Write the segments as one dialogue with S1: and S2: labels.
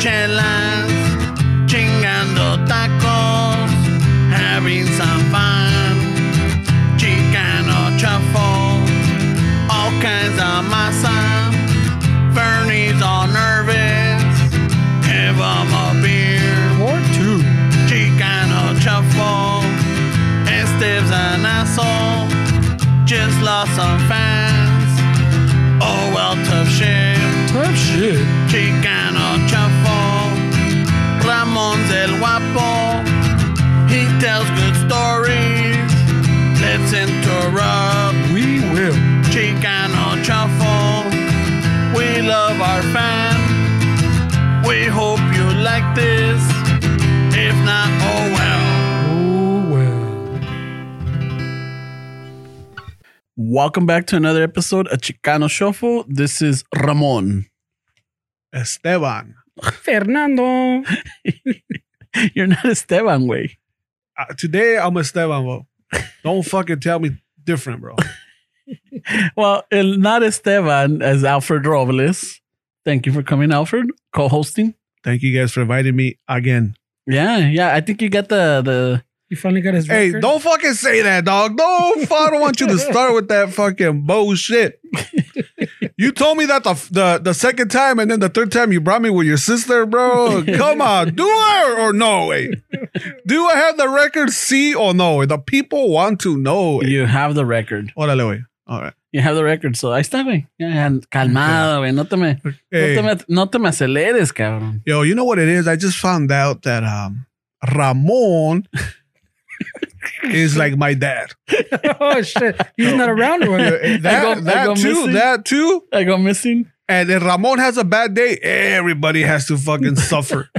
S1: chelas, chingando tacos, having some fun, chicano shuffle, all kinds of masa. Bernie's all nervous, give him a beer.
S2: Or two.
S1: Chicano Shuffle. And Steve's an asshole. Just lost some fans. Oh well, tough shit.
S2: Tough shit.
S1: Chicano Shuffle. Ramon's el guapo. He tells good stories. Let's interrupt.
S2: We will.
S1: Chicano Shuffle. We love our fan. We hope you like this. If not, oh well.
S2: Oh, well.
S1: Welcome back to another episode of Chicano Shuffle. This is Ramon.
S3: Esteban.
S2: Fernando.
S1: You're not Esteban, way.
S3: Uh, today I'm Esteban, bro. Don't fucking tell me different, bro.
S1: Well, el not Esteban as Alfred Robles. Thank you for coming, Alfred. Co-hosting.
S3: Thank you guys for inviting me again.
S1: Yeah, yeah. I think you got the the
S2: He finally got his
S3: Hey,
S2: record.
S3: don't fucking say that, dog. Don't. fu- I don't want you to start with that fucking bullshit. You told me that the, f- the the second time, and then the third time you brought me with your sister, bro. Come on, do I or, or no? Way. Do I have the record? See or no? way? The people want to know. way.
S1: you have the record.
S3: Órale, way. All right.
S1: You have the record. So ahí está, güey. Yeah, and calmado, güey. No te me,
S3: Hey.
S1: no, te me no te me aceleres, cabrón.
S3: Yo, you know what it is? I just found out that um Ramon is like my dad.
S2: oh, shit. He's not around one.
S3: eh, That,
S1: go- I
S3: that
S1: go
S3: too,
S1: missing.
S3: that too.
S1: I go missing.
S3: And if Ramon has a bad day, everybody has to fucking suffer.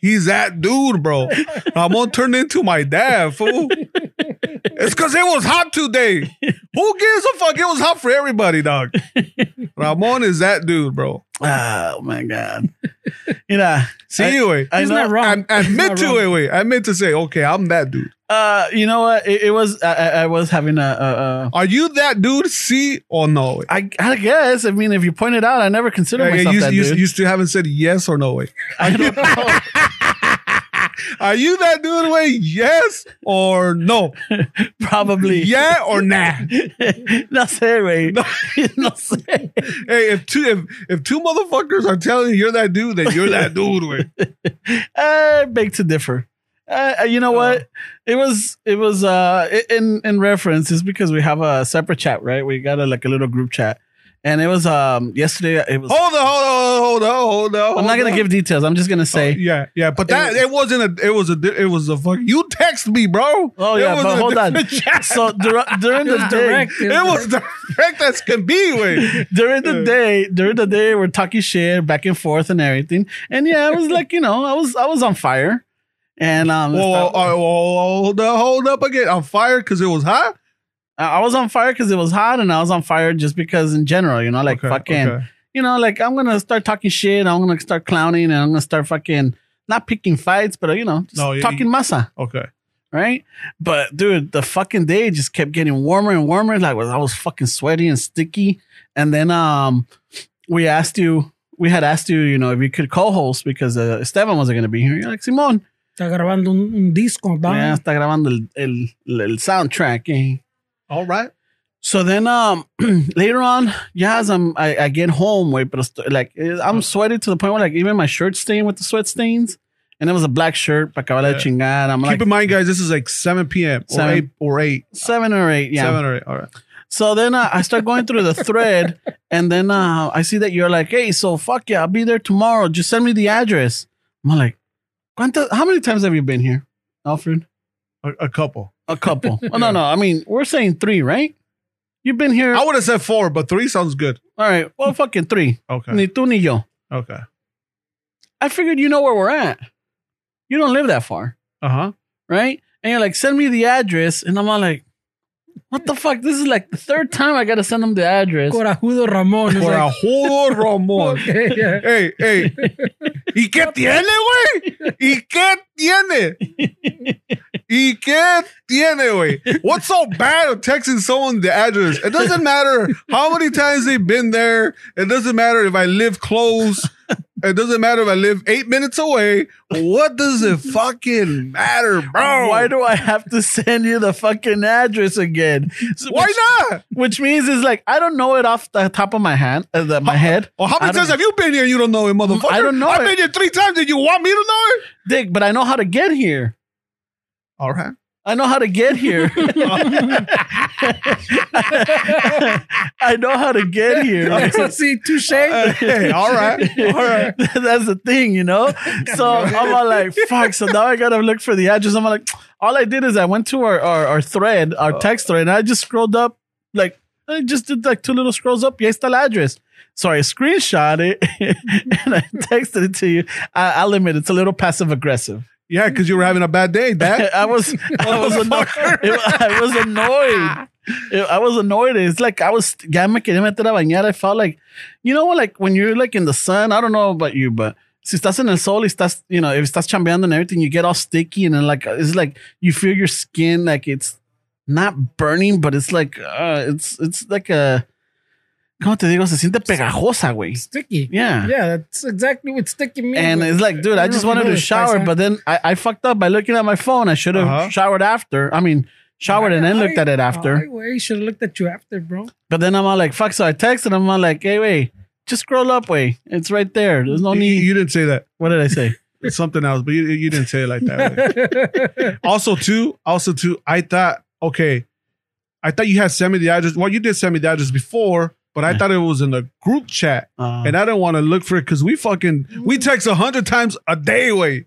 S3: He's that dude, bro. Ramon turned into my dad, fool. It's because it was hot today. Who gives a fuck? It was hot for everybody, dog. Ramon is that dude, bro.
S1: Oh my god. Mira,
S3: See
S1: I-
S3: you. eh?
S1: I
S2: He's
S1: know-
S2: not wrong.
S3: I admit
S2: Not
S3: to
S2: wrong.
S3: it, wait. I admit to say, okay, I'm that dude.
S1: Uh, you know what? It, it was I, I- I was having a, a, a
S3: Are you that dude? See or no?
S1: I, I guess I mean if you point it out, I never consider
S3: Yeah,
S1: myself
S3: you,
S1: that
S3: you,
S1: dude.
S3: you still haven't said yes or no way.
S1: I don't know.
S3: Are you that dude way? Yes or no?
S1: Probably.
S3: Yeah or nah?
S1: no sé, güey. No. sé.
S3: Hey, if two if, if two motherfuckers are telling you you're that dude, then you're that dude way.
S1: I beg to differ. Uh, uh, you know what? It was it was uh i- in in reference is because we have a separate chat, right? We got a like a little group chat, and it was um yesterday. It was.
S3: Hold on, hold on, hold on, hold on. Oh,
S1: I'm not gonna give details. I'm just gonna say.
S3: Yeah, yeah, but that it, wasn't a. It was a. di- It was a fuck. You text me, bro.
S1: Oh
S3: It
S1: yeah,
S3: was
S1: but
S3: a
S1: hold on.
S3: different chat.
S1: So dur- during the
S2: It's
S1: day,
S2: direct.
S3: It was direct as can be. Way.
S1: during the
S3: Uh.
S1: day, during the day, we're talking shit back and forth and everything. And yeah, I was like, you know, I was I was on fire, and um,
S3: Whoa, whoa,
S1: I,
S3: whoa, whoa, hold up, hold up again. I'm fired because it was hot.
S1: I was on fire because it was hot, and I was on fire just because in general, you know, like
S3: Okay,
S1: fucking,
S3: okay.
S1: you know, like I'm gonna start talking shit, I'm gonna start clowning, and I'm gonna start fucking not picking fights, but uh, you know, just
S3: No, you-
S1: talking masa,
S3: Okay.
S1: right? But dude, the fucking day just kept getting warmer and warmer. Like I was fucking sweaty and sticky, and then um, we asked you, we had asked you, you know, if you could co-host because uh, Esteban wasn't gonna be here. You're like Simon,
S2: Está grabando un, un disco, va.
S1: yeah, está grabando el, el, el soundtrack. eh.
S3: All right.
S1: So then, um, later on, yeah, as I'm, I, I get home, wait, but it's- like eh, I'm sweaty to the point where like even my shirt stain with the sweat stains, and it was a black shirt. Pa acabar de
S3: Yeah.
S1: chingar. I'm
S3: Keep
S1: like
S3: in mind, guys, this is like 7 p.m. or
S1: Seven.
S3: 8 or 8.
S1: seven or eight, yeah.
S3: 7 or 8. All right.
S1: So then uh, I start going through the thread, and then uh, I see that you're like, hey, so fuck yeah, I'll be there tomorrow. Just send me the address. I'm like, "Cuántas- how many times have you been here, Alfred?
S3: A, a couple.
S1: A couple. Oh, no, no. I mean, we're saying three, right? You've been here.
S3: I would have said 4, but 3 sounds good.
S1: All right. Well, fucking three.
S3: Okay.
S1: Ni tú ni yo.
S3: Okay.
S1: I figured you know where we're at. You don't live that far,
S3: Uh huh.
S1: right? And you're like, send me the address. And I'm all like, what the fuck? This is like the third time I got to send them the address.
S2: Corajudo Ramon. It's
S3: For a
S2: like,
S3: whole Ramon.
S2: okay, yeah.
S3: Hey, hey. ¿Y qué tiene, güey? ¿Y qué tiene? ¿Y qué tiene, güey? What's so bad of texting someone the address? It doesn't matter how many times they've been there. It doesn't matter if I live close. It doesn't matter if I live eight minutes away. What does it fucking matter, bro?
S1: Why do I have to send you the fucking address again? So-
S3: Why
S1: which,
S3: not?
S1: Which means it's like I don't know it off the top of my hand, uh, the, my head,
S3: Or how
S1: I
S3: many
S1: don't-
S3: times have you been here? and You don't know it, motherfucker.
S1: I don't know
S3: I've
S1: it.
S3: been here three times. Did you want me to know it?
S1: Dick. But I know how to get here.
S3: All right.
S1: I know how to get here. I know how to get here.
S2: See, touche.
S3: Uh, Hey, all right. All right.
S1: That's the thing, you know? So I'm all like, fuck. So now I gotta look for the address. I'm all like, all I did is I went to our our, our thread,
S3: Uh,
S1: our text thread, and I just scrolled up, like I just did like two little scrolls up. Yes, the address. So I screenshot it and I texted it to you. I, I'll admit it's a little passive aggressive.
S3: Yeah, because you were having a bad day, Dad.
S1: I was I was annoyed. I was annoyed. It- I was annoyed. It's like I was ya me quería meter a bañar. I felt like you know what like when you're like in the sun, I don't know about you, but si estás en el sol y estás, you know, if estás chambeando and everything, you get all sticky and then like it's like you feel your skin like it's not burning, but it's like uh it's it's like a ¿Cómo te digo? Se siente pegajosa, güey.
S2: Sticky.
S1: Yeah.
S2: Yeah, that's exactly what sticky means.
S1: And it's like, dude, I,
S2: don't
S1: just
S2: know if
S1: wanted
S2: you
S1: to
S2: noticed,
S1: shower,
S2: Paisan.
S1: but then I, I fucked up by looking at my phone. I should have
S3: Uh-huh.
S1: showered after. I mean, showered and then looked at it
S2: I,
S1: after.
S2: I should have looked at you after, bro.
S1: But then I'm all like, fuck. So I texted him. I'm like, hey, wait, just scroll up, way. It's right there. There's no
S3: You,
S1: need.
S3: you didn't say that.
S1: What did I say?
S3: It's something else, but you, you didn't say it like that.
S2: yeah,
S3: also too, also too, I thought, okay, I thought you had sent me the address. Well, you did send me the address before, but I
S1: Yeah.
S3: thought it was in the group chat,
S1: Uh,
S2: Uh-huh.
S3: and I didn't want to look for it because we fucking we text a hundred times a day, way.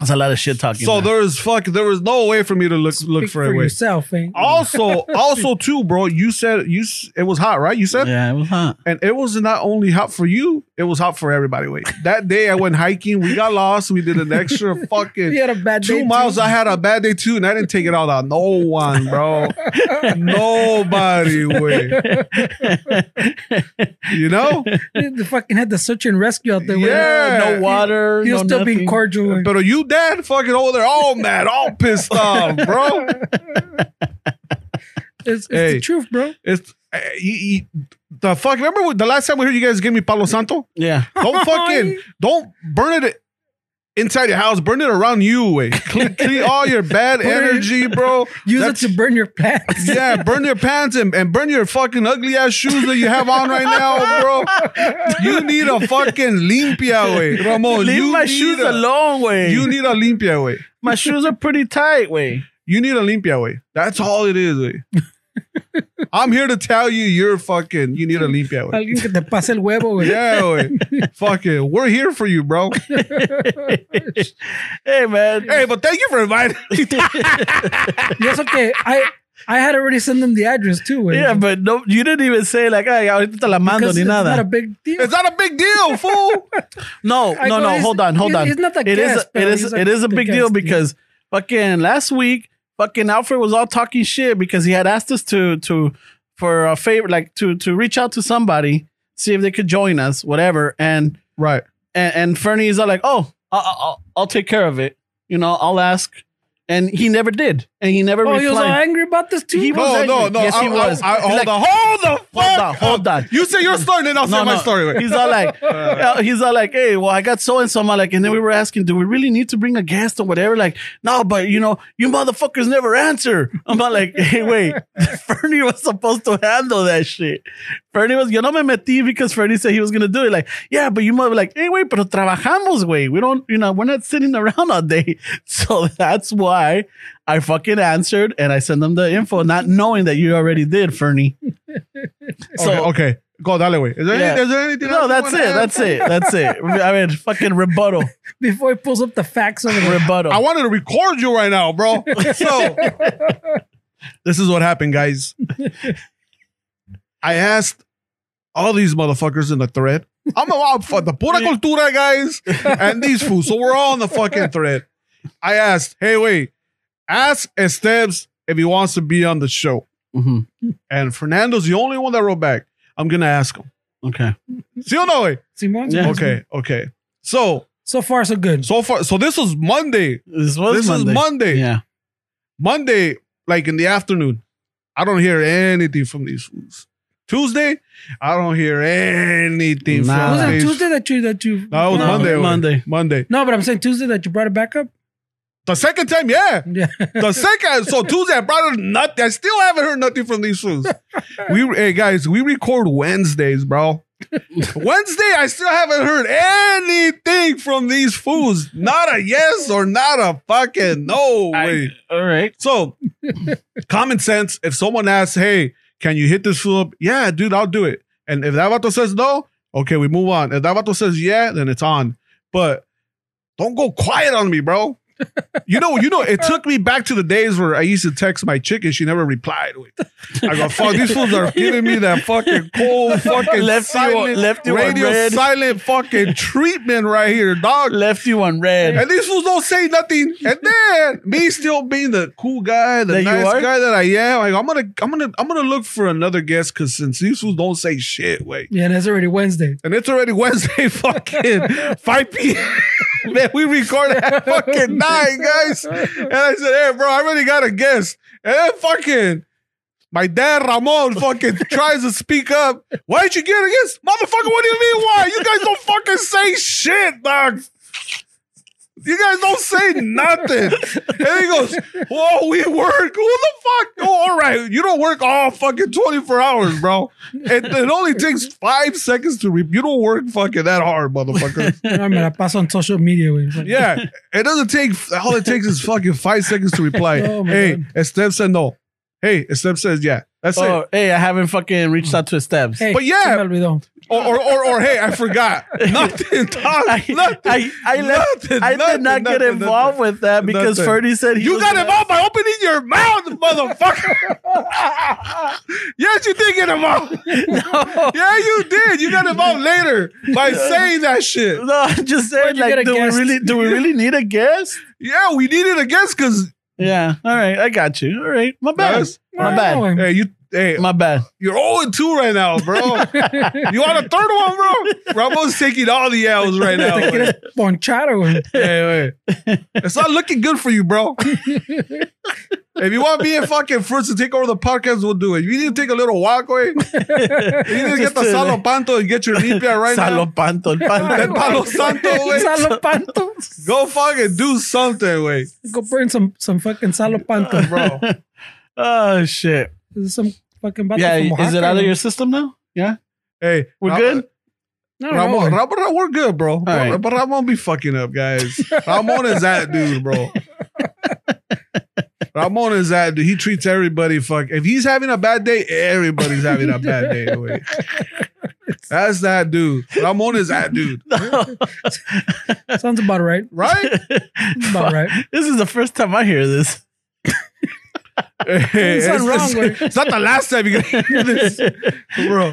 S1: that's a lot of shit talking.
S3: So
S1: man.
S3: there was fuck, there was no way for me to look look for, it. Way.
S2: yourself, eh? ain't
S3: Also, also too, bro. You said you s- it was hot, right? You said,
S1: yeah, it was hot.
S3: and it was not only hot for you, it was hot for everybody. Wait, that day I went hiking, we got lost, we did an extra fucking
S2: You had a bad day.
S3: two miles. I had a bad day too, and I didn't take it out on no one, bro. Nobody way. You know?
S2: the fucking had the search and rescue out there.
S3: Yeah.
S1: no water.
S2: He
S1: no
S2: was still being
S1: nothing.
S2: cordial. and-
S3: But you dad fucking over there all mad, all pissed off, bro.
S2: It's, it's
S3: Hey.
S2: the truth, bro.
S3: It's eh, you- you- the fuck. Remember when- the last time we heard you guys give me Palo Santo?
S1: Yeah.
S3: Don't fucking don't burn it inside your house. Burn it around you. Way. Clean, clean all your bad energy, bro.
S2: Use
S3: That's-
S2: it to burn your plants.
S3: Yeah, burn your pants and, and burn your fucking ugly ass shoes that you have on right now, bro. You need a fucking limpia way. Ramon,
S1: Leave
S3: Oh, you
S1: my
S3: need
S1: shoes
S3: a,
S1: alone, way.
S3: You need a limpia way.
S1: my shoes are pretty tight, way.
S3: You need a limpia way. That's all it is, way. I'm here to tell you you're fucking you need a limpia way.
S2: Alguien que te pase el huevo, güey.
S3: Yeah, way. Fucking, we're here for you, bro.
S1: Hey, man.
S3: Hey, but thank you for inviting me.
S2: Y eso que I, I had already sent them the address too, güey.
S1: Yeah, but no, you didn't even say like, "Ay, ahorita te la mando
S2: Because
S1: ni
S2: it's
S1: nada."
S2: not a big deal.
S3: It's not a big deal, fool.
S1: No,
S2: I
S1: no,
S2: know,
S1: no.
S2: he's-
S1: Hold on, hold
S2: he's-
S1: on.
S2: he's not the
S1: It is-
S2: guest,
S1: It
S2: bro.
S1: is.
S2: He's
S1: It is a
S2: the
S1: big
S2: guest,
S1: deal
S2: yeah.
S1: because fucking last week, fucking Alfred was all talking shit because he had asked us to to for a favor, like to to reach out to somebody, see if they could join us, whatever. And
S3: Right.
S1: and, and Fernie's all like, "Oh, I'll, I'll I'll take care of it. You know, I'll ask." And he never did, and he never
S2: oh,
S1: replied.
S2: he was all angry about this too.
S1: He
S2: bro?
S1: was
S3: No, no,
S1: angry.
S3: no.
S1: Yes,
S3: I,
S1: he was.
S3: I, I,
S1: He's
S3: hold
S1: like-
S3: on, hold the fuck.
S1: Hold on,
S3: up.
S1: hold on.
S3: You say your story, then I'll say my story. Wait.
S1: He's all like,
S3: Uh,
S1: yeah, he's all like, hey, well, I got so and so. I'm like, and then we were asking, do we really need to bring a guest or whatever? Like, no, but you know, you motherfuckers never answer. I'm all like, hey, wait, Fernie was supposed to handle that shit. Fernie was, yo no me metí because Fernie said he was gonna do it. Like, yeah, but you mother like, hey, wait, pero trabajamos, güey. We don't, you know, we're not sitting around all day. So that's why I fucking answered and I sent them the info, not knowing that you already did, Fernie. So
S3: okay, okay. Go that way. Is there,
S1: Yeah.
S3: any, is there anything
S1: no,
S3: else you
S1: that's
S3: wanna
S1: it.
S3: add?
S1: That's it. That's it. I mean, fucking rebuttal.
S2: Before he pulls up the facts of it.
S1: Rebuttal.
S3: I wanted to record you right now, bro. So this is what happened, guys. I asked all these motherfuckers in the thread. I'm about for the pura cultura guys and these fools. So we're all in the fucking thread. I asked, hey, wait, ask Esteves if he wants to be on the show.
S1: Mhm.
S3: And Fernando's the only one that wrote back. I'm gonna ask him.
S1: Okay.
S3: See you no way.
S2: Simon?
S1: Yeah.
S3: Okay, okay. So
S2: So far, so good.
S3: so far, so this was Monday.
S1: This was
S3: this
S1: Monday.
S3: is Monday.
S1: Yeah.
S3: Monday, like in the afternoon, I don't hear anything from these fools. Tuesday, I don't hear anything
S1: Nah.
S3: from
S2: was it
S3: these-
S2: Tuesday that you that you?
S3: No, it was
S1: No,
S3: Monday.
S1: it was
S3: güey.
S1: Monday.
S3: Monday.
S2: No, but I'm saying Tuesday that you brought it back up.
S3: The second time, yeah.
S2: Yeah.
S3: The second, so Tuesday, I brought her nothing. I still haven't heard nothing from these fools. We, hey guys, we record Wednesdays, bro. Wednesday, I still haven't heard anything from these fools. Not a yes or not a fucking no. Way.
S1: all right.
S3: So, common sense. If someone asks, "Hey, can you hit this fool up?" Yeah, dude, I'll do it. And if that vato says no, okay, we move on. If that vato says yeah, then it's on. But don't go quiet on me, bro. You know, you know, it took me back to the days where I used to text my chick and she never replied. I go, fuck, these fools are giving me that fucking cold, fucking
S1: Left you on-
S3: silent,
S1: left you on
S3: radio
S1: red.
S3: silent fucking treatment right here, dog.
S1: Left you on red.
S3: And these fools don't say nothing. And then me still being the cool guy, the
S1: That you are?
S3: nice guy that I am, like, I'm gonna, I'm gonna, I'm gonna look for another guest because since these fools don't say shit, wait.
S2: Yeah, and it's already Wednesday.
S3: And it's already Wednesday, fucking 5 p.m. Man, we record at fucking 9, guys. And I said, hey, bro, I really got a guest. And then fucking my dad, Ramon, fucking tries to speak up. Why'd you get a guest? Motherfucker, what do you mean why? You guys don't fucking say shit, dog. You guys don't say nothing. And he goes, Whoa, we work. Who the fuck? Oh, all right. You don't work all fucking 24 hours, bro. It, it only takes five seconds to re- You don't work fucking that hard, motherfucker.
S2: I mean, I pass on social media. güey. It's like,
S3: Yeah. It doesn't take, all it takes is fucking five seconds to reply.
S2: Oh, my
S3: hey,
S2: God.
S3: Esteb said no. Hey, Esteb says yeah. That's it.
S1: oh, hey, I haven't fucking reached out to his steps.
S2: Hey,
S3: But yeah.
S2: se me olvidó.
S3: Or, or, or, or hey, I forgot. nothing, dog.
S1: I,
S3: nothing.
S1: I, I, left,
S3: nothing,
S1: I did
S3: nothing,
S1: not get
S3: nothing,
S1: involved
S3: nothing.
S1: with that because
S3: Nothing.
S1: Ferdy said he
S3: You
S1: was
S3: got
S1: gonna-
S3: him out by opening your mouth, motherfucker. yes, you did get him out.
S1: No,
S3: Yeah, you did. You got him out later by saying that shit.
S1: no, I'm just saying.
S2: Why'd you get
S1: Like,
S2: a
S1: do
S2: guest?
S1: we really, do we really need a guest?
S3: Yeah, we needed a guest because
S1: Yeah. All right, I got you. All right, my bad.
S3: Yes.
S1: My bad.
S3: hey, you hey,
S1: My bad.
S3: you're 0 and 2 right now, bro. you want a third one, bro? Ramon's taking all the L's right now.
S2: Te
S3: Hey,
S2: quieres ponchar, güey.
S3: hey. It's not looking good for you, bro. If you want me and fucking Fritz to take over the podcast, we'll do it. You need to take a little walk away. You need to get the
S1: Just to-
S3: Salo Panto and get your limpia right now.
S1: Salopanto, el
S3: Del
S1: panto.
S3: Palo Santo, güey.
S2: Salopanto.
S3: Go fucking do something, way,
S2: Go burn some some fucking salopanto.
S3: bro.
S1: Oh shit.
S2: This is some fucking vato
S1: Yeah,
S2: from
S1: is it
S2: Oaxaca,
S1: out of
S2: güey.
S1: your system now? Yeah,
S3: Hey,
S1: we're
S3: Ra-
S1: good.
S2: No, no,
S3: Ramon,
S2: güey.
S3: Ramon, Ramon, we're good, bro.
S1: right.
S3: But Ramon be fucking up, guys. Ramon is that dude, bro. Ramon is that dude. He treats everybody fuck. If he's having a bad day, everybody's having a bad day. Way. That's that dude. Ramon is that dude,
S2: Sounds about right.
S3: right?
S2: Sounds about right.
S1: This is the first time I hear this.
S3: Hey,
S2: It's not wrong, way.
S3: it's not the last time you're gonna hear this. Bro,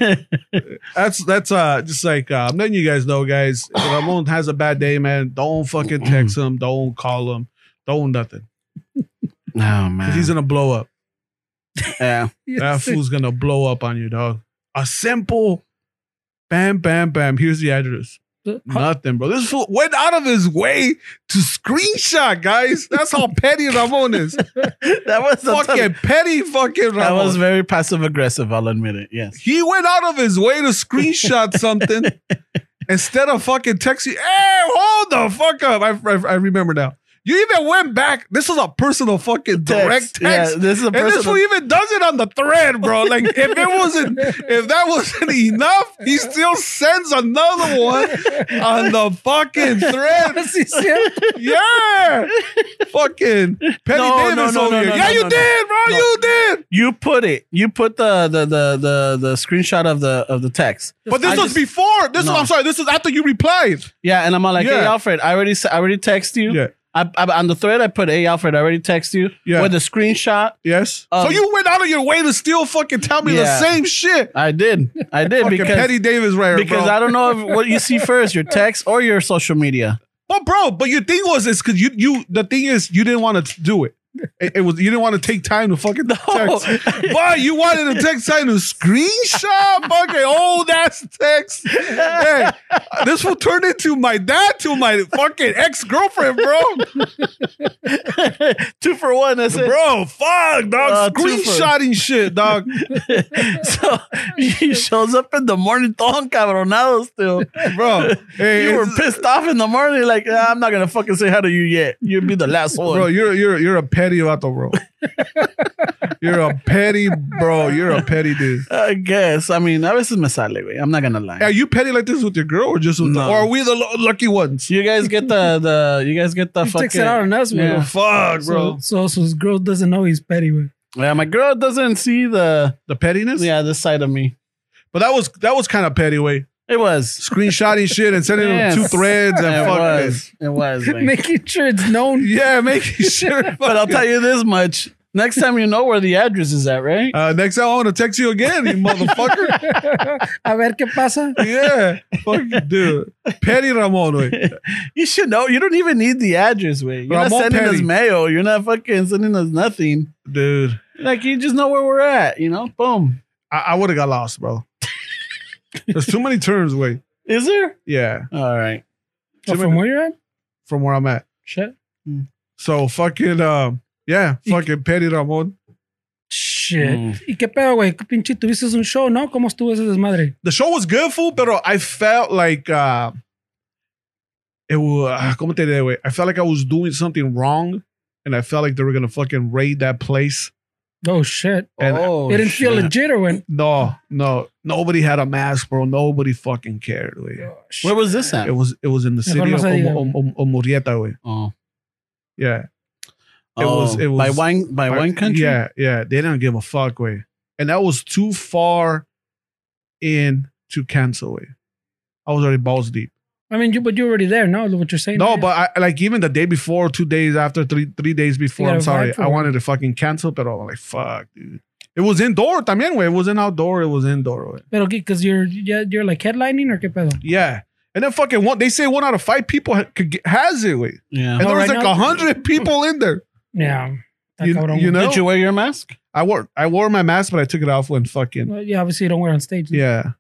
S3: that's that's uh just like uh, I'm letting you guys know, guys. If Ramon has a bad day, man, don't fucking text him, don't call him, don't nothing.
S1: No man.
S3: 'Cause he's gonna blow up.
S1: yeah.
S3: That
S2: Yes.
S3: fool's gonna blow up on you, dog. A simple bam, bam, bam. Here's the address. Nothing, bro. This fool went out of his way to screenshot, guys. That's how petty Ramon is.
S1: That was a tough-
S3: fucking petty, fucking Ramon.
S1: That was very passive aggressive. I'll admit it. Yes.
S3: He went out of his way to screenshot something instead of fucking texting. Hey, hold the fuck up! I, I, I remember now. You even went back. This was a personal fucking direct text.
S1: Yeah, this is a
S3: And this
S1: personal.
S3: fool even does it on the thread, bro. Like if it wasn't, if that wasn't enough, he still sends another one on the fucking thread.
S2: Sí, cierto.
S3: Yeah, fucking Penny
S1: No, no,
S3: Davis
S1: no,
S3: over
S1: no,
S3: here.
S1: no,
S3: yeah,
S1: no,
S3: you
S1: no,
S3: did, bro.
S1: No.
S3: You did.
S1: you put it. You put the the the the, the screenshot of the of the text.
S3: But this
S1: I
S3: was
S1: just-
S3: before. This
S1: No.
S3: was. I'm sorry. This was after you replied.
S1: Yeah, and I'm all like,
S3: Yeah.
S1: hey Alfred, I already s- I already text you.
S3: Yeah.
S1: I, I, on the thread, I put, "Hey Alfred, I already text you."
S3: Yeah.
S1: With a screenshot,
S3: Yes.
S1: Um,
S3: so you went out of your way to still fucking tell me
S1: Yeah.
S3: the same shit.
S1: I did, I did
S3: Fucking
S1: because
S3: Petty Davis right here,
S1: because
S3: bro.
S1: I don't know if, what you see first, your text or your social media.
S3: But bro, but your thing was is because you you the thing is you didn't want to do it. It, it was you didn't want to take time to fucking text, but you wanted to take time to screenshot fucking old ass text. Hey, this will turn into my dad to my fucking ex girlfriend, bro.
S1: two for one. That's it.
S3: Bro, fuck, dog,
S1: Uh, two for-
S3: screenshotting shit, dog.
S1: so he shows up in the morning, todo cabronado still.
S3: Bro, hey,
S1: You were
S3: it's-
S1: pissed off in the morning, like, "Ah, I'm not going to fucking say hi to you yet. You'll be the last one.
S3: Bro, you're you're you're a petty vato, bro. you're a petty bro. You're a petty dude.
S1: I guess. I mean, a veces me sale, güey. I'm not going to lie.
S3: Are you petty like this with your girl or just with
S1: No.
S3: the, or are we the lu- lucky ones?
S1: you guys get the, the you guys get the
S2: He
S1: fucking.
S2: takes it out on us,
S1: Yeah.
S2: yeah.
S3: Fuck,
S2: So,
S3: bro.
S2: so, so his girl doesn't know he's petty, güey.
S1: Yeah, my girl doesn't see the
S3: the pettiness?
S1: yeah this side of me.
S3: But that was that was kind of petty way.
S1: It was.
S3: Screenshotting shit and sending
S1: Yes.
S3: them two threads and
S1: it
S3: fucking
S1: was. It was. güey.
S2: Making sure it's known.
S3: Yeah, making sure.
S1: But I'll tell you this much: next time you know where the address is at, right?
S3: uh, next time I want to text you again, you motherfucker.
S2: A ver qué pasa.
S3: yeah. Fuck dude. Petty Ramon, way.
S1: You should know. You don't even need the address, way. You're
S3: Ramon
S1: not sending us
S3: Petty.
S1: mail. You're not fucking sending us nothing.
S3: Dude.
S1: Like you just know where we're at. You know, boom.
S3: I, I would have got lost, bro. There's too many terms, way.
S1: Is there?
S3: Yeah.
S1: All right.
S2: Oh, from where you're at?
S3: From where I'm at.
S2: Shit.
S3: So fucking um yeah, fucking Petty Ramon.
S2: Shit.
S1: Mm.
S2: ¿Y qué pedo, güey? ¿Qué pinche tuviste un show, no? ¿Cómo estuvo ese desmadre?
S3: The show was good, fool, pero I felt like uh it was como te diré, güey? I felt like I was doing something wrong and I felt like they were gonna fucking raid that place.
S2: Oh, shit.
S3: And
S1: oh,
S2: it didn't feel
S1: shit.
S2: legit or when.
S3: no, no, nobody had a mask, bro. Nobody fucking cared, güey.
S2: Oh,
S1: Where
S2: shit.
S1: was this at?
S3: It was it was in the
S2: Mejor
S3: city
S2: no
S3: of
S2: se diga.
S3: Om- Om- Om- Omurrieta, güey.
S1: oh.
S3: Yeah.
S1: It was. It was by wine. By
S3: I-
S1: wine country.
S3: Yeah, yeah. They didn't give a fuck, way. And that was too far in to cancel, way. I was already balls deep.
S2: I mean, you, but you're already there, no? What you're saying?
S3: No,
S2: right?
S3: but I like even the day before, two days after, three three days before.
S2: You
S3: I'm
S2: gotta
S3: sorry,
S2: vibe for
S3: I
S2: it.
S3: wanted to fucking cancel, but I'm like, fuck, dude. It was indoor, también, way. It wasn't outdoor. It was indoor, way.
S2: Pero because you're yeah, you're like headlining or qué pedo?
S3: Yeah. And then fucking one, they say one out of five people ha- could get, has it, way.
S1: Yeah.
S3: And
S2: Oh,
S3: there was
S2: right
S3: like
S2: now?
S3: a hundred people in there.
S2: Yeah. Está
S3: You-
S2: cabrón,
S3: you
S2: güey.
S3: know-
S1: Did you wear your mask?
S3: I wore I wore my mask, but I took it off when fucking
S2: Well, yeah, obviously you don't wear on stage.
S3: yeah.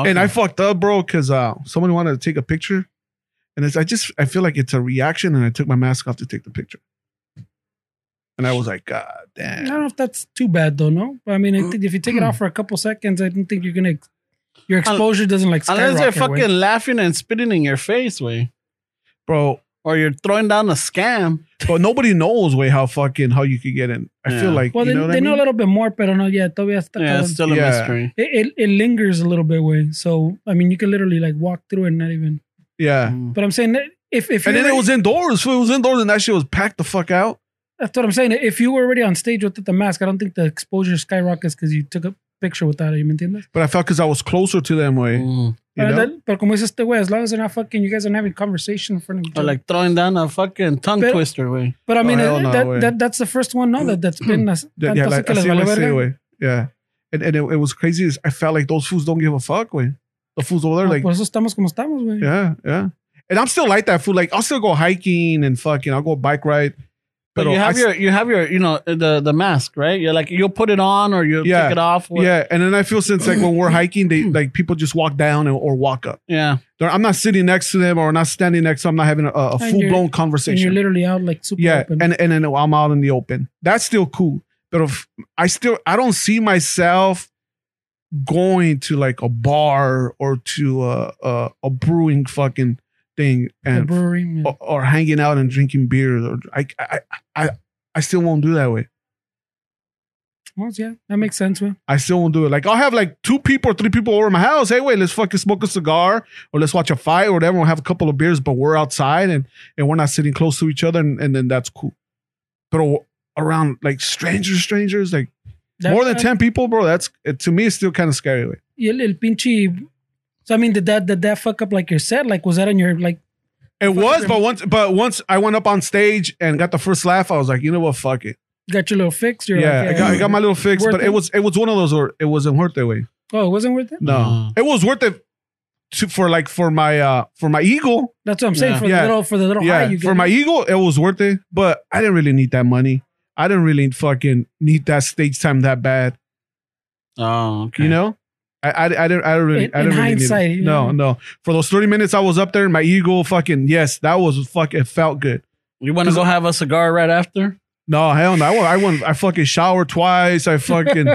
S1: Oh,
S3: and
S1: okay.
S3: I fucked up, bro, because uh, someone wanted to take a picture, and it's I just I feel like it's a reaction, and I took my mask off to take the picture, and I was like, God
S2: I
S3: damn,
S2: don't know if that's too bad though, no? But I mean,
S3: Mm.
S2: I think if you take it off for a couple seconds, I don't think you're gonna your exposure doesn't like skyrocket.
S1: Unless they're
S2: güey.
S1: fucking laughing and spitting in your face, way,
S3: bro.
S1: or you're throwing down a scam.
S3: But nobody knows way how fucking how you could get in. I
S1: Yeah.
S3: feel like
S2: Well,
S3: you
S2: they,
S3: know what
S2: they
S3: I
S2: know a
S3: mean.
S2: little bit more, pero no, yeah, todavía está
S1: Yeah, it's
S2: cabrón.
S1: still a
S3: Yeah.
S1: mystery.
S2: it, it, it lingers a little bit, way. So I mean, you can literally like walk through and not even.
S3: yeah.
S1: Mm.
S2: But I'm saying that if if
S3: And
S2: you're
S3: then it
S2: already-
S3: was indoors. fool. It was indoors, and that shit was packed the fuck out.
S2: that's what I'm saying. If you were already on stage without the mask, I don't think the exposure skyrockets because you took a picture without it. You entiendes?
S3: But I felt because I was closer to them, way.
S1: Mm.
S3: You
S2: Pero,
S3: know?
S2: that, pero como dice este güey, as long as they're not fucking, you guys aren't having conversation in front of each
S1: Or
S2: other.
S1: like throwing down a fucking tongue
S2: Pero-
S1: twister, way.
S2: But I mean,
S3: Oh, hell
S2: uh,
S3: no,
S2: that,
S3: güey.
S2: that that's the first one, no, that that's been as,
S3: Yeah,
S2: tanto
S3: yeah,
S2: así
S3: like,
S2: que les
S3: así
S2: vale
S3: va a ser,
S2: verga.
S3: güey. Yeah. And, and it, it was crazy. is I felt like those fools don't give a fuck, way. The fools over there,
S2: No,
S3: like,
S2: Ah, por eso estamos como estamos, güey.
S3: Yeah, yeah. And I'm still like that fool. Like I'll still go hiking and fucking I'll go bike ride.
S1: But
S3: Pero
S1: you have
S3: I s-
S1: your, you have your, you know, the the mask, right? You're like you'll put it on or you'll
S3: Yeah.
S1: take it off. or-
S3: yeah, and then I feel since like when we're hiking, they like people just walk down and, or walk up.
S1: yeah.
S3: They're, I'm not sitting next to them or not standing next. to them. I'm not having a, a
S2: And
S3: full blown
S2: And you're
S3: conversation.
S2: literally out like super
S3: Yeah,
S2: open.
S3: and and then I'm out in the open. That's still cool. But if I still I don't see myself going to like a bar or to a a, a brewing fucking thing
S2: the
S3: and oh.
S2: brewery. yeah.
S3: or, or hanging out and drinking beers or I, I I I still won't do that way.
S2: Well, yeah, that makes sense, güey.
S3: I still won't do it. Like I'll have like two people or three people over my house. Hey, wait, let's fucking smoke a cigar or let's watch a fight or whatever. We'll have a couple of beers, but we're outside and and we're not sitting close to each other, and, and then that's cool. But around like strangers, strangers, like
S2: That-
S3: more than
S2: that-
S3: ten people, bro. That's it, to me, it's still kind of scary. Way.
S2: Y el, el pinche. So I mean, did that did that fuck up like your set? Like, was that on your like?
S3: It was,
S2: Fucking-
S3: but once, but once I went up on stage and got the first laugh, I was like, you know what, fuck it.
S2: Got your little fix? You're
S3: Yeah,
S2: like,
S3: I, got, I got my little fix,
S2: Worth
S3: but it
S2: it?
S3: was it was one of those where it wasn't worth it. Way.
S2: Oh, it wasn't worth it.
S3: No,
S1: Uh-huh.
S3: it was worth it to, for like for my uh for my eagle.
S2: That's what I'm saying
S1: Yeah.
S2: for
S3: Yeah.
S2: the little for the little high
S3: yeah,
S2: you get.
S3: for my eagle, it was worth it, but I didn't really need that money. I didn't really fucking need that stage time that bad.
S1: Oh, okay.
S3: You know, I I, I didn't I don't really
S2: In-
S3: I
S2: in
S3: didn't really need it.
S2: hindsight, you
S3: No, no. For those thirty minutes I was up there, my ego fucking yes, that was fucking it felt good.
S1: you want to go have a cigar right after?
S3: No, hell no. I went, I went, I fucking showered twice. I fucking,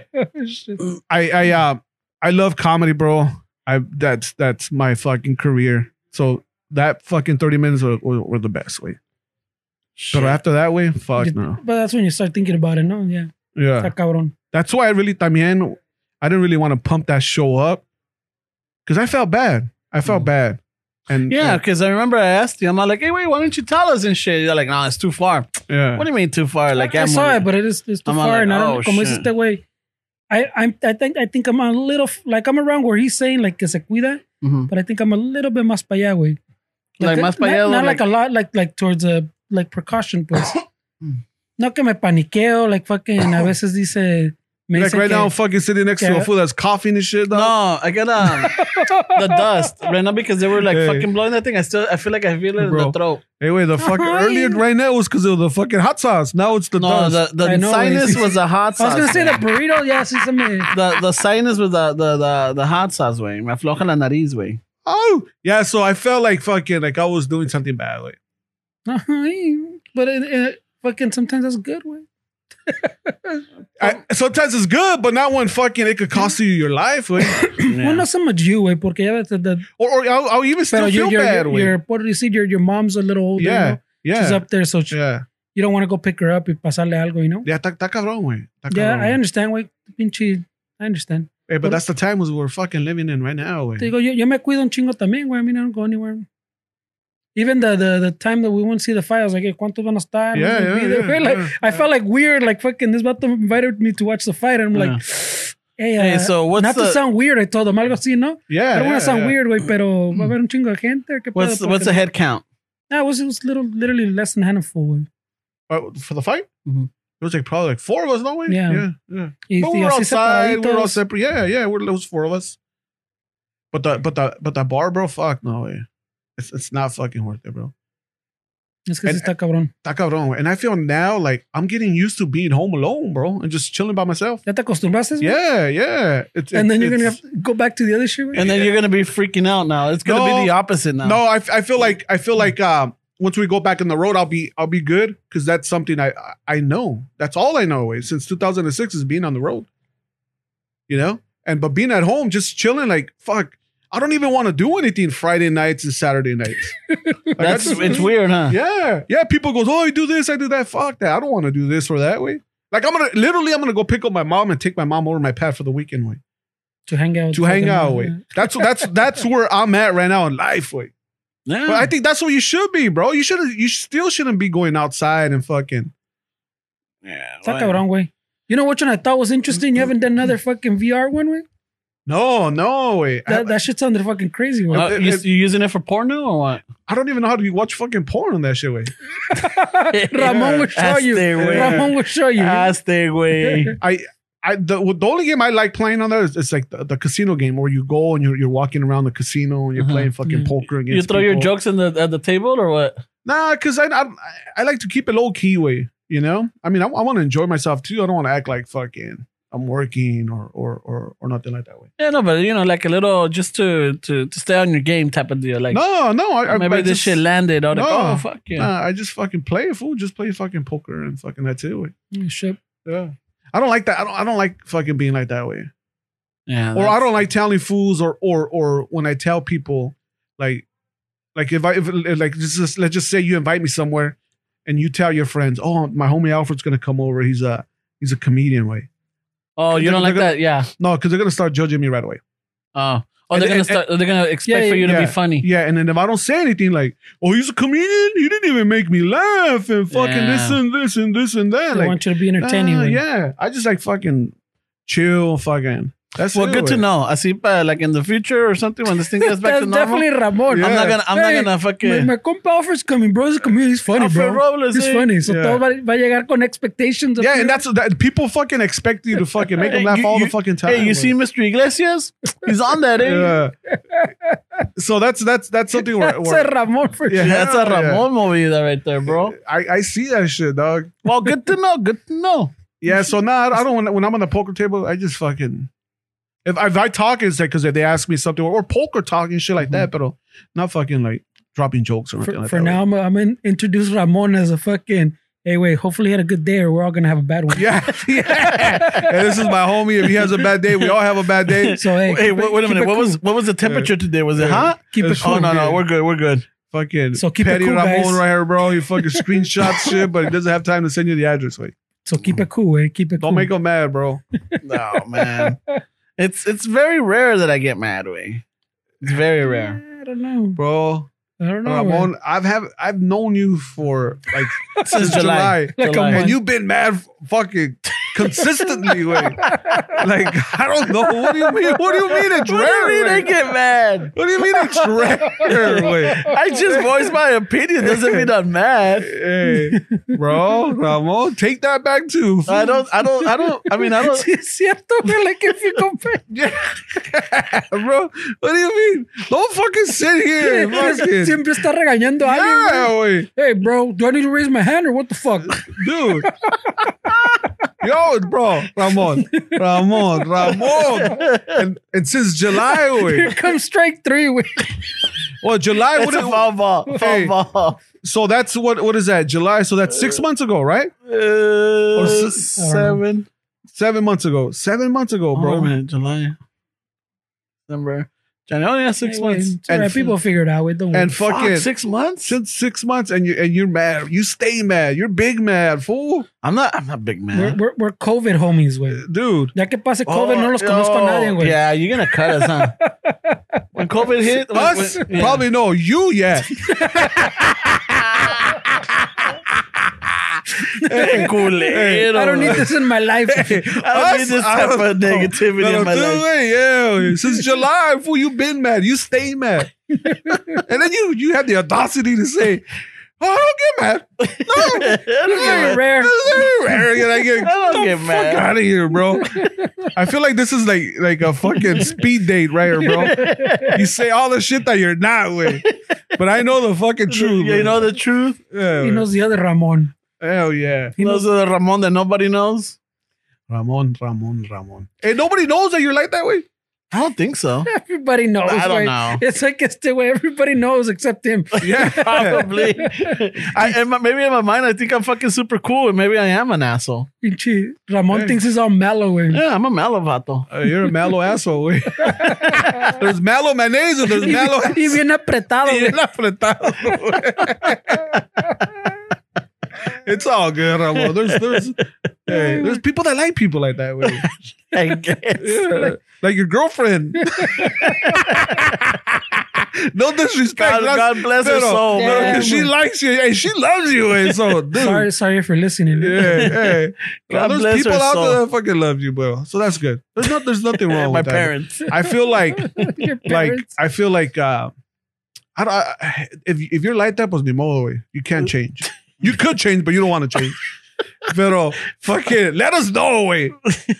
S2: Shit.
S3: I, I, uh, I love comedy, bro. I, that's, that's my fucking career. So that fucking 30 minutes were, were, were the best way. But after that way, fuck
S2: Did-
S3: no.
S2: But that's when you start thinking about it, no? Yeah.
S3: Yeah.
S2: Está cabrón.
S3: That's why I really, también, I didn't really want to pump that show up because I felt bad. I felt
S1: Mm.
S3: bad. And
S1: Yeah, because I remember I asked you, I'm like, hey, wait, why don't you tell us and shit? You're like, no, it's too far.
S3: yeah.
S1: What do you mean too far? Like,
S2: I, I
S1: I'm
S2: saw
S1: only-
S2: it, but it is it's too
S1: I'm all
S2: far.
S1: like,
S2: and I don't
S1: oh,
S2: know como es
S1: shit.
S2: este way. I I'm I think I think I'm a little f- like I'm around where he's saying like que se cuida,
S1: Mhm.
S2: but I think I'm a little bit más para allá, güey.
S1: Like, más pa' allá,
S2: not, not like,
S1: like-
S2: a lot, like like towards a like precaution, pues. no que me paniqueo, like fucking a veces dice me
S3: Like
S2: dice
S3: right
S2: que,
S3: now, I'm fucking sitting next to
S2: Yeah.
S3: a fool that's coughing and shit. dog.
S1: No, I got um, the dust right now because they were like
S3: Hey.
S1: fucking blowing that thing. I still, I feel like I feel it in
S3: Bro.
S1: the throat.
S3: Anyway, the fucking
S2: Hi.
S3: earlier right now was because of the fucking hot sauce. Now it's the
S1: No,
S3: dust.
S1: the,
S2: I
S1: the
S2: know,
S1: sinus
S2: it's-
S1: was a hot
S2: I was
S1: sauce.
S2: gonna say
S1: way.
S2: the burrito, yeah, sí se me.
S1: the the sinus was the the the, the hot sauce way. Me afloja la nariz way.
S3: Oh yeah, so I felt like fucking like I was doing something bad. Like,
S2: Ay, but it, it, fucking sometimes that's good, güey.
S3: I,
S2: Um,
S3: sometimes it's good, but not when fucking it could cost you your life. Like,
S1: Yeah.
S2: Well, not so much you, güey, porque ya ves the, the
S3: or, or I'll, I'll even still
S2: Pero
S3: feel
S2: your, your,
S3: bad.
S2: your,
S3: Like,
S2: your, what do you see? Your, your mom's a little older.
S3: Yeah,
S2: you know? She's
S3: yeah,
S2: up there, so she,
S3: yeah,
S2: you don't want to go pick her up y pasarle algo, you know?
S3: yeah. Está está cabrón, güey. Está
S2: Yeah,
S3: cabrón.
S2: I understand, güey. Pinche, I understand.
S3: Hey, but that's the times we're fucking living in right now. Güey.
S2: Te digo, yo, yo me cuido un chingo también, güey. I mean, I don't go anywhere. Even the, the, the time that we won't see the files, like, hey, ¿cuántos van a estar?
S3: Yeah,
S2: Who's gonna
S3: yeah,
S2: be there?
S3: yeah,
S2: Like,
S3: yeah.
S2: I felt like weird, like fucking this vato invited me to watch the fight, and I'm like, hey, uh,
S1: Hey, so what's
S2: not to
S1: the-
S2: sound weird, I told him algo así, ¿no? I
S3: Yeah,
S2: don't
S3: yeah,
S2: want to sound
S3: yeah. Mm.
S2: weird, güey, pero va a haber un chingo de gente. ¿Qué pedo?
S1: What's what's the
S2: Porque-
S1: head count?
S2: Nah, it was, it was little, literally less than a handful, güey.
S3: Uh, for the fight.
S1: Mhm.
S3: It was like probably like four of us, no way.
S2: Mm-hmm. Yeah.
S3: yeah. yeah.
S2: Y,
S3: But
S2: y
S3: we're
S2: así
S3: outside. We're all
S2: separaditos.
S3: separate. Yeah, yeah. We're those four of us. But the but the but the bar, bro. Fuck no way. It's it's not fucking worth it, bro.
S2: Es que sí
S3: And-
S2: está cabrón.
S3: Está cabrón. güey. And I feel now like I'm getting used to being home alone, bro, and just chilling by myself.
S2: ¿Ya te acostumbraste? güey?
S3: Yeah, yeah. It's,
S2: And then you're going to
S3: it's-
S2: have to go back to the other shit, güey.
S1: And then you're gonna be freaking out now. It's gonna
S3: No.
S1: be the opposite now.
S3: No, I, I feel like I feel like um once we go back on the road, I'll be I'll be good because that's something I I- I know. That's all I know. Is since 2006 is being on the road. You know, and but being at home, just chilling, like fuck. I don't even want to do anything Friday nights and Saturday nights. Like, I
S1: that's
S3: just-
S1: it's weird, huh?
S3: Yeah, yeah. People goes, oh, I do this, I do that. Fuck that. I don't want to do this or that way. Like I'm gonna literally, I'm gonna go pick up my mom and take my mom over to my pad for the weekend way
S2: to hang out.
S3: to hang out with. That's that's that's where I'm at right now in life way.
S1: Yeah.
S3: But I think that's what you should be, bro. You should you still shouldn't be going outside and fucking.
S1: yeah,
S2: Está
S1: well,
S2: cabrón, güey. You know which one I thought was interesting? You
S3: Mm-hmm.
S2: haven't done another fucking VR one, güey?
S3: No, no way. I,
S2: That, that shit sounded fucking crazy, güey.
S1: Uh, you,
S3: It- it-
S1: you using it for porno or what?
S3: I don't even know how to watch fucking porn on that shit way.
S2: Ramon will show
S1: That's
S2: you.
S1: the way.
S2: Ramon will show you.
S1: Aztec way.
S3: I I the, the only game I like playing on there is it's like the, the casino game where you go and you're you're walking around the casino and you're
S1: Uh-huh.
S3: playing fucking
S2: Yeah.
S3: poker against
S1: You throw your
S3: people.
S1: jokes in the at the table or what?
S3: Nah, because I, I I like to keep it low key way. You know, I mean, I, I want to enjoy myself too. I don't want to act like fucking I'm working or or or or nothing like that way.
S1: Yeah, no, but you know, like a little just to to, to stay on your game type of deal. Like
S3: no, no, I, I
S1: maybe
S3: I
S1: this
S3: just-
S1: shit landed. Or like,
S3: No. Uh,
S1: oh fuck yeah.
S3: Nah, I just fucking play fool. Just play fucking poker and fucking that's it. Way.
S2: Mm, Shit.
S3: Yeah. I don't like that. I don't. I don't like fucking being like that way.
S1: yeah
S3: Or I don't like telling fools. Or or or when I tell people, like, like if I if, like just, just- let's just say you invite me somewhere, and you tell your friends, oh, my homie Alfred's gonna come over. He's a he's a comedian. Way.
S1: oh, you don't like that? Yeah.
S3: No, because they're gonna start judging me right away.
S1: Oh. Oh,
S3: And-
S1: they're gonna
S3: and-
S1: start. They're gonna expect
S2: Yeah,
S1: for you to
S3: yeah.
S1: be funny.
S3: Yeah, and then if I don't say anything, like, oh, he's a comedian. He didn't even make me laugh, and fucking this
S1: Yeah.
S3: and this and this and that.
S2: They
S3: Like, ah,
S2: want you to be entertaining,
S3: Uh,
S2: güey.
S3: yeah, I just like fucking chill, fucking That's
S1: Well,
S3: it,
S1: good to
S3: güey.
S1: know. I see, but like in the future or something, when this thing gets back
S2: That's
S1: to normal,
S2: definitely Ramon.
S3: Yeah.
S1: I'm not gonna, I'm
S2: Hey,
S1: not gonna
S2: My,
S1: fucking.
S2: my compa Alfred's coming, bro. He's coming. He's funny,
S1: Alfred
S2: bro.
S1: Robles,
S2: he's
S1: eh?
S2: funny. So
S3: Yeah.
S2: todo va, va a llegar con expectations. of
S3: Yeah,
S2: you.
S3: and that's that. People fucking expect you to fucking make them
S1: Hey,
S3: laugh
S1: you-
S3: all
S1: you-
S3: the fucking time.
S1: Hey, you
S3: güey.
S1: see Mr. Iglesias? He's on that, eh?
S3: Yeah. so that's that's that's something where,
S2: that's a
S3: where
S2: Ramon for
S3: Yeah.
S2: sure.
S1: That's
S3: Hell
S1: a
S3: yeah.
S1: Ramon movie, that right there, bro.
S3: I, I see that shit, dog.
S1: Well, good to know. Good to know.
S3: Yeah. So now nah, I don't. wanna- When I'm on the poker table, I just fucking. If, if I talk, it's like because if they ask me something or, or poker talking shit like that, but not fucking like dropping jokes or anything
S2: Mm-hmm. For,
S3: like
S2: for
S3: that.
S2: now, I'm, I'm in, introduce Ramon as a fucking. Hey, wait. Hopefully, he had a good day, or we're all gonna have a bad one.
S3: Yeah, yeah. and this is my homie. If he has a bad day, we all have a bad day.
S2: So hey,
S1: Hey,
S2: keep
S1: wait,
S2: it-
S1: wait a
S2: keep
S1: minute.
S2: it
S1: What
S2: cool.
S1: was what was the temperature today? Was it hot?
S2: keep it
S3: It's
S1: Oh
S2: cool?
S3: fine.
S1: no, no, we're good. We're good.
S3: Fucking
S2: So keep it
S3: petty
S2: cool,
S3: Ramon
S2: guys.
S3: right here, bro. He fucking screenshots shit, but he doesn't have time to send you the address. Wait,
S2: So keep it cool, eh? Keep it
S3: don't
S2: cool.
S3: make him mad, bro.
S1: No man, it's it's very rare that I get mad way. It's very rare.
S2: I don't know.
S3: Bro,
S2: I don't know. man.
S3: Ramon, I've have I've known you for like
S1: Since July,
S2: Like a
S3: and
S2: month.
S3: you've been mad f- fucking consistently. Wait, like I don't know. What do you mean? What do you mean it's
S1: What do you
S3: rare?
S1: mean I
S3: wait?
S1: get mad?
S3: What do you mean it's rare? Wait.
S1: I just voiced my opinion. Doesn't mean I'm mad.
S3: Hey, bro, Ramon, take that back too.
S1: I don't. I don't. I don't. I mean, I don't.
S2: Sí, es cierto, güey. Like if you compare.
S3: bro. What do you mean? Don't fucking sit here. and Fucking.
S2: Siempre está regañando a alguien. güey.
S3: Yeah, wait,
S2: Hey, bro, do I need to raise my hand or what the fuck?
S3: dude. Yo, bro, Ramon, Ramon, Ramon, and, and since July,
S2: Here
S3: wait,
S2: comes strike three. Wait.
S3: well, July,
S1: It's
S3: what
S1: a
S3: is,
S1: foul ball. Foul
S3: Hey.
S1: ball.
S3: so that's what, what is that? July, so that's six months ago, right?
S1: Uh,
S3: s- I don't know.
S1: seven.
S3: Seven months ago, seven months ago,
S1: Bro,
S3: bro.
S1: oh, man, July, December, January. Only has six
S2: Hey, wait,
S1: months.
S2: it's all right, people figure it out. Wait, don't worry.
S3: and
S1: Fuck,
S3: fucking
S1: six months.
S3: since six months, and you and you're mad, you stay mad, you're big mad, fool,
S1: I'm not. I'm not big
S2: we're,
S1: man. Oh,
S2: we're, we're COVID homies, güey.
S3: dude.
S2: Ya que pase COVID, no los conozco a nadie, güey.
S1: Yeah, you're gonna cut us, huh? when COVID hit, when-
S3: Us?
S1: when- yeah.
S3: Probably no. You, yeah.
S1: Hey, culero.
S2: I don't need this in my life.
S1: I don't need
S3: Us?
S1: this
S3: I
S1: type
S3: don't
S1: of
S3: know.
S1: negativity
S3: No,
S1: in my
S3: dude,
S1: life.
S3: wait, yeah. Since July, fool, you been mad. You stay mad. and then you you have the audacity to say, oh, I don't get mad. No.
S1: I don't
S2: Very
S1: get mad.
S2: rare.
S3: It's very rare that I get,
S1: I don't get
S3: fuck
S1: mad.
S3: out of here, bro. I feel like this is like like a fucking speed date right here, bro. You say all the shit that you're not with. But I know the fucking truth.
S1: You
S3: man.
S1: know the truth?
S3: Yeah,
S2: Y
S3: man.
S2: nos días de Ramón.
S3: Hell yeah.
S1: He knows the Ramon that nobody knows?
S3: Ramon, Ramon, Ramon. Hey, nobody knows that you're like that way.
S1: I don't think so.
S2: Everybody knows.
S1: I don't
S2: güey.
S1: know.
S2: It's like it's the way everybody knows except him.
S3: Yeah.
S1: Probably. I, in my, maybe in my mind, I think I'm fucking super cool, and maybe I am an asshole.
S2: Pinche Ramón
S3: Hey.
S2: thinks he's all mellow, güey.
S1: Yeah, I'm a mellow vato.
S3: Uh, you're a mallow asshole. güey. there's mallow mayonnaise and there's
S2: Y,
S3: mallow
S2: y bien apretado,
S3: You're
S2: güey.
S3: not apretado, güey. It's all good, Ramon. There's there's hey, there's people that like people like that. güey.
S1: I guess.
S3: Yeah. Like your girlfriend. no disrespect.
S1: God,
S3: not-
S1: God bless her
S3: pero-
S1: soul,
S3: pero
S1: man.
S3: 'cause she
S2: Damn.
S3: likes you. Hey, she loves you. And so dude.
S2: Sorry, sorry for listening.
S3: Yeah, hey.
S1: God
S3: there's
S1: bless her
S3: people out
S1: soul.
S3: there that fucking love you, bro. So that's good. There's not there's nothing wrong
S1: My
S3: with that.
S1: parents.
S3: I feel like
S2: Your
S3: like
S2: parents.
S3: I feel like uh I don't I, if if you're like that, pues ni modo, güey. You can't change. You could change, but you don't want to change. Pero fuck it. Let us know, way.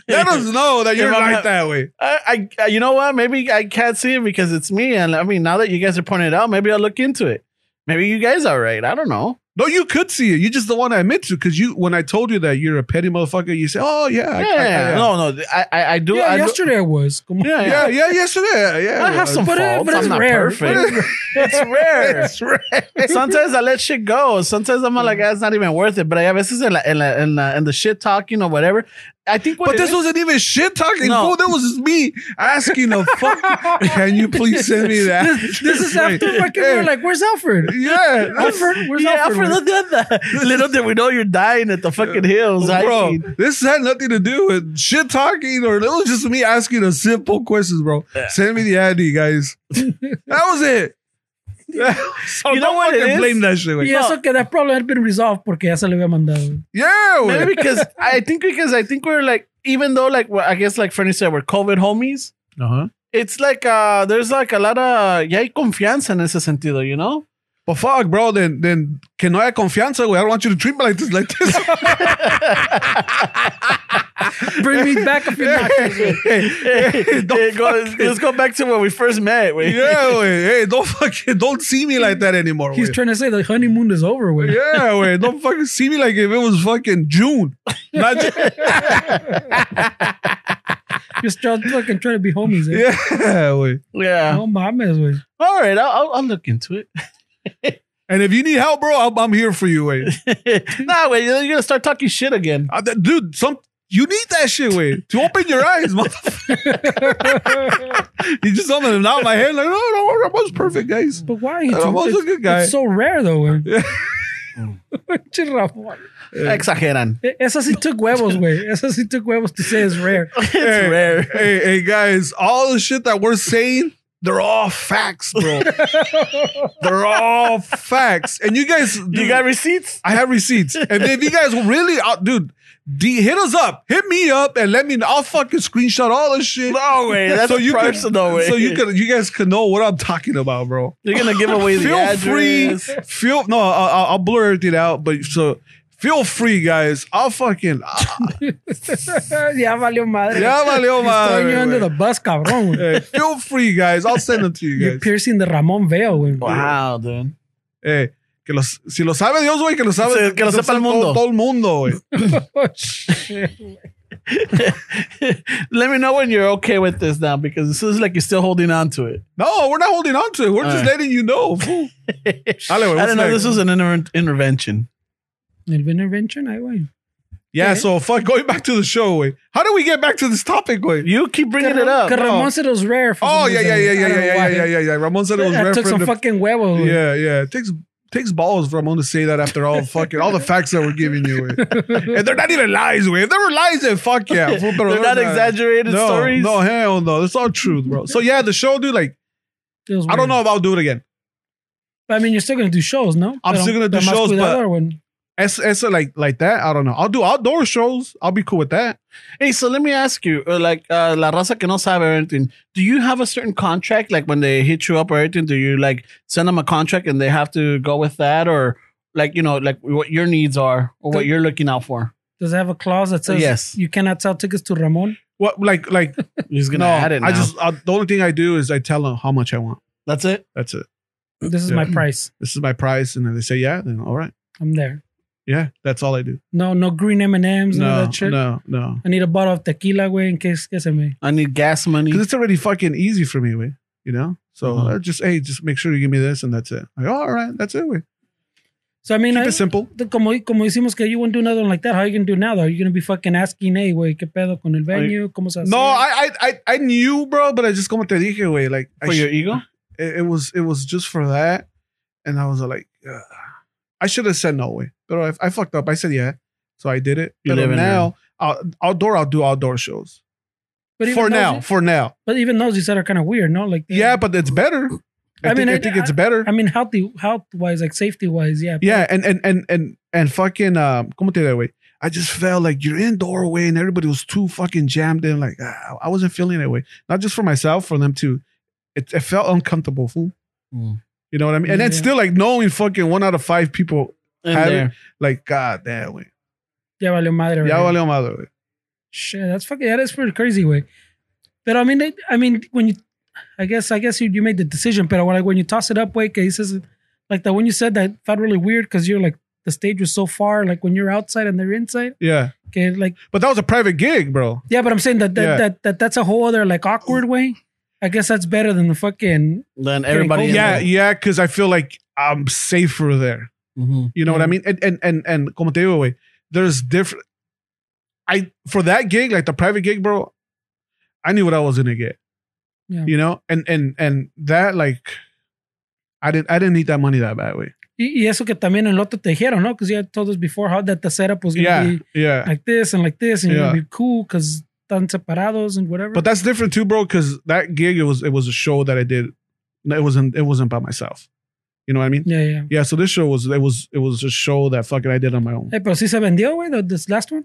S3: Let us know that you're
S1: If I'm
S3: like
S1: not-
S3: that way.
S1: I, I, you know what? Maybe I can't see it because it's me. And I mean, now that you guys are pointing it out, maybe I'll look into it. Maybe you guys are right. I don't know.
S3: No, you could see it. You just don't want to admit to because you when I told you that you're a petty motherfucker, you say, Oh yeah. I- I-
S1: yeah,
S3: I-
S1: no, no. I, I, I do.
S2: yeah,
S1: I do-
S2: yesterday I was. Como-
S1: yeah, yeah.
S3: Yeah, yeah, yesterday. Yeah.
S1: I have some
S2: But it-
S1: faults.
S2: but it's
S1: I'm not
S2: rare.
S1: perfect. it's rare.
S3: That's right.
S1: Sometimes I let shit go. Sometimes I'm
S3: Mm.
S1: like, "Ah, it's not even worth it. But I veces en la, en la, en la, en the shit talking or whatever. I think. What
S3: But
S1: it
S3: this
S1: is-
S3: wasn't even shit talking.
S1: No.
S3: Fool. That was just me asking a fuck. Can you please send me that? eh,
S2: This is after fucking we're like, where's Alfred?
S3: Yeah, that's-
S2: Alfred, where's
S1: yeah,
S2: Alfred?
S1: Alfred, look at that. Little did we know you're dying at the fucking hills. I
S3: bro.
S1: mean,
S3: This had nothing to do with shit talking, or it was just me asking a simple questions, bro. Send me the ID, guys. that was it. so
S1: You know
S3: Oh, don't
S1: what it
S3: fucking
S1: is?
S3: blame that shit. güey.
S2: Y eso que that problem had been resolved porque ya se le había mandado.
S3: Yeah, güey.
S1: Maybe because I think because I think we're like even though like well, I guess like Fernie said we're COVID homies.
S3: Uh-huh.
S1: It's like uh there's like a lot of ya hay confianza en ese sentido, you know.
S3: But fuck, bro, then then que no haya confianza, güey. I don't want you to treat me like this, like this.
S2: Bring me back a few notches.
S1: Eh, go- let's go back to when we first met. We,
S3: yeah, güey. Hey, don't fucking don't see me like that anymore.
S2: He's
S3: güey.
S2: trying to say the honeymoon is over with.
S3: yeah, güey. Don't fucking see me like if it was fucking June. Not
S2: Just try, fucking trying to be homies. Eh?
S3: yeah, güey.
S1: yeah.
S2: No mames, güey.
S1: All right, I'll, I'll, I'll look into it.
S3: And if you need help, bro, I'm, I'm here for you, güey.
S1: nah, wait, you're gonna start talking shit again.
S3: I- that- Dude, some you need that shit, güey, to open your eyes, motherfucker. you just opened it out my head like, no, no, I was perfect, guys.
S2: But why?
S3: I was a good guy.
S2: it's so rare, though, güey.
S3: Yeah.
S2: Che, Ramon.
S1: Exageran.
S2: Eh, Esa sí took huevos, güey. Esa sí took huevos to say it's rare.
S1: It's
S3: Hey,
S1: rare.
S3: Hey, hey, guys, all the shit that we're saying, they're all facts, bro. they're all facts. And you guys,
S1: You
S3: dude,
S1: got receipts?
S3: I have receipts. And if you guys really, uh, dude, D, hit us up, hit me up, and let me. know. I'll fucking screenshot all this shit.
S1: No way. That's
S3: you
S1: personal.
S3: can,
S1: way.
S3: so you can, you guys can know what I'm talking about, bro.
S1: You're gonna give away the
S3: Feel free,
S1: address.
S3: feel no. I, I- I'll blur everything out, but so feel free, guys. I'll fucking
S2: ya valió madre.
S3: Ya valió
S2: He's throwing
S3: madre,
S2: you under
S3: güey.
S2: the bus, cabrón. güey.
S3: hey, feel free, guys. I'll send them to you
S2: You're
S3: guys.
S2: piercing the Ramon veil, güey.
S1: Wow, dude.
S3: Eh, que los, si lo sabe Dios, güey, que lo sabe.
S1: Sí, que lo sepa el
S3: todo-
S1: mundo.
S3: Todo, el mundo, güey.
S2: Oh,
S1: Let me know when you're okay with this now because this is like you're still holding on to it.
S3: No, we're not holding on to it. We're just
S1: Alright.
S3: letting you know. fool.
S1: Ah. I
S3: Dale, güey, what's
S1: didn't know
S3: next?
S1: this was an inter- intervention.
S2: El intervention, ay, güey.
S3: yeah,
S1: ¿Eh?
S3: so fuck, going back to the show, güey. How do we get back to this topic, güey?
S1: You keep bringing
S2: Que
S1: it up.
S2: que
S1: No.
S2: Ramon said it was rare. For
S3: Ah, Oh,
S2: some
S3: yeah,
S2: reason,
S3: yeah, yeah,
S2: güey.
S3: yeah,
S2: I don't
S3: yeah,
S2: know
S3: yeah, yeah,
S2: why.
S3: yeah, yeah. Ramon said it was
S2: That
S3: rare
S2: took
S3: for
S2: some
S3: him to-
S2: fucking huevos. güey.
S3: Yeah, yeah. It takes takes balls for Ramon to say that after all fucking all the facts that we're giving you. güey. and they're not even lies, way. If they were lies, then fuck yeah. Fool, pero
S1: They're not exaggerated
S3: No,
S1: stories.
S3: no, hell no. That's all truth, bro. So yeah, the show, dude, like,
S2: It was
S3: I
S2: weird.
S3: don't know if I'll do it again.
S2: I mean, you're still gonna do shows, no?
S3: I'm
S2: Pero-
S3: still gonna do
S2: pero más
S3: shows,
S2: cuidado,
S3: but-
S2: güey.
S3: It's, it's like like that. I don't know. I'll do outdoor shows. I'll be cool with that.
S1: Hey, so let me ask you, uh, like uh, la raza que no sabe or anything, do you have a certain contract? Like when they hit you up or anything, do you like send them a contract and they have to go with that, or like you know, like what your needs are or what
S2: The-
S1: you're looking out for?
S2: Does it have a clause that says
S1: Yes.
S2: you cannot sell tickets to Ramon?
S3: What like like
S1: He's gonna
S3: no?
S1: add it. Now.
S3: I just I, the only thing I do is I tell them how much I want.
S1: that's it.
S3: That's it.
S2: This is
S3: Yeah.
S2: my price.
S3: This is my price, and then they say yeah. Then all right,
S2: I'm there.
S3: yeah. That's all I do.
S2: No, no green M and M's, none of
S3: No,
S2: that shit.
S3: no, no.
S2: I need a bottle of tequila, güey, in case que se me.
S1: I need gas money.
S3: Because it's already fucking easy for me, way. You know. So
S1: Mhm.
S3: I just hey, just make sure you give me this, and that's it. Like, oh, all right, that's it. Way.
S2: So I mean,
S3: Keep
S2: I,
S3: it simple.
S2: the- como como decimos que you won't do another one like that. How are you gonna do now? Though are you gonna be fucking asking, hey, güey, qué pedo con el venue? ¿Cómo se hace?
S3: No, I, I, I, I knew, bro, but I just como te dije, way. Like I
S1: for
S3: sh-
S1: your ego?
S3: it, it was it was just for that, and I was like, Ugh. I should have said no way, but I, I fucked up. I said yeah, so I did it.
S1: You
S3: But
S1: live and
S3: now out, outdoor, I'll do outdoor shows
S2: But even
S3: for
S2: those-
S3: now. For now,
S2: but even those you said are kind of weird, no? Like,
S3: yeah, but it's better. I,
S2: I
S3: think
S2: mean,
S3: I,
S2: I-
S3: think it's better.
S2: I mean, healthy, health wise, like safety wise, yeah.
S3: yeah, and and and and and fucking um, como te that way. I just felt like you're in doorway and everybody was too fucking jammed in. Like ah, I wasn't feeling that way. Not just for myself, for them too. It, it felt uncomfortable, fool.
S1: Mm.
S3: You know what I mean? And then
S2: Yeah.
S3: still like knowing fucking one out of five people
S1: In
S3: Have it.
S1: there.
S3: Like, God damn, güey.
S2: Ya valió madre.
S3: Ya
S2: güey.
S3: valió madre, güey.
S2: Shit, that's fucking that is pretty crazy, way. But I mean, it- I mean, when you, I guess, I guess you, you made the decision. But when, like, when you toss it up, way, he says, like the when you said that felt really weird because you're like the stage was so far, like when you're outside and they're inside.
S3: Yeah.
S2: Okay, like
S3: But that was a private gig, bro.
S2: yeah, but I'm saying that that,
S3: Yeah.
S2: that that that's a whole other like awkward way. I guess that's better than the fucking
S1: Then everybody.
S2: cold.
S1: in
S3: Yeah,
S1: there.
S3: yeah, because I feel like I'm safer there.
S1: Mhm.
S3: You know what I mean? And and and and como te digo, güey, there's different I for that gig, like the private gig, bro, I knew what I was gonna get.
S2: Yeah.
S3: You know? And and and that like I didn't I didn't need that money that bad way.
S2: y, y eso que también el otro te dijeron, no? Because you had told us before how that the setup was gonna
S3: Yeah.
S2: be
S3: Yeah.
S2: like this and like this and you're
S3: Yeah.
S2: gonna be cool because tan separados and whatever.
S3: But that's different too, bro, because that gig it was it was a show that I did. No, It wasn't it wasn't by myself. You know what I mean?
S2: Yeah, yeah.
S3: Yeah. So this show was it was it was a show that fucking I did on my own.
S2: Hey, pero si se vendió, güey, the- this last one?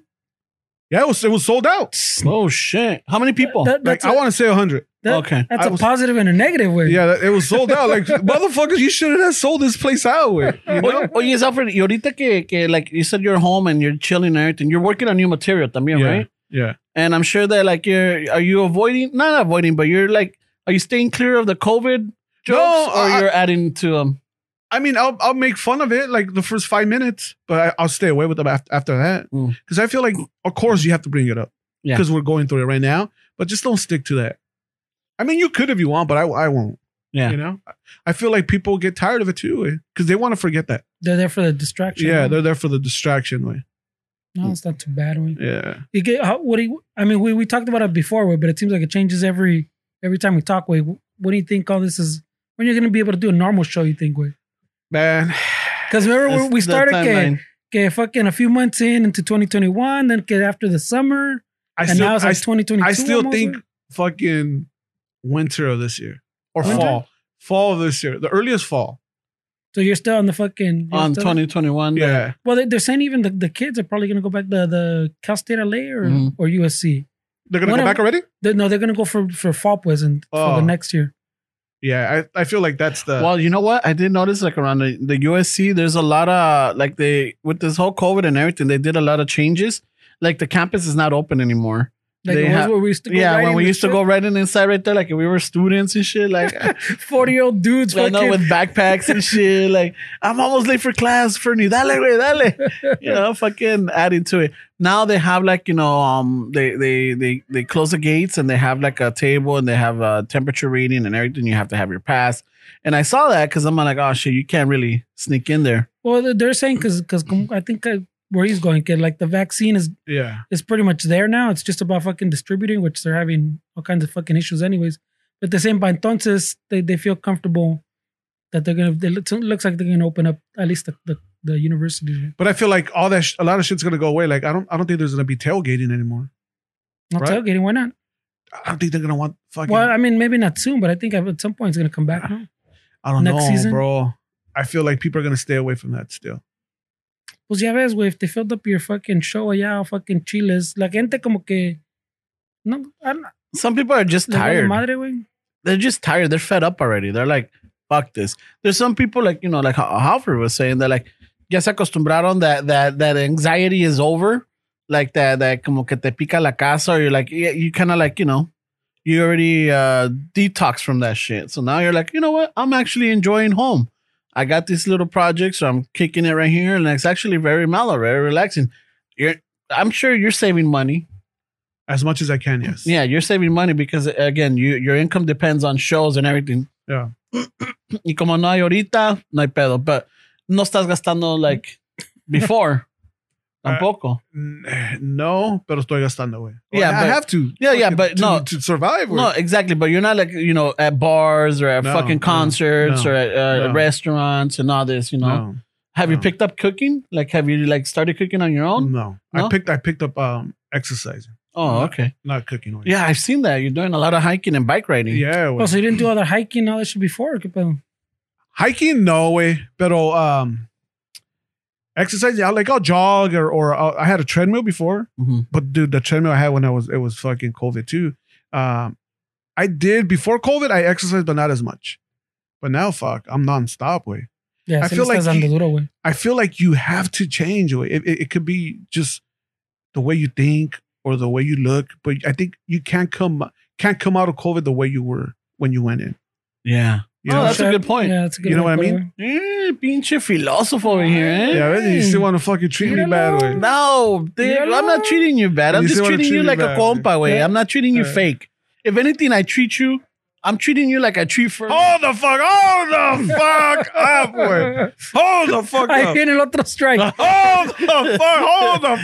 S3: Yeah, it was it was sold out.
S1: Oh shit! How many people?
S2: That-
S3: Oh, Like
S2: that's
S3: I
S2: a-
S3: want to say hundred.
S2: that-
S1: okay.
S2: That's
S3: I
S2: a
S3: was-
S2: positive and a negative, way.
S3: Yeah, that- it was sold out. Like motherfuckers, you shouldn't have sold this place out. With, you know?
S1: Oye, oye, es Alfred, y ahorita que, que, like, you said you're home and you're chilling and everything, you're working on new material también,
S3: Yeah.
S1: right?
S3: Yeah.
S1: And I'm sure that, like, you're, are you avoiding, not avoiding, but you're like, are you staying clear of the COVID jokes or
S3: I-
S1: you're adding to um, them?
S3: I mean, I'll I'll make fun of it like the first five minutes, but I, I'll stay away with them after, after that
S1: Mm.
S3: because I feel like, of course, you have to bring it up
S1: Yeah.
S3: because we're going through it right now. But just don't stick to that. I mean, you could if you want, but I I won't.
S1: Yeah.
S3: you know, I feel like people get tired of it too because they want to forget that.
S2: They're there for the distraction.
S3: Yeah,
S2: güey.
S3: they're there for the distraction. Way.
S2: No, it's not too bad, güey.
S3: Yeah,
S2: You get how, what do you, I mean, we, we talked about it before, güey, but it seems like it changes every every time we talk, way. What do you think all this is? When you're gonna be able to do a normal show, you think, way?
S3: man.
S2: Because remember we, we
S1: That's the
S2: started que,
S1: timeline.
S2: que fucking a few months in into 2021, then que after the summer,
S3: I
S2: and
S3: still
S2: now it's
S3: I
S2: like 2022.
S3: I still
S2: almost,
S3: think
S2: güey.
S3: fucking winter of this year or
S2: Winter?
S3: fall. Fall of this year, the earliest fall.
S2: so. You're still on the fucking you're
S1: on
S2: still-
S1: 2021.
S3: Yeah.
S2: Well, they- they're saying even the, the kids are probably gonna go back the the Cal State LA or
S1: Mhm.
S3: Mm-hmm.
S2: or USC.
S3: They're going to
S2: When
S3: go
S2: am-
S3: back already?
S2: They- no, they're gonna go for for fall present for
S3: Oh.
S2: the next year.
S3: Yeah. I, I feel like that's the.
S1: Well, you know what? I did notice like around the, the USC, there's a lot of like they with this whole COVID and everything, they did a lot of changes. Like the campus is not open anymore.
S2: Like
S1: They
S2: it was
S1: have-
S2: where we used to go
S1: yeah, when
S2: riding
S1: we
S2: and
S1: used to
S2: shit.
S1: go riding inside right there, like we were students and shit, like I
S2: 40 year old dudes fucking,
S1: know with backpacks and shit. Like I'm almost late for class, for Fernie. Dale, güey, dale. You know, fucking adding to it. Now they have like you know, um, they they they they close the gates and they have like a table and they have a temperature reading and everything. You have to have your pass. And I saw that because I'm like, oh shit, you can't really sneak in there.
S2: well they're- they're saying because i think uh, where he's going kid like the vaccine is
S3: yeah.
S2: is pretty much there now it's just about fucking distributing which they're having all kinds of fucking issues anyways but the same by entonces they, they feel comfortable that they're gonna they, look- it looks like they're gonna open up at least the the, the university
S3: But I feel like all that, sh- a lot of shit's going to go away. Like, I don't, I don't think there's going to be tailgating anymore.
S2: not
S3: Right.
S2: tailgating why not
S3: I don't think they're going to want fucking.
S2: well i mean maybe not soon but i think at some point it's gonna come back no?
S3: I don't
S2: next
S3: know,
S2: season?
S3: bro. I feel like people are going to stay away from that still.
S2: pues ya ves, güey, if they filled up your fucking show allá, fucking chiles, la gente como que, no, I don't-
S1: Some people are just
S2: les vale
S1: tired.
S2: madre, güey.
S1: they're just tired. They're fed up already. They're like, fuck this. There's some people like, you know, like how Halford was saying, they're like, ya se acostumbraron that that that anxiety is over. Like that that como que te pica la casa, or you're like, yeah, you kind of like, you know, you already uh detox from that shit. So now you're like, you know what? I'm actually enjoying home. I got these little projects, so I'm kicking it right here, and it's actually very mellow, very relaxing. You're I'm sure you're saving money.
S3: As much as I can, yes.
S1: Yeah, you're saving money because again, you your income depends on shows and everything.
S3: Yeah.
S1: y como no hay ahorita, no hay pedo. But no estás gastando like before.
S3: Uh,
S1: Tampoco.
S3: N- eh, No, pero estoy gastando, güey.
S1: Yeah,
S3: I
S1: but-
S3: have to.
S1: Yeah, yeah,
S3: fucking
S1: but
S3: to,
S1: no.
S3: To survive.
S1: No,
S3: No.
S1: exactly. But you're not like, you know, at bars or at
S3: No,
S1: fucking
S3: no,
S1: concerts
S3: no,
S1: or at uh,
S3: no.
S1: restaurants and all this, you know.
S3: No.
S1: Have you
S3: no.
S1: picked up cooking? Like, have you like started cooking on your own?
S3: No. I
S1: No?
S3: picked I picked up um exercising,
S1: Oh,
S3: No.
S1: okay.
S3: not cooking. Oil.
S1: Yeah, I've seen that. You're doing a lot of hiking and bike riding.
S3: Yeah. Well,
S2: Oh, so you didn't do all that hiking and all that shit before? ¿Qué pedo?
S3: hiking, no way. But um exercising, I like I'll jog or or I'll, I had a treadmill before.
S1: Mhm.
S3: But dude, the treadmill I had when I was it was fucking COVID too. Um I did before COVID, I exercised, but not as much. But now fuck, I'm nonstop way.
S2: Yeah,
S3: I
S2: se
S3: feel
S2: le estás
S3: like
S2: dando
S3: he-
S2: duro, güey.
S3: I feel like you have to change. way. It, it, it could be just the way you think or the way you look, but I think you can't come can't come out of COVID the way you were when you went in.
S1: Yeah.
S3: You
S1: Oh,
S3: know?
S1: that's a
S2: Sure.
S1: good point.
S2: Yeah, that's a good
S3: You know
S2: way
S3: what
S2: to
S3: I
S2: put
S3: mean?
S2: it,
S1: Eh, pinche filósofo over here, eh?
S3: Yeah, really, you still want to fucking treat me
S2: Míralo.
S3: bad, way.
S1: No, dude,
S2: Míralo.
S1: I'm not treating you bad. I'm
S3: You
S1: just
S3: still wanna
S1: treating
S3: treat
S1: you
S3: me
S1: like
S3: bad,
S1: a compa way.
S2: Yeah.
S1: I'm not treating you
S3: Alright.
S1: fake. If anything, I treat you. I'm treating you like I treat for.
S3: Hold the fuck! Hold the fuck up, boy! Hold the fuck
S2: Ahí
S3: up!
S2: viene el otro strike.
S3: Hold the fuck! Hold the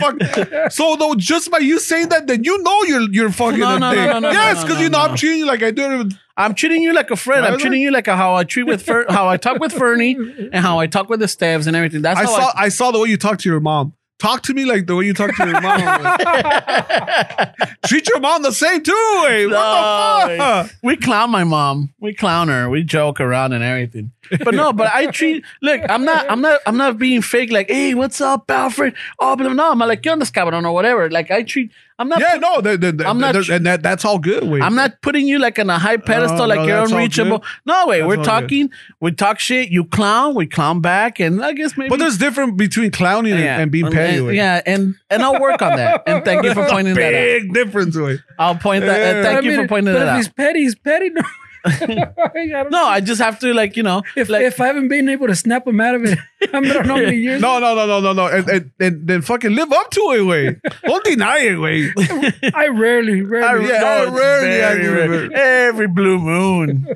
S3: fuck! So though, just by you saying that, then you know you're you're fucking
S1: No,
S3: a
S1: no, no,
S3: dick.
S1: no, no,
S3: yes,
S1: no,
S3: because
S1: no,
S3: you know
S1: no.
S3: I'm treating you like I do.
S1: I'm treating you like a friend. I'm
S3: Brother?
S1: treating you like a, how I treat with Fer, how I talk with Fernie and how I talk with the staffs and everything. That's
S3: I
S1: how
S3: saw I, saw the way you talk to your mom. Talk to me like the way you talk to your mom.
S1: I.
S3: treat your mom the same too. Hey, what
S1: No, eh.
S3: the fuck?
S1: Oh, we clown my mom. We clown her. We joke around and everything. But no, but I treat look, I'm not I'm not I'm not being fake like, hey, what's up, Alfred? Oh, but no, I'm like, you understand, or whatever. Like I treat I'm not
S3: yeah, no, they, they, they,
S1: I'm not
S3: they're-
S1: tr-
S3: and that, that's all good. Wait,
S1: I'm not putting you like on a high pedestal,
S3: Oh, No,
S1: like
S3: no,
S1: you're
S3: that's all
S1: unreachable.
S3: good.
S1: No way,
S3: That's all
S1: we're
S3: good.
S1: talking, we talk shit, you clown, we clown back, and I guess maybe
S3: But there's different between
S1: Oh,
S3: clowning and- and, being petty.
S1: And,
S3: wait.
S1: eh, yeah, and and I'll work on that. And thank you for
S3: That's a
S1: pointing that out.
S3: Big difference. Wait.
S1: I'll point that.
S3: Yeah.
S1: Uh, thank
S2: But I
S1: you for
S2: mean,
S1: pointing
S2: but
S1: that
S2: if
S1: out.
S2: he's petty, he's petty. No, I don't
S1: No, I just have to like you know
S2: If,
S1: like
S2: if I haven't been able to snap him out of it, I mean, I don't know how many years.
S3: No, no, no, no, no, no. And, and, and then fucking live up to it. Wait, don't deny it. Wait.
S2: I rarely, rarely.
S3: yeah, I
S1: it's
S3: rarely
S1: very
S3: argue with
S1: rare. every blue moon.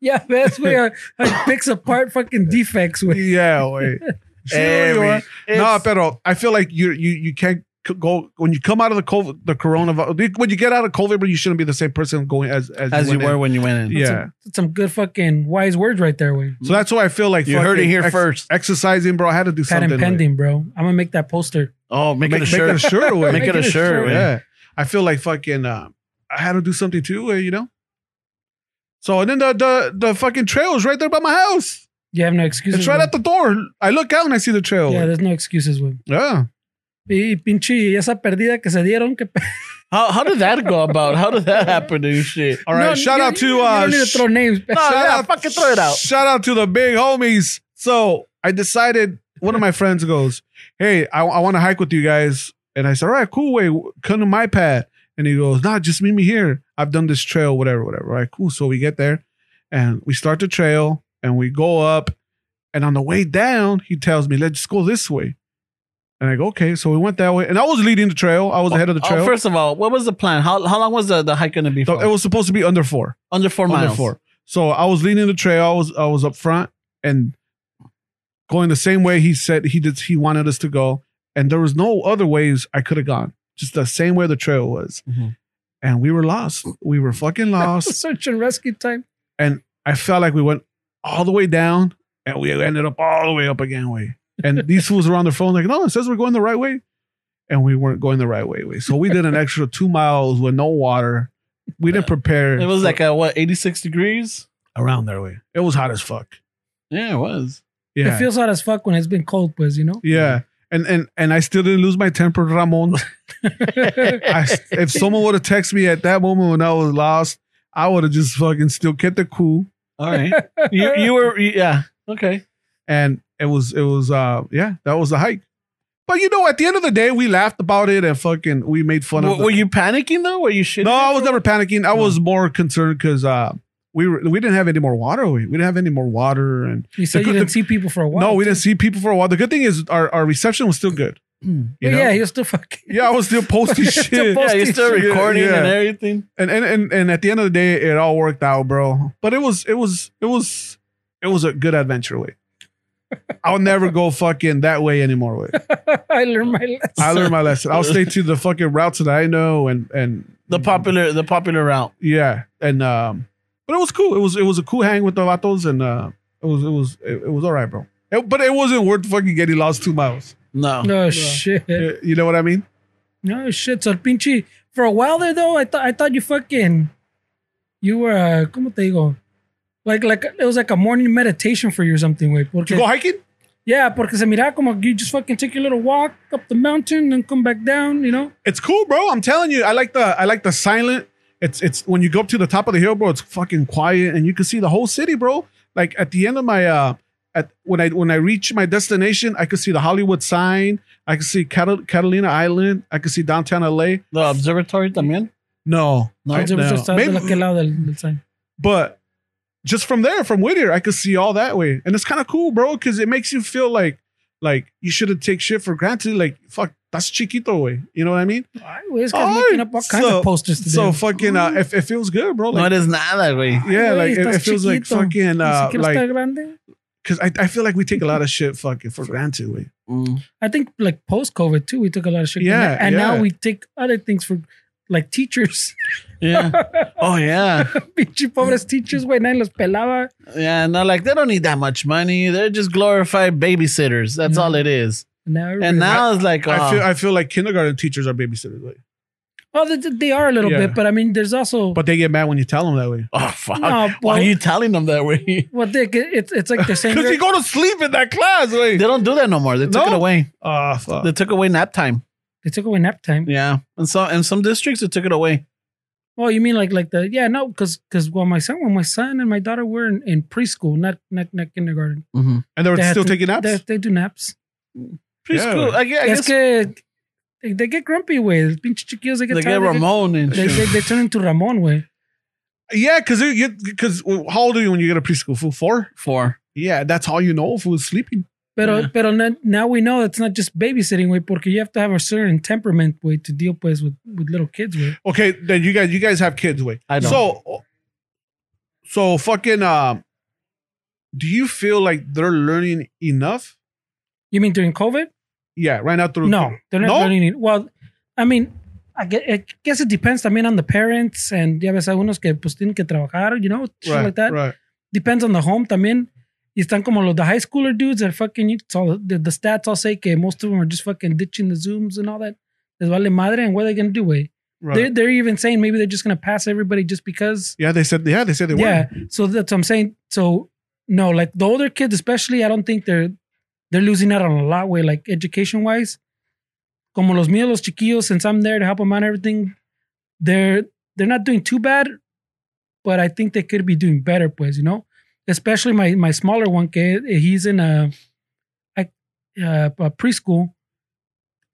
S2: yeah, that's where I, I picks apart fucking defects with.
S3: Yeah, wait.
S1: Every-
S3: Sure,
S1: it's-
S3: no, nah, pero I feel like you you you can't c- go when you come out of the COVID, the coronavirus. When you get out of COVID, but you shouldn't be the same person going as as,
S1: as you
S3: went in.
S1: were when you went in.
S3: Yeah.
S2: Some, some good fucking wise words right there, Wayne.
S3: So that's why I feel like
S1: You heard it
S3: fucking
S1: here first.
S3: Exercising, bro. I had to do
S2: Patent
S3: something.
S2: pending, bro. I'm gonna make that poster.
S1: Oh, make,
S3: Make,
S1: it a
S3: make
S1: shirt.
S3: it a shirt. Away.
S1: Make it a shirt. man.
S3: Yeah. I feel like fucking uh, I had to do something too, uh, you know? So and then the the the fucking trail is right there by my house.
S2: You have no excuses.
S3: It's right
S2: Wayne.
S3: at the door. I look out and I see the trail.
S2: Yeah,
S3: Yeah.
S2: there's no excuses, Wayne. Y pinche esa perdida que se dieron que.
S1: How how did that go about? How did that happen to you? Shit.
S3: All right.
S2: No,
S3: shout
S2: you-
S3: out
S2: you
S3: to
S2: don't
S3: uh
S2: need to
S3: sh-
S2: throw names.
S1: No,
S3: shout
S1: yeah,
S3: out-
S1: fucking throw it out.
S3: Shout out to the big homies. So I decided one of my friends goes, Hey, I, I want to hike with you guys. And I said, All right, cool. Wait, come to my pad. And he goes, Nah, just meet me here. I've done this trail, whatever, whatever. All right, cool. So we get there and we start the trail and we go up. And on the way down, he tells me, Let's go this way. And I go, Okay. So we went that way. And I was leading the trail. I was ahead of the
S1: Oh,
S3: trail.
S1: first of all, what was the plan? How how long was the, the hike gonna be?
S3: So
S1: For?
S3: it was supposed to be under four.
S1: under four
S3: on the
S1: miles.
S3: floor. So I was leading the trail. I was I was up front and going the same way he said he did. He wanted us to go, and there was no other ways I could have gone. Just the same way the trail was,
S1: Mhm.
S3: and we were lost. We were fucking lost.
S2: Search and rescue time.
S3: I felt like we went all the way down, and we ended up all the way up again. Way and these fools were on their phone like, no, it says we're going the right way, and we weren't going the right way. Way so we did an extra two miles with no water. We didn't prepare.
S1: It was like a what eighty six degrees.
S3: around their way. It was hot as fuck.
S1: Yeah, it was.
S3: Yeah.
S2: It feels hot as fuck when it's been cold, pues, you know?
S3: Yeah. And and and I still didn't lose my temper, Ramon. I, if someone would have texted me at that moment when I was lost, I would have just fucking still kept it cool.
S1: All right. you you were yeah okay.
S3: And it was it was uh yeah that was the hike. But you know, at the end of the day, we laughed about it and fucking we made fun
S1: W-
S3: of. the-
S1: were you panicking though? Were you shitting?
S3: no, I was never panicking. I was more concerned because uh, we were, we didn't have any more water. We, we didn't have any more water, and
S2: You said you didn't see people for a while.
S3: no, we didn't see people for a while. The good thing is our, our reception was still good.
S1: Hmm.
S3: You
S2: But
S3: know?
S2: Yeah, you're still fucking.
S3: yeah, I was still posting
S2: Still
S3: shit.
S1: Yeah, you're still
S3: Yeah,
S1: recording
S3: yeah.
S1: and everything.
S3: and and and and at the end of the day, it all worked out, bro. But it was it was it was it was a good adventure way. I'll never go fucking that way anymore. Way.
S2: I learned my lesson.
S3: I learned my lesson. I'll stay to the fucking routes that I know and and
S1: The popular the popular route.
S3: yeah and um. But it was cool. It was it was a cool hang with the vatos and uh, it was it was it, it was all right, bro. It- but it wasn't worth fucking getting lost two miles.
S1: No.
S2: No shit.
S3: You, you know what I mean?
S2: No shit. So, pinche. For a while there, though, I thought I thought you fucking. You were, uh, ¿cómo te digo? Like, like, it was like a morning meditation for you or something, way.
S3: To go hiking?
S2: Yeah, porque se miraba como you just fucking take your little walk up the mountain and come back down, you know?
S3: It's cool, bro. I'm telling you, I like the I like the silent. It's it's when you go up to the top of the hill, bro. It's fucking quiet, and you can see the whole city, bro. Like at the end of my uh, at when I when I reach my destination, I could see the Hollywood sign. I could see Catal- Catalina Island. I could see downtown LA.
S1: The observatory también.
S3: No,
S1: No,
S3: I-
S2: Entonces, pues, estás
S3: Maybe-
S2: de aquel lado del- del sign.
S3: but just from there, from Whittier, I could see all that way, and it's kind of cool, bro, because it makes you feel like like you shouldn't take shit for granted. Like fuck, that's chiquito way. You know what I mean?
S2: Ay, güey, this guy's
S3: Ay,
S2: making up all kinds
S3: so-
S2: of posters today.
S3: So fucking, uh, it, it feels good, bro. Like
S1: no, it is nada, güey.
S3: Yeah,
S2: Ay,
S3: like it,
S2: estás
S3: it feels like
S2: chiquito.
S3: fucking
S2: Ni
S3: uh,
S2: siquiera está
S3: like
S2: grande.
S3: because I, I feel like we take a lot of shit fucking for granted. We.
S1: Mm.
S2: I think like post COVID too, we took a lot of shit.
S3: Yeah,
S2: and now
S3: yeah.
S2: we take other things for like teachers.
S1: Yeah. oh yeah.
S2: Pinche pobres teachers, güey, nadie los pelaba.
S1: Yeah. No, like they don't need that much money. They're just glorified babysitters. That's
S2: No.
S1: all it is.
S2: Now
S1: And now it's like
S3: I
S1: uh,
S3: feel I feel like kindergarten teachers are babysitters. Like
S2: Well, they, they are a little
S3: Yeah.
S2: bit, but I mean, there's also
S3: But they get mad when you tell them that way.
S1: Oh fuck!
S2: No,
S1: Why
S2: well-
S1: are you telling them that way?
S2: well, Dick, it, it's it's like they're saying
S3: Because
S2: you're-
S3: you go to sleep in that class.
S1: they
S3: Wait.
S1: don't do that no more. They took it
S3: No?
S1: away.
S3: Ah, fuck.
S1: They took away nap time.
S2: they took away nap time.
S1: Yeah, and so in some districts they took it away.
S2: Well, you mean like like the yeah no because because well my son when my son and my daughter were in, in preschool not not not kindergarten
S1: Mm-hmm.
S3: and they were
S2: They had
S3: still
S2: to-
S3: taking naps?
S2: they, they do naps.
S1: Preschool. I guess, I
S2: Es
S1: guess
S2: que they, they get grumpy way. Pinche chiquillos they get
S1: they get
S2: tired. they, get-
S1: Ramon and
S2: they,
S1: shit.
S2: they, they turn into Ramon way.
S3: Yeah, because you because how old are you when you get a preschool? Fool four.
S1: four.
S3: Yeah, that's all you know. Fool sleeping.
S2: Pero,
S1: Yeah.
S2: pero no, now we know it's not just babysitting way porque you have to have a certain temperament way to deal pues with, with little kids way.
S3: Okay, then you guys you guys have kids. Wait,
S1: I don't.
S3: So, so fucking. Um, do you feel like they're learning enough?
S2: You mean during COVID?
S3: Yeah, right now through.
S2: No, they're not
S3: No?
S2: learning it. Well, I mean, I guess, I guess it depends también on the parents and ya ves, hay unos que pues tienen que trabajar, you know, shit
S3: right,
S2: like that.
S3: Right.
S2: Depends on the home también. Y están como los the high schooler dudes that fucking, it's all, the, the stats all say que most of them are just fucking ditching the Zooms and all that. Les vale madre and what are they going to do, way?
S3: Right.
S2: They're, they're even saying maybe they're just going to pass everybody just because
S3: yeah, they said. Yeah, they said they
S2: yeah
S3: were.
S2: so that's what i'm saying so no like the older kids especially i don't think they're they're losing out on a lot way like education wise como los míos los chiquillos since i'm there to help them out and everything they're they're not doing too bad but i think they could be doing better pues you know especially my my smaller one kid he's in a, a, a preschool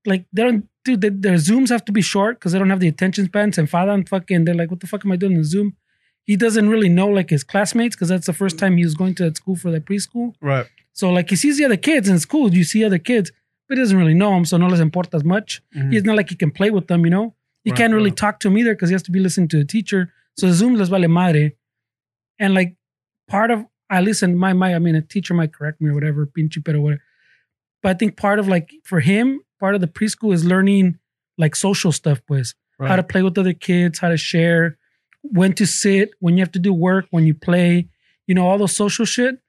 S2: like they don't dude they, their zooms have to be short because they don't have the attention spans and father and fucking they're like what the fuck am i doing in the zoom he doesn't really know like his classmates because that's the first time he was going to that school for that preschool.
S3: Right.
S2: So like he sees the other kids in school, you see other kids, but he doesn't really know them, so no les importa as much.
S3: Mhm.
S2: It's not like he can play with them, you know. He
S3: Right,
S2: can't really
S3: right.
S2: talk to them either because he has to be listening to the teacher. So Zoom les vale madre, and like part of at least in my my I mean a teacher might correct me or whatever, pinche pero whatever. But I think part of like for him, part of the preschool is learning like social stuff, pues
S3: Right.
S2: how to play with other kids, how to share, when to sit, when you have to do work, when you play, you know, all those social shit.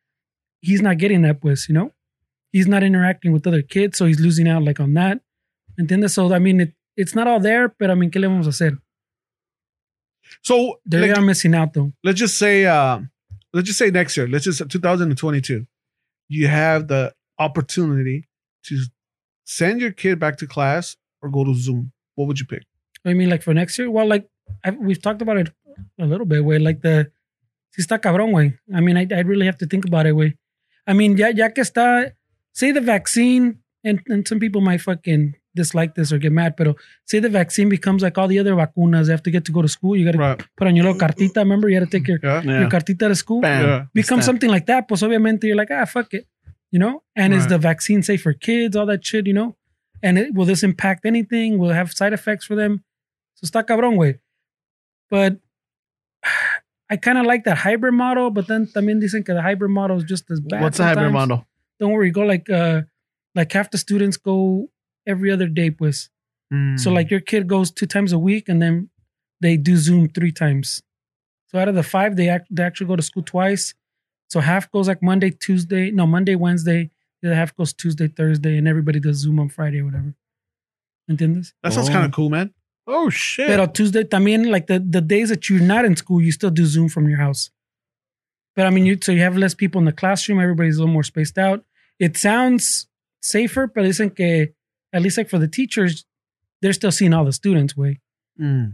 S2: He's not getting that with, you know? He's not interacting with other kids, so he's losing out like on that. And then so I mean it, it's not all there, but I mean, ¿qué le vamos a hacer?
S3: so
S2: They're
S3: like,
S2: missing out though.
S3: let's just say uh, let's just say next year. Let's just uh, 2022. You have the opportunity to send your kid back to class or go to Zoom. What would you pick?
S2: I mean, like for next year, well, like I, we've talked about it a little bit, way like the si está cabrón, way. I mean, I, I really have to think about it, way. I mean, ya, ya que está, say the vaccine, and, and some people might fucking dislike this or get mad, but say the vaccine becomes like all the other vacunas. They have to get to go to school. You got to
S3: Right.
S2: put on your little cartita. Remember, you got to take your,
S3: Yeah.
S1: yeah.
S2: your cartita to school.
S1: Bam.
S3: Yeah.
S2: Become
S1: Stamp.
S2: something like that. Pues obviamente you're like, ah, fuck it. You know? And is
S3: Right.
S2: the vaccine safe for kids? All that shit, you know? And it, will this impact anything? Will it have side effects for them? So está cabrón, güey. But I kind of like that hybrid model, but then también dicen que the hybrid model is just as bad.
S1: What's a hybrid
S2: sometimes.
S1: model?
S2: Don't worry, go like uh like half the students go every other day, pues. Mm. So
S3: Hmm.
S2: like your kid goes two times a week, and then they do Zoom three times. So out of the five, they act, they actually go to school twice. So half goes like Monday, Tuesday, no Monday, Wednesday. The other half goes Tuesday, Thursday, and everybody does Zoom on Friday or whatever. Entiendes?
S3: that sounds
S1: Oh.
S3: kind of cool, man.
S1: Oh shit!
S2: But on Tuesday, también like the, the days that you're not in school, you still do Zoom from your house. But I mean, you so you have less people in the classroom. Everybody's a little more spaced out. It sounds safer, but isn't que at least like for the teachers, they're still seeing all the students way.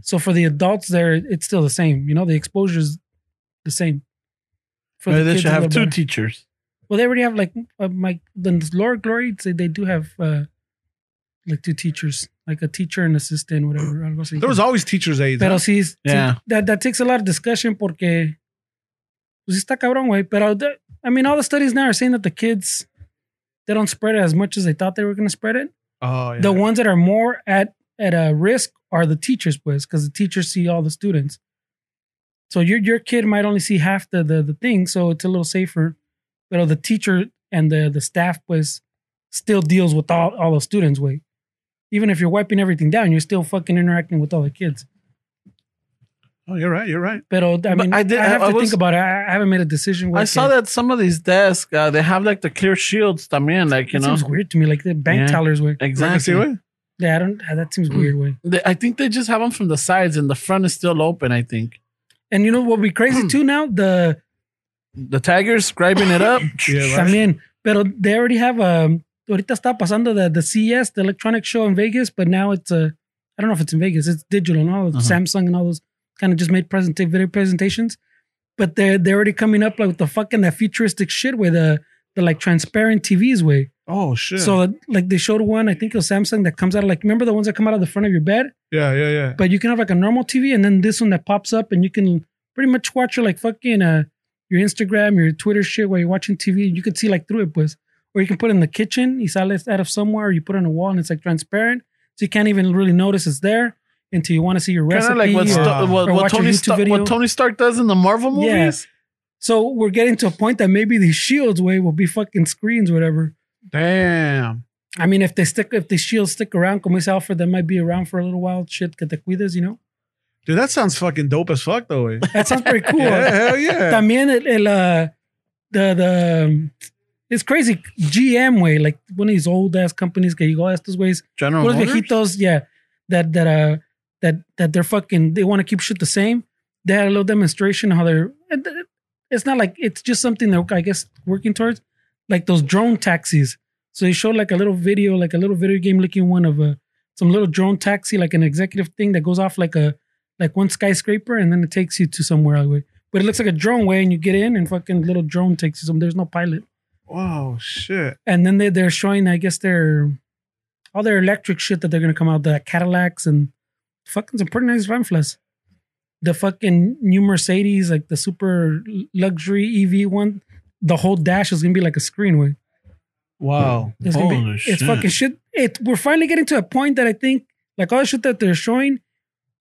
S2: So for the adults there, it's still the same. You know, the exposure is the same. For
S1: Maybe they
S2: kids,
S1: should
S2: a
S1: have
S2: little
S1: two
S2: better.
S1: teachers.
S2: well, they already have like uh, my the Lord Glory. They, they do have uh, like two teachers, like a teacher and assistant, whatever. algo así.
S3: There was always teachers' aides.
S2: Pero
S3: huh?
S2: sí, sí,
S1: Yeah.
S2: that, that takes a lot of discussion porque pues sí está cabrón, güey. Pero the- I mean, all the studies now are saying that the kids they don't spread it as much as they thought they were going to spread it.
S3: Oh, yeah.
S2: The ones that are more at at a risk are the teachers, pues, because the teachers see all the students. So your your kid might only see half the the, the thing, so it's a little safer. But the teacher and the the staff, pues, still deals with all all the students. Wait, even if you're wiping everything down, you're still fucking interacting with all the kids.
S3: oh, you're right. You're right.
S2: But uh, I
S1: But
S2: mean,
S1: I
S2: I,
S1: did-
S2: have
S1: I- I
S2: to
S1: was-
S2: think about it. I, I haven't made a decision.
S1: I saw that some of these desks uh, they have like the clear shields. I mean, like you
S2: It
S1: know,
S2: seems weird to me, like the bank
S1: Yeah.
S2: tellers were.
S3: Right,
S1: exactly.
S3: see what?
S2: Yeah, I don't. ah, That seems weird way.
S1: They, I think they just have them from the sides, and the front is still open. I think
S2: And you know what would be crazy too now? The
S1: the Tigers grabbing it up.
S2: también, pero they already have um ahorita está pasando the, the CES, the electronic show in Vegas, but now it's uh, I don't know if it's in Vegas, it's digital, no?
S1: Uh-huh.
S2: Samsung and all those kind of just made present video presentations. But they're they're already coming up like with the fucking that futuristic shit with the the like transparent TVs way.
S3: Oh shit.
S2: So like they showed one, I think it was Samsung that comes out of like remember the ones that come out of the front of your bed?
S3: yeah, yeah, yeah.
S2: but you can have like a normal TV and then this one that pops up and you can pretty much watch your like fucking uh your Instagram, your Twitter shit while you're watching TV. You can see like through it, pues. Or you can put it in the kitchen, you sell it out of somewhere, or you put it on a wall and it's like transparent. So you can't even really notice it's there until you want to see your
S1: Kind
S2: recipe.
S1: of like what,
S2: or-
S1: Sta- what,
S2: uh, or
S1: what
S2: watch a
S1: Tony
S2: YouTube
S1: Sta-
S2: video.
S1: what Tony Stark does in the Marvel movies.
S2: Yes. so we're getting to a point that maybe these shields way will be fucking screens, whatever.
S1: Damn.
S2: I mean, if they stick, if the shields stick around, como dice Alfred, that might be around for a little while. Shit, que te cuidas, you know.
S3: Dude, that sounds fucking dope as fuck though. eh?
S2: That sounds pretty cool.
S3: yeah, hell yeah.
S2: También el, el uh, the the um, it's crazy GM way like one of these old ass companies que llegó a estos ways
S1: General
S2: los
S1: Motors.
S2: viejitos yeah that that uh that that they're fucking they want to keep shit the same they had a little demonstration how they're and th- it's not like it's just something they're I guess working towards like those drone taxis so they showed like a little video like a little video game looking one of a some little drone taxi like an executive thing that goes off like a like one skyscraper and then it takes you to somewhere away. But it looks like a drone way, and you get in, and fucking little drone takes you. Some there's no pilot,
S3: Wow, shit.
S2: and then they they're showing, I guess their all their electric shit that they're gonna come out, the Cadillacs and fucking some pretty nice ramflas. The fucking new Mercedes, like the super luxury EV one, the whole dash is gonna be like a screen way.
S3: Wow.
S2: It's gonna
S1: Holy
S2: be, it's
S1: shit.
S2: fucking shit. It we're finally getting to a point that I think like all the shit that they're showing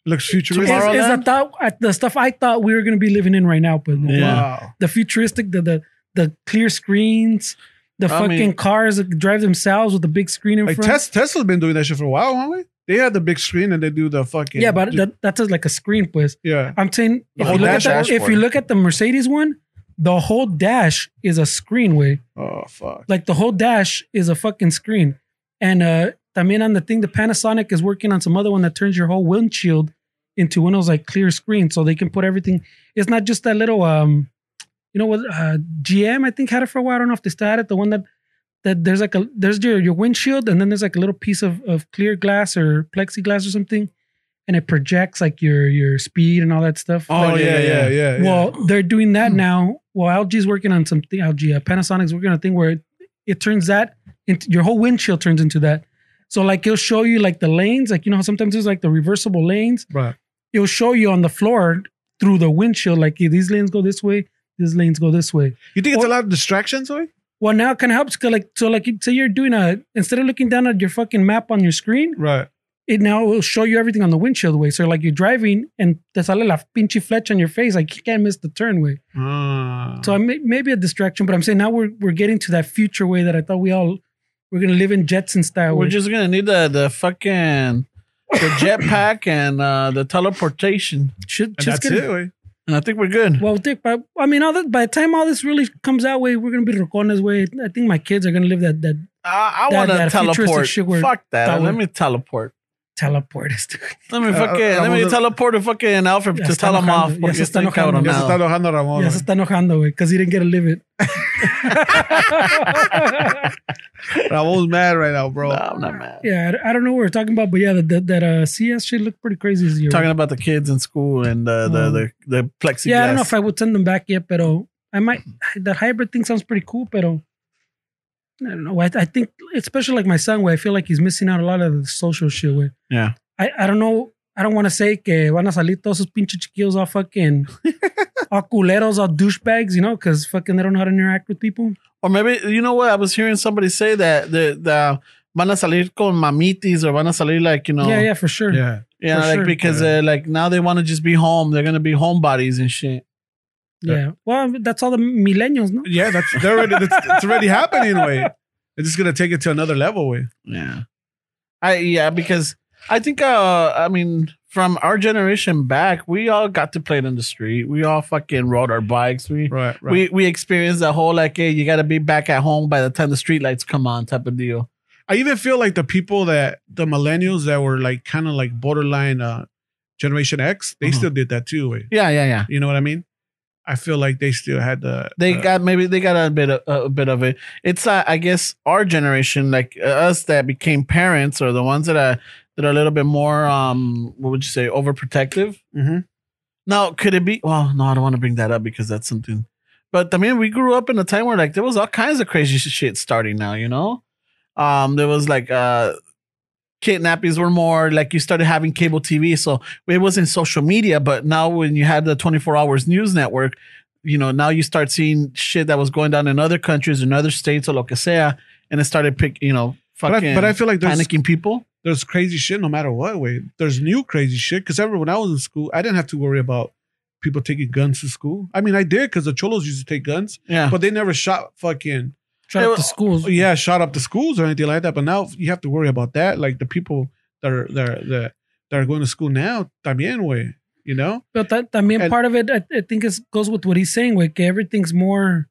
S3: Looks futuristic.
S2: is, is the
S1: Tomorrowland?
S2: thought uh, the stuff I thought we were gonna be living in right now, but
S1: Yeah.
S3: Wow.
S2: the futuristic, the the the clear screens, the
S1: I
S2: fucking
S1: mean-
S2: cars that drive themselves with the big screen in
S3: Like
S2: front.
S3: Tes- Tesla's been doing that shit for a while, haven't they? They had the big screen and they do the fucking
S2: yeah, but that, that's like a screen, pues.
S3: yeah.
S2: I'm saying
S1: The
S2: if
S1: whole
S2: you, look
S1: dash
S2: at the, if
S1: dashboard.
S2: you look at the Mercedes one, the whole dash is a screen way.
S3: Oh fuck.
S2: Like the whole dash is a fucking screen. And uh también on the thing, the Panasonic is working on some other one that turns your whole windshield into one of those like clear screens, so they can put everything. It's not just that little um, you know what? Uh, GM I think had it for a while. I don't know if they still had it. The one that that there's like a there's your your windshield, and then there's like a little piece of of clear glass or plexiglass or something, and it projects like your your speed and all that stuff.
S3: Oh, yeah, yeah, yeah, yeah.
S2: Well, they're doing that now. Well, LG's working on something. LG, uh, Panasonic's working on a thing where it, it turns that into your whole windshield turns into that. So like it'll show you like the lanes, like you know how sometimes there's like the reversible lanes.
S3: Right.
S2: It'll show you on the floor through the windshield, like hey, these lanes go this way, these lanes go this way.
S3: You think it's a lot of distractions, way?
S2: Well, now it kind of helps 'cause, like so like you- say you're doing a instead of looking down at your fucking map on your screen,
S3: Right.
S2: it now will show you everything on the windshield way. So like you're driving and te sale la pinche flecha on your face, like you can't miss the turn way.
S3: Ah.
S2: So I may, maybe a distraction, but I'm saying now we're we're getting to that future way that I thought we all we're gonna live in Jetson style.
S1: We're
S2: way.
S1: just gonna need the the fucking the jetpack and uh, the teleportation,
S2: Should-
S3: And
S2: just
S3: that's
S2: gonna-
S3: it, way.
S1: and I think we're good.
S2: Well, Dick, by, I mean, all the, by the time all this really comes out, way we're gonna be Rocones way. I think my kids are gonna live that that
S1: I, I
S2: That-
S1: want to
S2: that futuristic
S1: teleport.
S2: shit where-
S1: Fuck that.
S2: that
S1: let
S2: would-
S1: me teleport.
S2: teleport.
S1: Let me
S3: Uh,
S1: fucking.
S3: uh,
S1: let me
S3: vamos a-
S1: teleport to fucking Alfred.
S2: Ya
S1: Just
S2: está
S1: tell him off.
S2: enojando, ya se
S1: porque
S2: está
S1: estoy
S2: enojando.
S1: cabrón
S3: Ya se está
S1: now.
S3: enojando Ramón.
S2: ya se
S3: güey.
S2: está enojando, way, because he didn't get to live it.
S3: Ramon's mad right now, bro.
S1: Oh, No, I'm not mad.
S2: yeah, I, I don't know what we're talking about, but yeah, that that, that uh, CS shit looked pretty crazy this year.
S1: Talking about the kids in school and uh, the,
S2: Um,
S1: the the plexiglass.
S2: yeah, I don't know if I would send them back yet, but I might. That hybrid thing sounds pretty cool, but I don't know. I, I think, especially like my son, where I feel like he's missing out a lot of the social shit. Where
S1: Yeah.
S2: I, I don't know. I don't want to say que van a salir todos esos pinches chiquillos all fucking all culeros, all douchebags, you know, because fucking they don't know how to interact with people.
S1: Or maybe you know what I was hearing somebody say that the the van a salir con mamitis or van a salir like you know
S2: Yeah, yeah, for sure.
S3: Yeah.
S1: yeah
S2: for
S1: like
S2: sure.
S1: because
S3: Yeah.
S1: uh, like now they want to just be home. They're gonna be homebodies and shit.
S2: Yeah. Well, that's all the millennials, no?
S3: Yeah, that's they're already that's, it's already happening. Way it's just gonna take it to another level. Way
S1: Yeah. I yeah because I think uh I mean from our generation back we all got to play it in the street. We all fucking rode our bikes. We
S3: right, right.
S1: we we experienced the whole like hey you got to be back at home by the time the streetlights come on type of deal.
S3: I even feel like the people that the millennials that were like kind of like borderline uh Generation X, they
S1: Uh-huh.
S3: still did that too. Wait.
S1: Yeah, yeah, yeah.
S3: You know what I mean? I feel like they still had the uh,
S1: They
S3: the-
S1: got maybe they got a bit of, a bit of it. It's uh, I guess our generation, like uh, us that became parents, or the ones that are that are a little bit more um, what would you say, overprotective.
S3: Mhm.
S1: Now, could it be? Well, no, I don't want to bring that up because that's something. But I mean, we grew up in a time where like there was all kinds of crazy sh- shit starting. Now, you know, um, there was like uh, kidnappings were more like you started having cable TV, so it wasn't social media. But now, when you had the twenty four hours news network, you know, now you start seeing shit that was going down in other countries, in other states, or lo que sea, and it started pick, you know,
S3: But I,
S1: fucking
S3: but I feel like there's
S1: panicking people.
S3: there's crazy shit no matter what way. There's new crazy shit because ever when I was in school, I didn't have to worry about people taking guns to school. I mean, I did because the cholos used to take guns,
S1: Yeah,
S3: but they never shot fucking
S2: Shut
S1: They
S2: up
S1: were-
S2: the schools.
S3: yeah shot up the schools or anything like that. But now you have to worry about that. Like the people that are that are, that, that are going to school now, también way. You know,
S2: But that, I mean,
S3: And-
S2: part of it, I, I think, it goes with what he's saying. Like everything's more,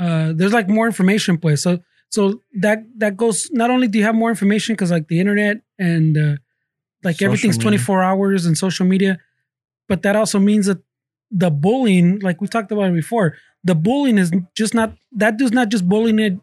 S2: uh, there's like more information, place. So, so that that goes. Not only do you have more information because like the internet and uh, like
S1: Social
S2: everything's
S1: media.
S2: 24 hours and social media, but that also means that the bullying, like we talked about it before, the bullying is just not that dude's not just bullying it,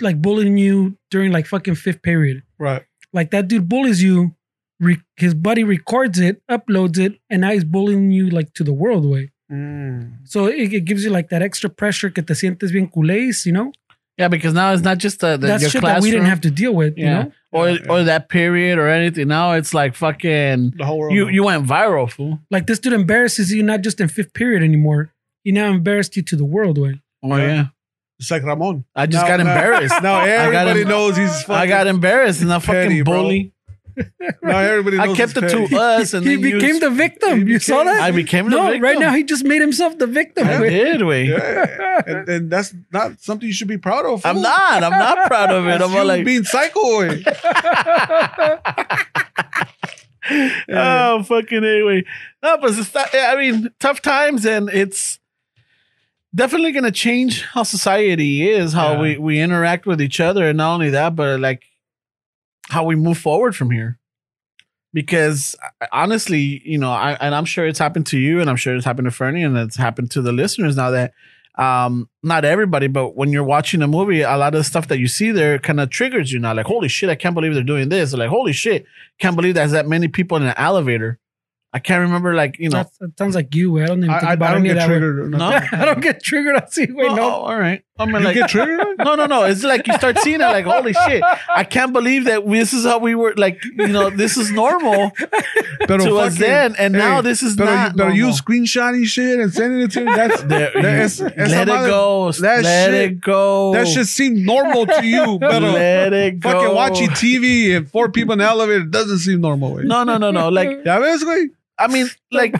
S2: like bullying you during like fucking fifth period
S3: right?
S2: like that dude bullies you re- his buddy records it uploads it and now he's bullying you like to the world way
S1: Mm.
S2: so it, it gives you like that extra pressure que te sientes bien culés you know
S1: yeah, because now it's not just the, the
S2: that's
S1: your
S2: shit
S1: classroom.
S2: that we didn't have to deal with
S1: Yeah.
S2: you know
S1: or
S3: Yeah, yeah.
S1: or that period or anything. Now it's like fucking
S3: The whole world.
S1: you you went viral, fool.
S2: like this dude embarrasses you not just in fifth period anymore he now embarrassed you to the world way
S1: Oh yeah,
S3: Yeah. it's like Ramon.
S1: I just
S3: Now-
S1: got
S3: now-
S1: embarrassed.
S3: Now everybody
S1: em-
S3: knows he's. Fucking,
S1: I got embarrassed and I fucking
S3: petty, bro.
S1: bully.
S3: Now everybody. Knows
S1: I kept
S3: he's
S1: it
S3: petty.
S1: to us, and
S2: he
S1: then you-
S2: became the victim
S3: he
S2: you saw
S3: became-
S2: that
S1: I became the
S2: no
S1: victim.
S2: right now he just made himself the victim
S1: I
S2: way.
S1: did we.
S3: Yeah. and, and that's not something you should be proud of.
S1: I'm
S3: fool.
S1: not. I'm not proud of it.
S3: That's
S1: I'm
S3: you
S1: all like,
S3: being psycho. eh?
S1: oh fucking anyway. No, but it's not, I mean, tough times, and it's definitely going to change how society is, how
S3: Yeah.
S1: we we interact with each other, and not only that, but like how we move forward from here. Because I- honestly, you know, I and I'm sure it's happened to you, and I'm sure it's happened to Fernie, and it's happened to the listeners now that um not everybody but when you're watching a movie a lot of the stuff that you see there kind of triggers you now like holy shit i can't believe they're doing this or like holy shit can't believe there's that many people in an elevator i can't remember like you know
S2: That's- that sounds like you way. i don't even
S3: I,
S2: think
S3: I, I
S2: about
S3: don't
S2: any of
S3: get
S2: that way.
S3: triggered. Or
S1: No?
S3: nothing.
S2: i don't get triggered i see wait
S1: Oh,
S2: no
S1: all right i mean
S3: You
S1: like
S3: get triggered?
S1: no no no it's like you start seeing it like holy shit i can't believe that this is how we were like you know this is normal
S3: Pero
S1: to us
S3: fucking-
S1: then and now
S3: hey,
S1: this is
S3: Pero,
S1: not
S3: you, pero you
S1: normal.
S3: screenshotting shit and sending it to me. That's,
S1: There-
S3: that, es-
S1: you-
S3: esa
S1: let it
S3: madre-
S1: go
S3: that
S1: let
S3: shit-
S1: it go
S3: that shit seemed normal to you. But
S1: let it go
S3: fucking watching TV and four people in the elevator doesn't seem normal. eh? Way.
S1: no no no no like
S3: Ya ves, güey?
S1: I mean, like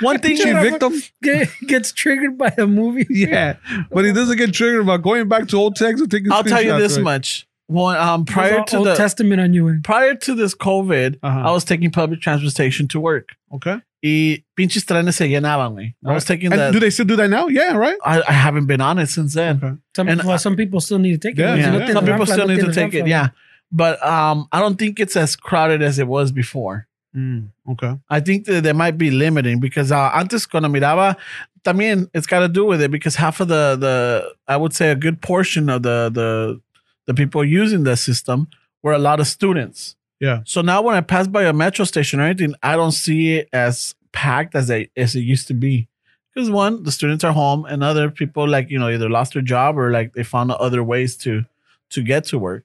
S1: one thing.
S3: She
S2: Yeah.
S3: victim.
S2: Get- gets triggered by the movie
S3: Yeah. But he doesn't get triggered about going back to old text and taking
S1: I'll tell you
S3: screenshots,
S1: this
S3: güey.
S1: much: one, um, prior
S2: Old-
S1: to
S2: Old
S1: the
S2: Testament on you. eh?
S1: prior to this COVID,
S3: Uh-huh.
S1: I was taking public transportation to work.
S3: Okay.
S1: Y pinches trenes se llenaban, güey. I was taking
S3: And do
S1: the.
S3: they still do that now? Yeah, right?
S1: I, I haven't been on it since then.
S3: Okay.
S2: Some,
S1: And
S2: well,
S1: I-
S2: some people still need to take it.
S3: Yeah,
S2: There's
S1: Yeah.
S3: yeah.
S2: nothing
S1: Some
S2: in the
S1: people
S2: ramp,
S1: still need
S2: nothing in
S1: to take
S2: the
S1: it.
S2: ramp.
S1: Yeah, but um, I don't think it's as crowded as it was before.
S3: Mm, okay.
S1: I think that they might be limiting because uh, antes cuando miraba, también it's got to do with it because half of the the I would say a good portion of the the the people using the system were a lot of students.
S3: Yeah.
S1: So now when I pass by a metro station or anything, I don't see it as packed as they as it used to be. Because one, the students are home, and other people like you know either lost their job or like they found other ways to to get to work.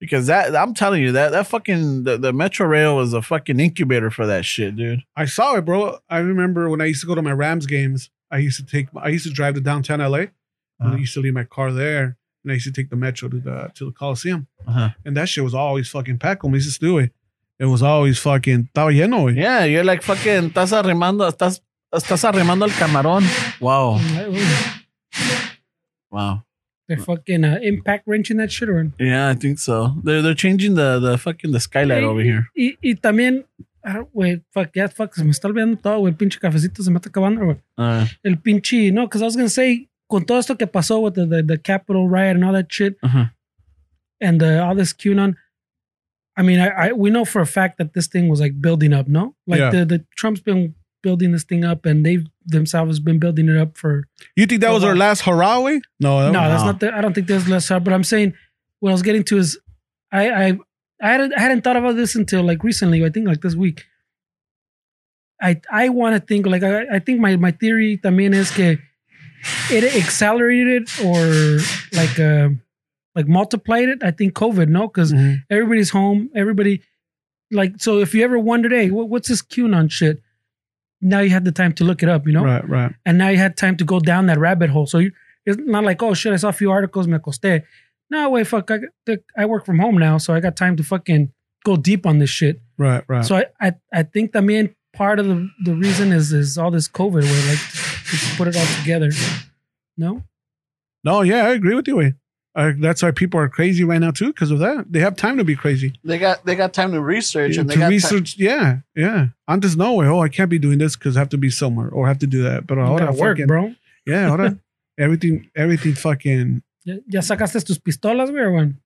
S1: Because that I'm telling you that that fucking the, the metro rail was a fucking incubator for that shit, dude.
S3: I saw it, bro. I remember when I used to go to my Rams games. I used to take. I used to drive to downtown LA. And
S1: Uh-huh.
S3: I used to leave my car there, and I used to take the metro to the to the Coliseum.
S1: Uh-huh.
S3: And that shit was always fucking packed when we used to do it. It was always fucking estaba lleno. eh? güey.
S1: Yeah, you're like fucking estás arrimando, estás, estás arrimando el camarón. Wow. Wow.
S2: They're fucking uh, impact wrenching that shit around.
S1: Yeah, I think so. They're they're changing the the fucking the skylight over here.
S2: Y, y también, I don't- güey, fuck, yeah, fuck, se me está olvidando todo, güey. El pinche cafecito se me está acabando, güey.
S1: Uh,
S2: El pinche,
S1: Uh-huh.
S2: no, because I was going to say, con todo esto que pasó with the, the, the Capitol riot and all that shit,
S1: Ajá.
S2: and uh, all this QAnon. I mean, I, I we know for a fact that this thing was like building up, no? Like
S3: Yeah.
S2: the, the Trump's been building this thing up, and they've themselves been building it up for
S3: You think that
S2: For
S3: was our
S2: what?
S3: last hurrah? eh? way?
S1: No,
S2: no, that's
S1: no.
S2: not. The, I don't think there's less hard. But I'm saying what I was getting to is I I I hadn't, I hadn't thought about this until like recently. I think like this week. I I want to think like I, I think my my theory también is que it accelerated or like uh, like multiplied it. I think COVID no because
S1: Mhm.
S2: everybody's home. Everybody like so if you ever wondered hey what, what's this QAnon shit. Now you had the time to look it up, you know
S3: Right, right.
S2: and now you had time to go down that rabbit hole. So you, it's not like, oh shit, I saw a few articles, me acosté. No, wait, fuck, I, th- I work from home now, so I got time to fucking go deep on this shit.
S3: Right, right.
S2: So I, I, I think the main part of the, the reason is is all this COVID where like to, to put it all together. No,
S3: no, yeah, I agree with you. Way. Uh, that's why people are crazy right now too, because of that. They have time to be crazy.
S1: They got they got time to research
S3: Yeah,
S1: and they
S3: to
S1: got time.
S3: research, yeah, yeah. I'm just no way. Oh, I can't be doing this because I have to be somewhere or I have to do that. But
S2: you
S3: ahora
S2: gotta work,
S3: fucking,
S2: bro.
S3: yeah, ahora everything, everything fucking.
S2: Ya, ya sacaste tus pistolas, güey, or when?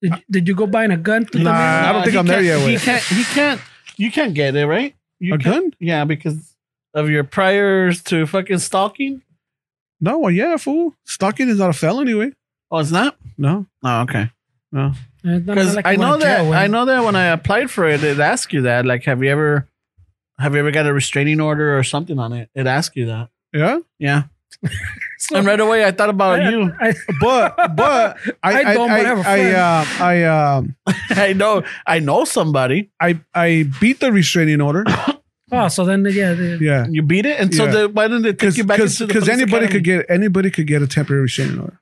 S2: Did, did you go buying a gun? to the
S3: Nah,
S2: man?
S3: I don't
S1: No,
S3: think
S1: he
S3: I'm there
S1: can't-
S3: yet,
S1: He
S3: wait.
S1: can't. He can't. You can't get it right. You
S3: A
S1: can't-
S3: gun?
S1: Yeah, because of your priors to fucking stalking.
S3: No, well, yeah, fool. Stalking is not a felony, way.
S1: Oh, it's not.
S3: No,
S1: Oh, okay.
S3: no.
S2: It's not
S1: Because
S2: like you
S1: I know
S2: went to
S1: that
S2: jail, güey.
S1: I know that when I applied for it, it asked you that. Like, have you ever have you ever got a restraining order or something on it? It asked you that.
S3: Yeah,
S1: Yeah.
S2: So-
S1: And right away, I thought about you.
S2: I-
S3: but but I
S2: I
S3: I
S2: don't,
S3: I
S2: but I have a
S3: I,
S2: friend.
S3: uh, I um
S1: I know. I know somebody.
S3: I I beat the restraining order.
S2: oh, so then yeah, the,
S3: Yeah,
S1: You beat it, and so
S3: Yeah.
S1: then why didn't it take
S3: because
S1: you back into the?
S3: because anybody could get anybody could get a temporary restraining order.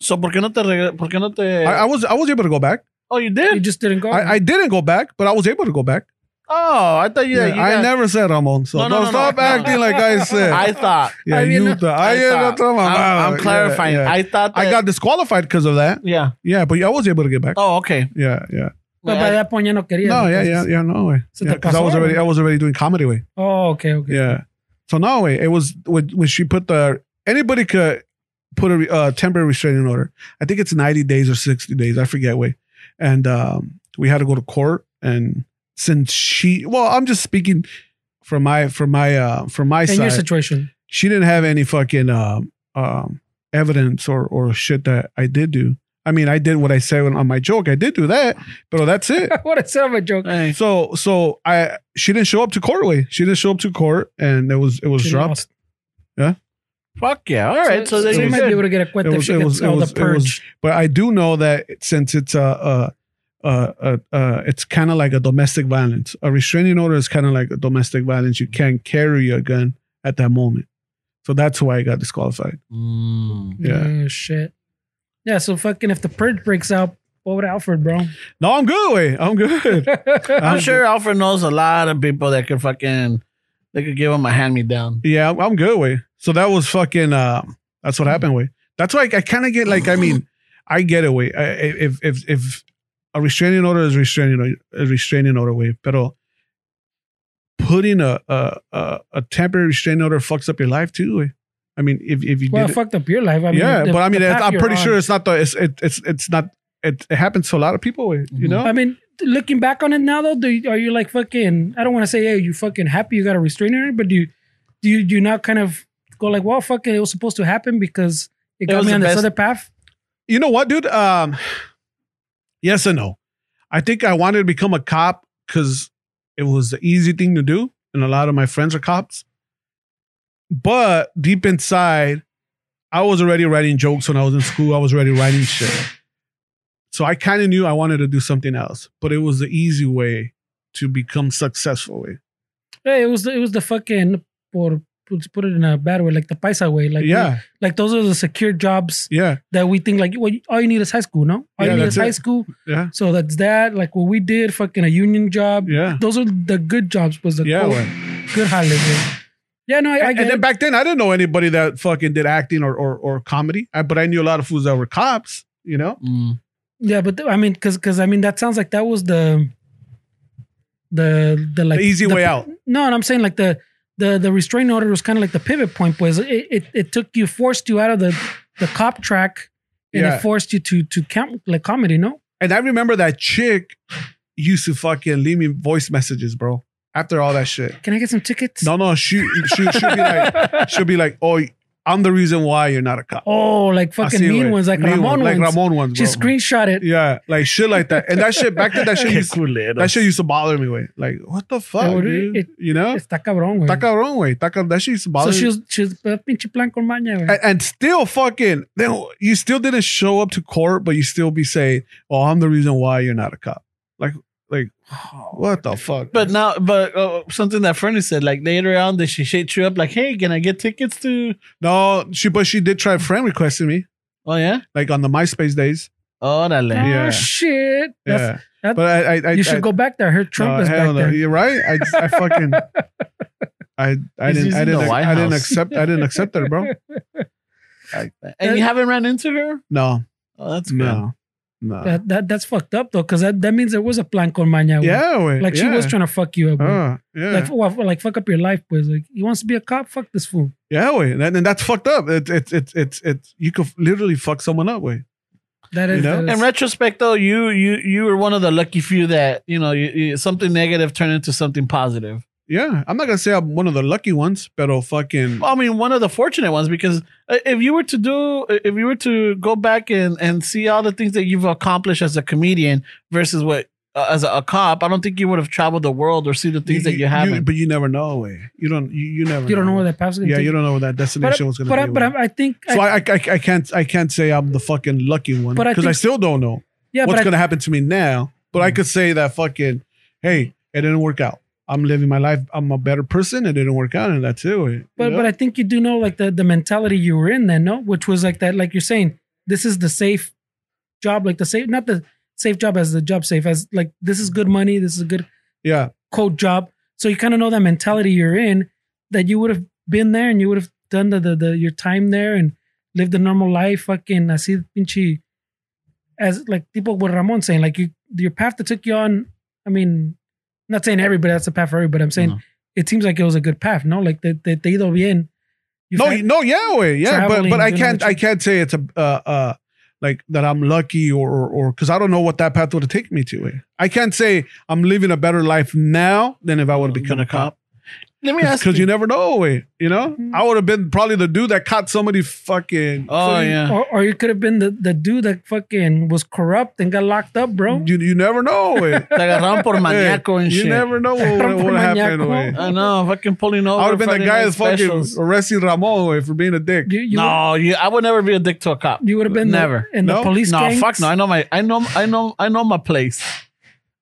S1: So por qué no te reg- por qué no te?
S3: I, I was I was able to go back.
S1: oh, you
S2: you
S1: did.
S2: just didn't go.
S3: I, I didn't go back, but I was able to go back.
S1: Oh, I thought you.
S3: Yeah,
S1: you
S3: I
S1: got-
S3: never said Ramon. So
S1: No, no,
S3: don't
S1: no, no,
S3: stop
S1: no.
S3: acting like I said.
S1: I thought.
S3: yeah,
S2: I mean,
S3: you. The, I,
S1: I
S3: am
S1: thought. I'm, I'm clarifying. I thought.
S3: I
S1: that-
S3: got disqualified because of that.
S1: Yeah.
S3: Yeah, but I was able to get back.
S1: Oh, okay.
S3: Yeah, yeah.
S2: But by that point, ya no quería.
S3: No, yeah,
S2: because-
S3: yeah, yeah. No way.
S2: So
S3: Yeah,
S2: te
S3: 'cause I
S2: pasó,
S3: was already,
S2: güey.
S3: I was already doing comedy way.
S2: Oh, okay, okay.
S3: Yeah. So no way. It was when when she put the anybody could put a re- uh, temporary restraining order. I think it's ninety days or sixty days. I forget way. And um, we had to go to court. And since she, well, I'm just speaking from my from my uh, from my
S2: In your
S3: side.
S2: situation,
S3: she didn't have any fucking um, um, evidence or or shit that I did do. I mean, I did what I said on my joke. I did do that, but that's it.
S2: what a silver joke.
S1: Hey.
S3: So so I she didn't show up to court. Way she didn't show up to court, and it was it was
S2: She
S3: dropped.
S2: lost.
S1: Fuck yeah. All right. So, there
S2: so
S1: you
S2: you might be able to get a quit
S3: It
S2: if
S3: was-
S2: she
S3: it
S2: gets
S3: was- it
S2: all
S3: was-
S2: the
S3: it was-
S2: purge.
S3: But I do know that since it's a uh uh uh, uh it's kind of like a domestic violence. A restraining order is kind of like a domestic violence. You can't carry a gun at that moment. So that's why I got disqualified.
S1: Mm.
S3: Yeah.
S2: Oh, shit. Yeah. So fucking if the purge breaks out, what would Alfred, bro?
S3: No, I'm good. Way I'm good. Ah,
S1: I'm sure Alfred knows a lot of people that could fucking they could give him a hand me down.
S3: Yeah, I'm, I'm good way. So that was fucking. Uh, that's what happened way. That's why I, I kind of get like. I mean, I get it way. I, I- if if if a restraining order is restraining order- a restraining order way, pero putting a a a, a temporary restraining order fucks up your life too. Way. I mean, if if you
S2: well, it
S3: did, it,
S2: fucked up your life. I mean,
S3: yeah,
S2: the-
S3: but I mean,
S2: the
S3: it,
S2: path
S3: I'm
S2: you're
S3: pretty
S2: on.
S3: sure it's not the it's it, it's it's not it, it happens to a lot of people. Way, You
S1: Mhm.
S3: know,
S2: I mean, looking back on it now, though, do you, are you like fucking? I don't want to say, hey, you fucking happy you got a restraining order, but do you do you, do you now kind of go like, well, fucking, it was supposed to happen because it got
S1: was
S2: me
S1: the
S2: on this
S1: best-
S2: other path.
S3: you know what, dude? Um, yes and no. I think I wanted to become a cop because it was the easy thing to do, and a lot of my friends are cops. But deep inside, I was already writing jokes when I was in school. I was already writing shit, so I kind of knew I wanted to do something else. But it was the easy way to become successful. Way.
S2: Hey, it was the, it was the fucking or let's put it in a bad way, like the paisa way, like
S3: yeah,
S2: like those are the secure jobs
S3: yeah,
S2: that we think like well, you- all you need is high school, no? All
S3: Yeah,
S2: you need
S3: that's
S2: is high
S3: it.
S2: school.
S3: yeah,
S2: So that's that. Like what we did, fucking a union job.
S3: yeah,
S2: Those are the good jobs. Was the
S3: yeah.
S2: quote,
S3: way.
S2: good holiday. Yeah, no, I, I
S3: and,
S2: get
S3: and then
S2: it.
S3: back then, I didn't know anybody that fucking did acting or or, or comedy, I, but I knew a lot of fools that were cops. You know,
S1: Mm.
S2: Yeah, but th- I mean, because because I mean, that sounds like that was the the the like
S3: the easy way out.
S2: No, and I'm saying like the the the restraining order was kind of like the pivot point. Was it, it it took you forced you out of the the cop track and
S3: Yeah.
S2: it forced you to to camp like comedy. No,
S3: And I remember that chick used to fucking leave me voice messages, bro. After all that shit.
S2: can I get some tickets?
S3: No, no, she she she'll be like she'll be like, oh, I'm the reason why you're not a cop.
S2: Oh, like fucking
S3: Así,
S2: mean
S3: güey.
S2: ones, like
S3: Mean
S2: Ramon
S3: ones,
S2: ones.
S3: like Ramon ones,
S2: She
S3: bro.
S2: screenshot it.
S3: Yeah, like shit like that. And that shit back then, that shit
S1: Qué
S3: used,
S1: culero.
S3: that shit used to bother me. Way like what the fuck,
S2: what do you-
S3: dude?
S2: it-
S3: you know,
S2: Está cabrón, güey.
S3: está cabrón, way. Está cabrón. That shit used to
S2: So
S3: bother.
S2: she
S3: me.
S2: was she was "Ah, pinche plan con maña, güey.
S3: and, and still fucking then you still didn't show up to court, but you still be saying, "Oh, I'm the reason why you're not a cop." Like, like what the fuck?
S1: But now, but uh, something that Fernie said, like later on, that she shaped you up, like, hey, can I get tickets to?
S3: no, she but she did try friend requesting me
S1: Oh yeah,
S3: like on the MySpace days.
S1: órale.
S2: Ah,
S3: yeah.
S2: shit. That's-
S3: Yeah,
S2: that-
S3: but I, I, I
S2: you should
S3: I,
S2: go back there. Her Trump
S3: no,
S2: is
S3: hell
S2: back
S3: no.
S2: there.
S3: You're right. I, just- I fucking. I, I
S1: He's
S3: didn't I
S1: using
S3: didn't
S1: the White
S3: I didn't
S1: House.
S3: accept I didn't accept it, bro.
S1: And you haven't ran into her?
S3: No,
S1: Oh, that's good.
S3: no, no.
S2: That, that that's fucked up though, because that, that means there was a plan con maña. güey.
S3: yeah, wait,
S2: like she
S3: yeah.
S2: was trying to fuck you up. güey.
S3: Uh, yeah,
S2: Like, well, like fuck up your life, boys. Like, he wants to be a cop. Fuck this fool.
S3: yeah, wait, and, and that's fucked up. It's it's it's it's it, you could literally fuck someone up, wait.
S2: That is.
S3: You know?
S2: that is-
S1: In retrospect, though, you you you were one of the lucky few that you know you, you, something negative turned into something positive.
S3: Yeah, I'm not gonna say I'm one of the lucky ones, but fucking
S1: I mean, one of the fortunate ones because uh, if you were to do, if you were to go back and and see all the things that you've accomplished as a comedian versus what uh, as a, a cop, I don't think you would have traveled the world or see the things that you haven't.
S3: but you never know, way. You don't. You, you never.
S2: you don't know where that path's gonna
S3: Yeah,
S2: take
S3: you don't know where that
S2: But,
S3: destination
S2: I-
S3: was gonna
S2: but,
S3: be.
S2: I, but
S3: wey.
S2: I, I think.
S3: so
S2: I,
S3: I, I I I can't I can't say I'm the fucking lucky one
S2: But I
S3: because I,
S2: think-
S3: still don't know
S2: yeah,
S3: what's
S2: but I, Mm-hmm.
S3: gonna happen to me now. But I could say that fucking hey, it didn't work out. I'm living my life. I'm a better person. It didn't work out, and that's it. wey. You
S2: but,
S3: know?
S2: but I think you do know like the the mentality you were in then, no? Which was like that, like you're saying, this is the safe job, like the safe, not the safe job as the job safe, as like this is good money, this is a good
S3: yeah,
S2: code job. So you kind of know that mentality you're in that you would have been there and you would have done the, the, the your time there and lived a normal life. Fucking así pinche as like people what Ramon saying like you your path that took you on. I mean, not saying everybody that's the path for everybody. I'm saying
S1: No.
S2: it seems like it was a good path. No, like they they they do bien. You've
S3: no,
S2: had-
S3: no, yeah, way, yeah. But
S2: traveling,
S3: but I
S2: you know,
S3: can't
S2: what
S3: I
S2: you-
S3: can't say it's a uh uh like that I'm lucky or or or because I don't know what that path would have taken me to. wey. I can't say I'm living a better life now than if I
S1: Oh,
S3: would have become a cop.
S1: Let me ask
S3: Because you
S1: you. Mm-hmm.
S3: never know, way. You know,
S2: Mhm.
S3: I would have been probably the dude that caught somebody fucking.
S1: Oh
S3: fucking-
S1: yeah.
S2: Or, or you could have been the, the dude that fucking was corrupt and got locked up, bro.
S3: You you never know, way.
S1: Te agarraron por maníaco and
S3: you
S1: shit.
S3: never know what
S2: Por
S3: would what happened.
S2: maníaco.
S3: Way.
S1: I know, fucking pulling over.
S3: I would have been
S1: Friday
S3: the guy
S1: night
S3: that's fucking
S1: Oh, specials.
S3: arresting Ramon way, for being a dick.
S2: You, you
S1: no, you, I would never be a dick to a cop.
S2: you would have been the-
S1: Never.
S2: in the
S3: No?
S2: police.
S1: No,
S2: gangs.
S1: fuck no. I know my, I know, I know, I know my place.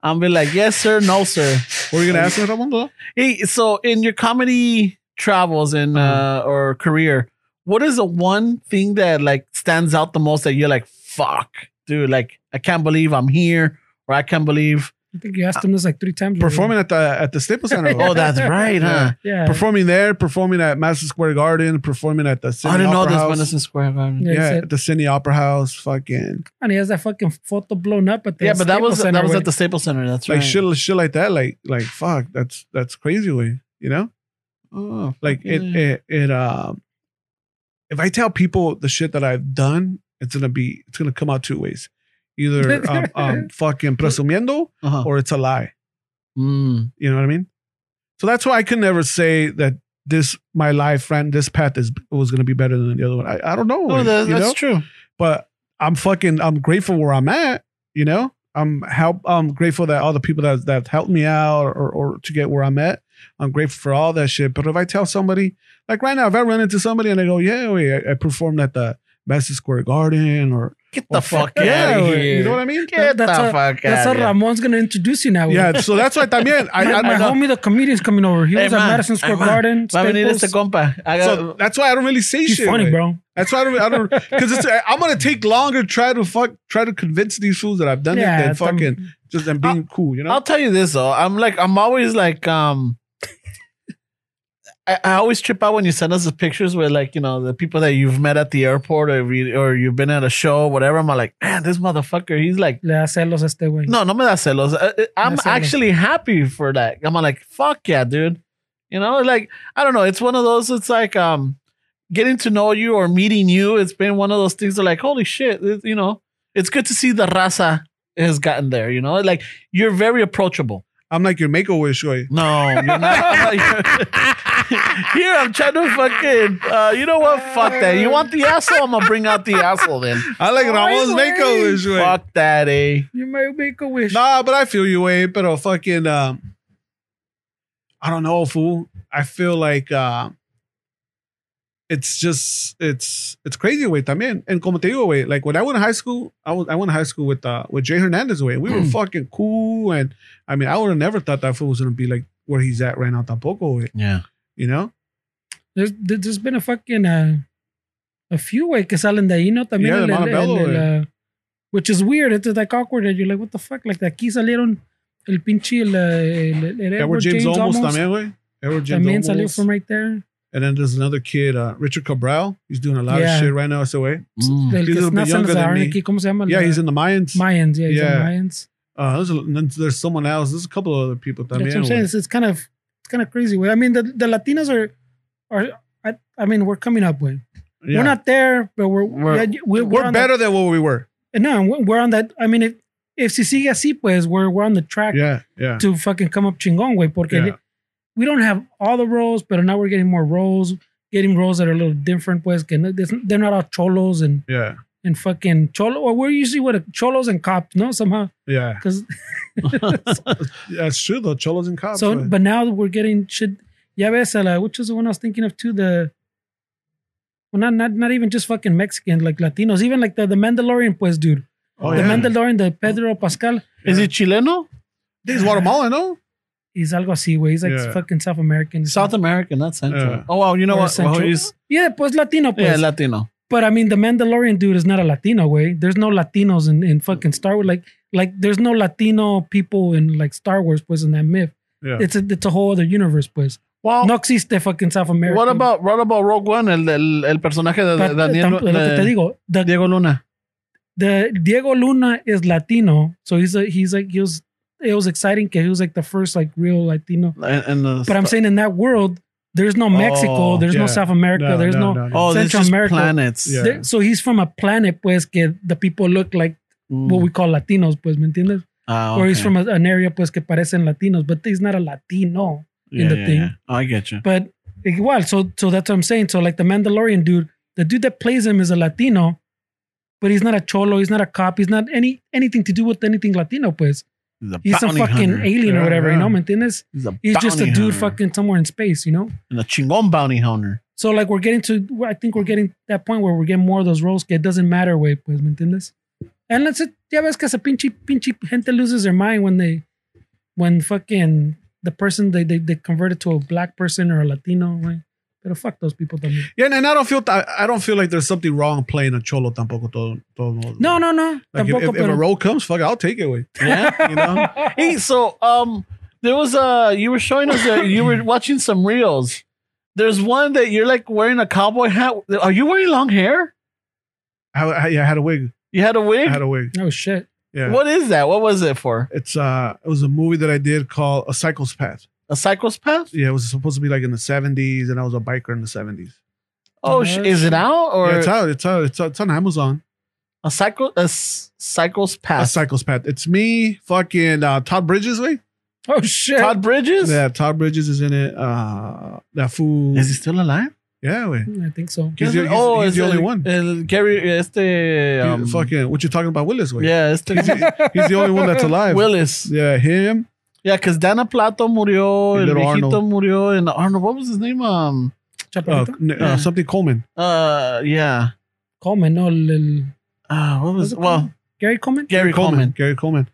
S1: I'm be like, yes sir, no sir.
S3: Were you gonna ask me Ramon? though?
S1: Hey, so in your comedy travels in uh, or career, what is the one thing that like stands out the most that you're like, fuck, dude, like I can't believe I'm here, or I can't believe.
S2: I think you asked him this like three times. already.
S3: Performing at the at the Staples Center.
S1: Oh, that's right, huh?
S2: Yeah.
S3: Performing there, performing at Madison Square Garden, performing at the Cine
S1: I didn't know
S3: Opera
S1: this
S3: House.
S1: Madison Square Garden.
S2: Yeah,
S3: Yeah,
S2: he said-
S3: at the Cine Opera House, fucking
S2: and he has that fucking photo blown up at the
S1: Yeah, but that
S2: Staples
S1: was
S2: Center
S1: that was
S2: where-
S1: at the Staples Center. That's
S3: like
S1: right.
S3: shit, shit like that. Like like fuck, that's that's crazy way. You know,
S1: Oh,
S3: like it
S1: fucking-
S3: it it um. If I tell people the shit that I've done, it's gonna be it's gonna come out two ways, either um, um fucking presumiendo
S1: uh-huh.
S3: or it's a lie.
S1: Mm.
S3: Oh, You know what I mean? So that's why I could never say that this my life ran this path is was gonna be better than the other one. I, I don't know.
S1: No, that,
S3: you
S1: that's
S3: know?
S1: true.
S3: But I'm fucking I'm grateful where I'm at, you know? I'm help I'm grateful that all the people that that helped me out or, or, to get where I'm at. I'm grateful for all that shit. But if I tell somebody, like right now, if I run into somebody and I go, Yeah, wait, I, I performed at the Madison Square Garden or,
S1: Get
S3: or
S1: the fuck
S3: fuck-
S1: out of
S3: wait,
S1: here.
S3: You know what I mean?
S1: Get
S2: That's
S1: the
S2: how-
S1: fuck
S2: That's
S1: out
S2: how
S1: of here.
S2: Ramon's gonna introduce you now.
S3: Yeah, so that's what I mean. I,
S2: my,
S3: I,
S2: my
S3: I
S2: homie, the comedian's coming over. He
S1: Hey,
S2: was
S1: man.
S2: at Madison
S1: Hey,
S2: Square
S1: man.
S2: Garden.
S1: Va a venir este
S2: Staples.
S1: compa. I got,
S3: so that's why I don't really say
S2: He's
S3: shit.
S2: funny,
S3: like-
S2: bro.
S3: That's why I don't. I don't because it's. I'm gonna take longer try to fuck try to convince these fools that I've done
S2: Yeah,
S3: it than
S2: it's, um,
S3: fucking just them being cool. You know.
S1: I'll tell you this though. I'm like I'm always like um I, I always trip out when you send us the pictures where like, you know, the people that you've met at the airport or you, or you've been at a show or whatever. I'm like, man, this motherfucker, he's like
S2: Le da celos a este güey.
S1: no, no me da celos. Uh, uh, I'm
S2: Me da celos.
S1: actually happy for that. I'm like, fuck yeah, dude. You know, like I don't know. It's one of those. It's like um, getting to know you or meeting you, it's been one of those things that like, holy shit, it- you know, it's good to see the raza has gotten there. You know, like you're very approachable.
S3: I'm like your make a wish way.
S1: No, you're not. Here, I'm trying to fucking. Uh, you know what? Fuck that. You want the asshole? I'm gonna bring out the asshole then.
S3: I like Ramon's
S2: Ay,
S3: make a
S2: güey.
S3: wish way.
S1: Fuck that, eh?
S2: You may make a wish.
S3: Nah, but I feel you, way. But a fucking, um, I don't know, fool. I feel like uh, it's just it's it's crazy, way. También and como te digo, way. Like when I went to high school, I was I went to high school with uh with Jay Hernandez, way. We were
S1: Mm.
S3: fucking cool, and I mean, I would have never thought that fool was gonna be like where he's at right now, tampoco, way.
S1: Yeah.
S3: You know?
S2: There's, there- there's been a fucking uh, a few way que salen de ahí, ¿no? También
S3: Yeah, de Montebello, eh.
S2: uh, which is weird. It's like awkward. And you're like, what the fuck? Like, de aquí salieron el pinche el, eh, el, el
S3: Edward, James, almost, también, way. Edward James
S2: También salió
S3: almost.
S2: from right there.
S3: and then there's another kid, uh, Richard Cabral. He's doing a lot
S2: Yeah.
S3: of shit right now, SOA.
S1: Mm.
S2: Del
S3: He's a
S2: que
S3: little bit
S2: nacen
S3: younger
S2: los
S3: than
S2: agarran
S3: me.
S2: aquí, ¿cómo se llama?
S3: Yeah,
S2: La-
S3: he's in the Mayans.
S2: Mayans. Yeah, he's
S3: Yeah.
S2: in Mayans.
S3: Uh, there's, a, then there's someone else. There's a couple of other people.
S2: That's what I'm
S3: También,
S2: saying. It's, it's kind of it's kind of crazy. Way. I mean, the, the Latinos are are I, I mean, we're coming up. Way.
S3: yeah.
S2: We're not there, but we're
S1: We're-
S2: yeah, we're,
S3: we're
S2: on
S3: better than what we were.
S2: That, no, we're- we're on that. I mean, if if si sigue así, pues we're we're on the track
S3: Yeah, yeah.
S2: to fucking come up chingón way. Porque
S3: Yeah.
S2: we don't have all the roles, but now we're getting more roles, getting roles that are a little different. Pues que no, they're not all cholos and
S3: Yeah,
S2: and fucking cholo. Or we're usually what cholos and cops, no somehow
S3: yeah.
S2: because
S3: That's true though. Cholos and cops.
S2: So,
S3: man.
S2: but now we're getting shit. Ya ves, a la- which is the one I was thinking of too. The well, not not not even just fucking Mexican, like Latinos, even like the the Mandalorian, pues, dude.
S3: oh
S2: the
S3: yeah,
S2: Mandalorian, the Pedro Pascal,
S1: Is it Chileno?
S3: he's Guatemalan, no?
S2: he's algo así, güey. He's like
S3: Yeah.
S2: fucking South American,
S1: South American, not Central.
S3: Yeah.
S1: Oh, well, you know
S2: Or
S1: what?
S2: Central.
S1: Well, he's,
S2: yeah, pues Latino, pues.
S1: yeah, Latino.
S2: but I mean, the Mandalorian dude is not a Latino, way. There's no Latinos in in fucking Star Wars, like like there's no Latino people in like Star Wars, pues, in that myth.
S3: Yeah.
S2: It's a it's a whole other universe, pues.
S1: Well,
S2: No existe fucking South America.
S1: what about what about Rogue One? El, el, el personaje de,
S2: Pa-
S1: de Daniel
S2: tam- lo que te
S1: de
S2: digo, the
S1: Diego Luna.
S2: the Diego Luna is Latino, so he's a, he's like he was it was exciting because he was like the first like real Latino.
S1: And, and the
S2: But I'm saying in that world, there's no Mexico,
S1: Oh,
S2: there's
S3: yeah.
S2: no South America, there's no,
S1: oh, this
S2: Central
S1: is
S2: America.
S1: planets.
S3: Yeah.
S2: there- so he's from a planet pues que the people look like
S1: Mm.
S2: what we call Latinos pues, ¿me entiendes?
S1: Ah,
S2: Or he's
S1: okay.
S2: from a, an area pues que parecen Latinos, but he's not a Latino. in the thing.
S1: Oh, I get you.
S2: But igual, so so that's what I'm saying. So like the Mandalorian dude, the dude that plays him is a Latino, but he's not a cholo, he's not a cop, he's not any anything to do with anything Latino pues. He's a
S1: bounty
S2: fucking
S1: hunter.
S2: alien or
S3: Yeah,
S2: whatever,
S3: yeah.
S2: you know, ¿me entiendes?
S1: He's, a
S2: He's just a
S1: bounty
S2: dude
S1: hunter.
S2: fucking somewhere in space, you know?
S1: and a chingon bounty hunter.
S2: So like we're getting to I think we're getting that point where we're getting more of those roles que it doesn't matter way, pues, ¿me entiendes? And let's it ya ves que esa pinche pinche gente loses their mind when they when fucking the person they they, they converted to a black person or a Latino, way. Pero fuck those people también.
S3: Yeah, and I don't feel th- I don't feel like there's something wrong playing a cholo tampoco. Todo, todo,
S2: No, no, no.
S3: Like if,
S2: tampoco,
S3: if, if a
S2: pero-
S3: role comes, fuck, it, I'll take it. Away.
S1: Yeah.
S3: You know?
S1: hey, so um, there was uh, you were showing us that you were watching some reels. There's one that you're like wearing a cowboy hat. Are you wearing long hair?
S3: I, I, yeah, I had a wig.
S1: You had a
S3: I
S1: wig.
S3: had a wig.
S2: Oh shit.
S3: Yeah.
S1: What is that? What was it for?
S3: It's uh, it was a movie that I did called A Cycle's Path.
S1: A psychopath?
S3: Yeah, it was supposed to be like in the '70s, and I was a biker in the '70s.
S1: Oh, sh- is it out or
S3: yeah, it's out. It's out. It's, out, it's on Amazon.
S1: a psycho a s- psychopath?
S3: A Cycle's Path. It's me, fucking uh, Todd Bridges, way.
S2: Oh shit.
S1: Todd Bridges?
S3: Yeah, Todd Bridges is in it. Uh, that fool.
S1: Is he still alive? Oh,
S3: yeah, wait.
S2: I think so.
S3: He's the- he's- he's
S1: is
S3: the only
S1: it-
S3: one.
S1: el Gary, este, um,
S3: fucking what you talking about, Willis? Wait.
S1: yeah, este
S3: he's the only one that's alive.
S1: Willis.
S3: Yeah, him.
S1: Yeah, because Dana Plato murió,
S3: Y
S1: el
S3: little
S1: viejito
S3: Arnold.
S1: murió, and Arnold. What was his name? Um,
S3: Uh,
S2: Chaparrito?
S3: n-
S1: Yeah.
S3: uh, something Coleman.
S1: uh, yeah.
S2: Coleman, no, el, el-
S1: Uh, what
S2: ¿was
S1: was
S2: it
S1: well
S2: Coleman? Gary Coleman?
S1: Gary Coleman?
S3: Gary Coleman.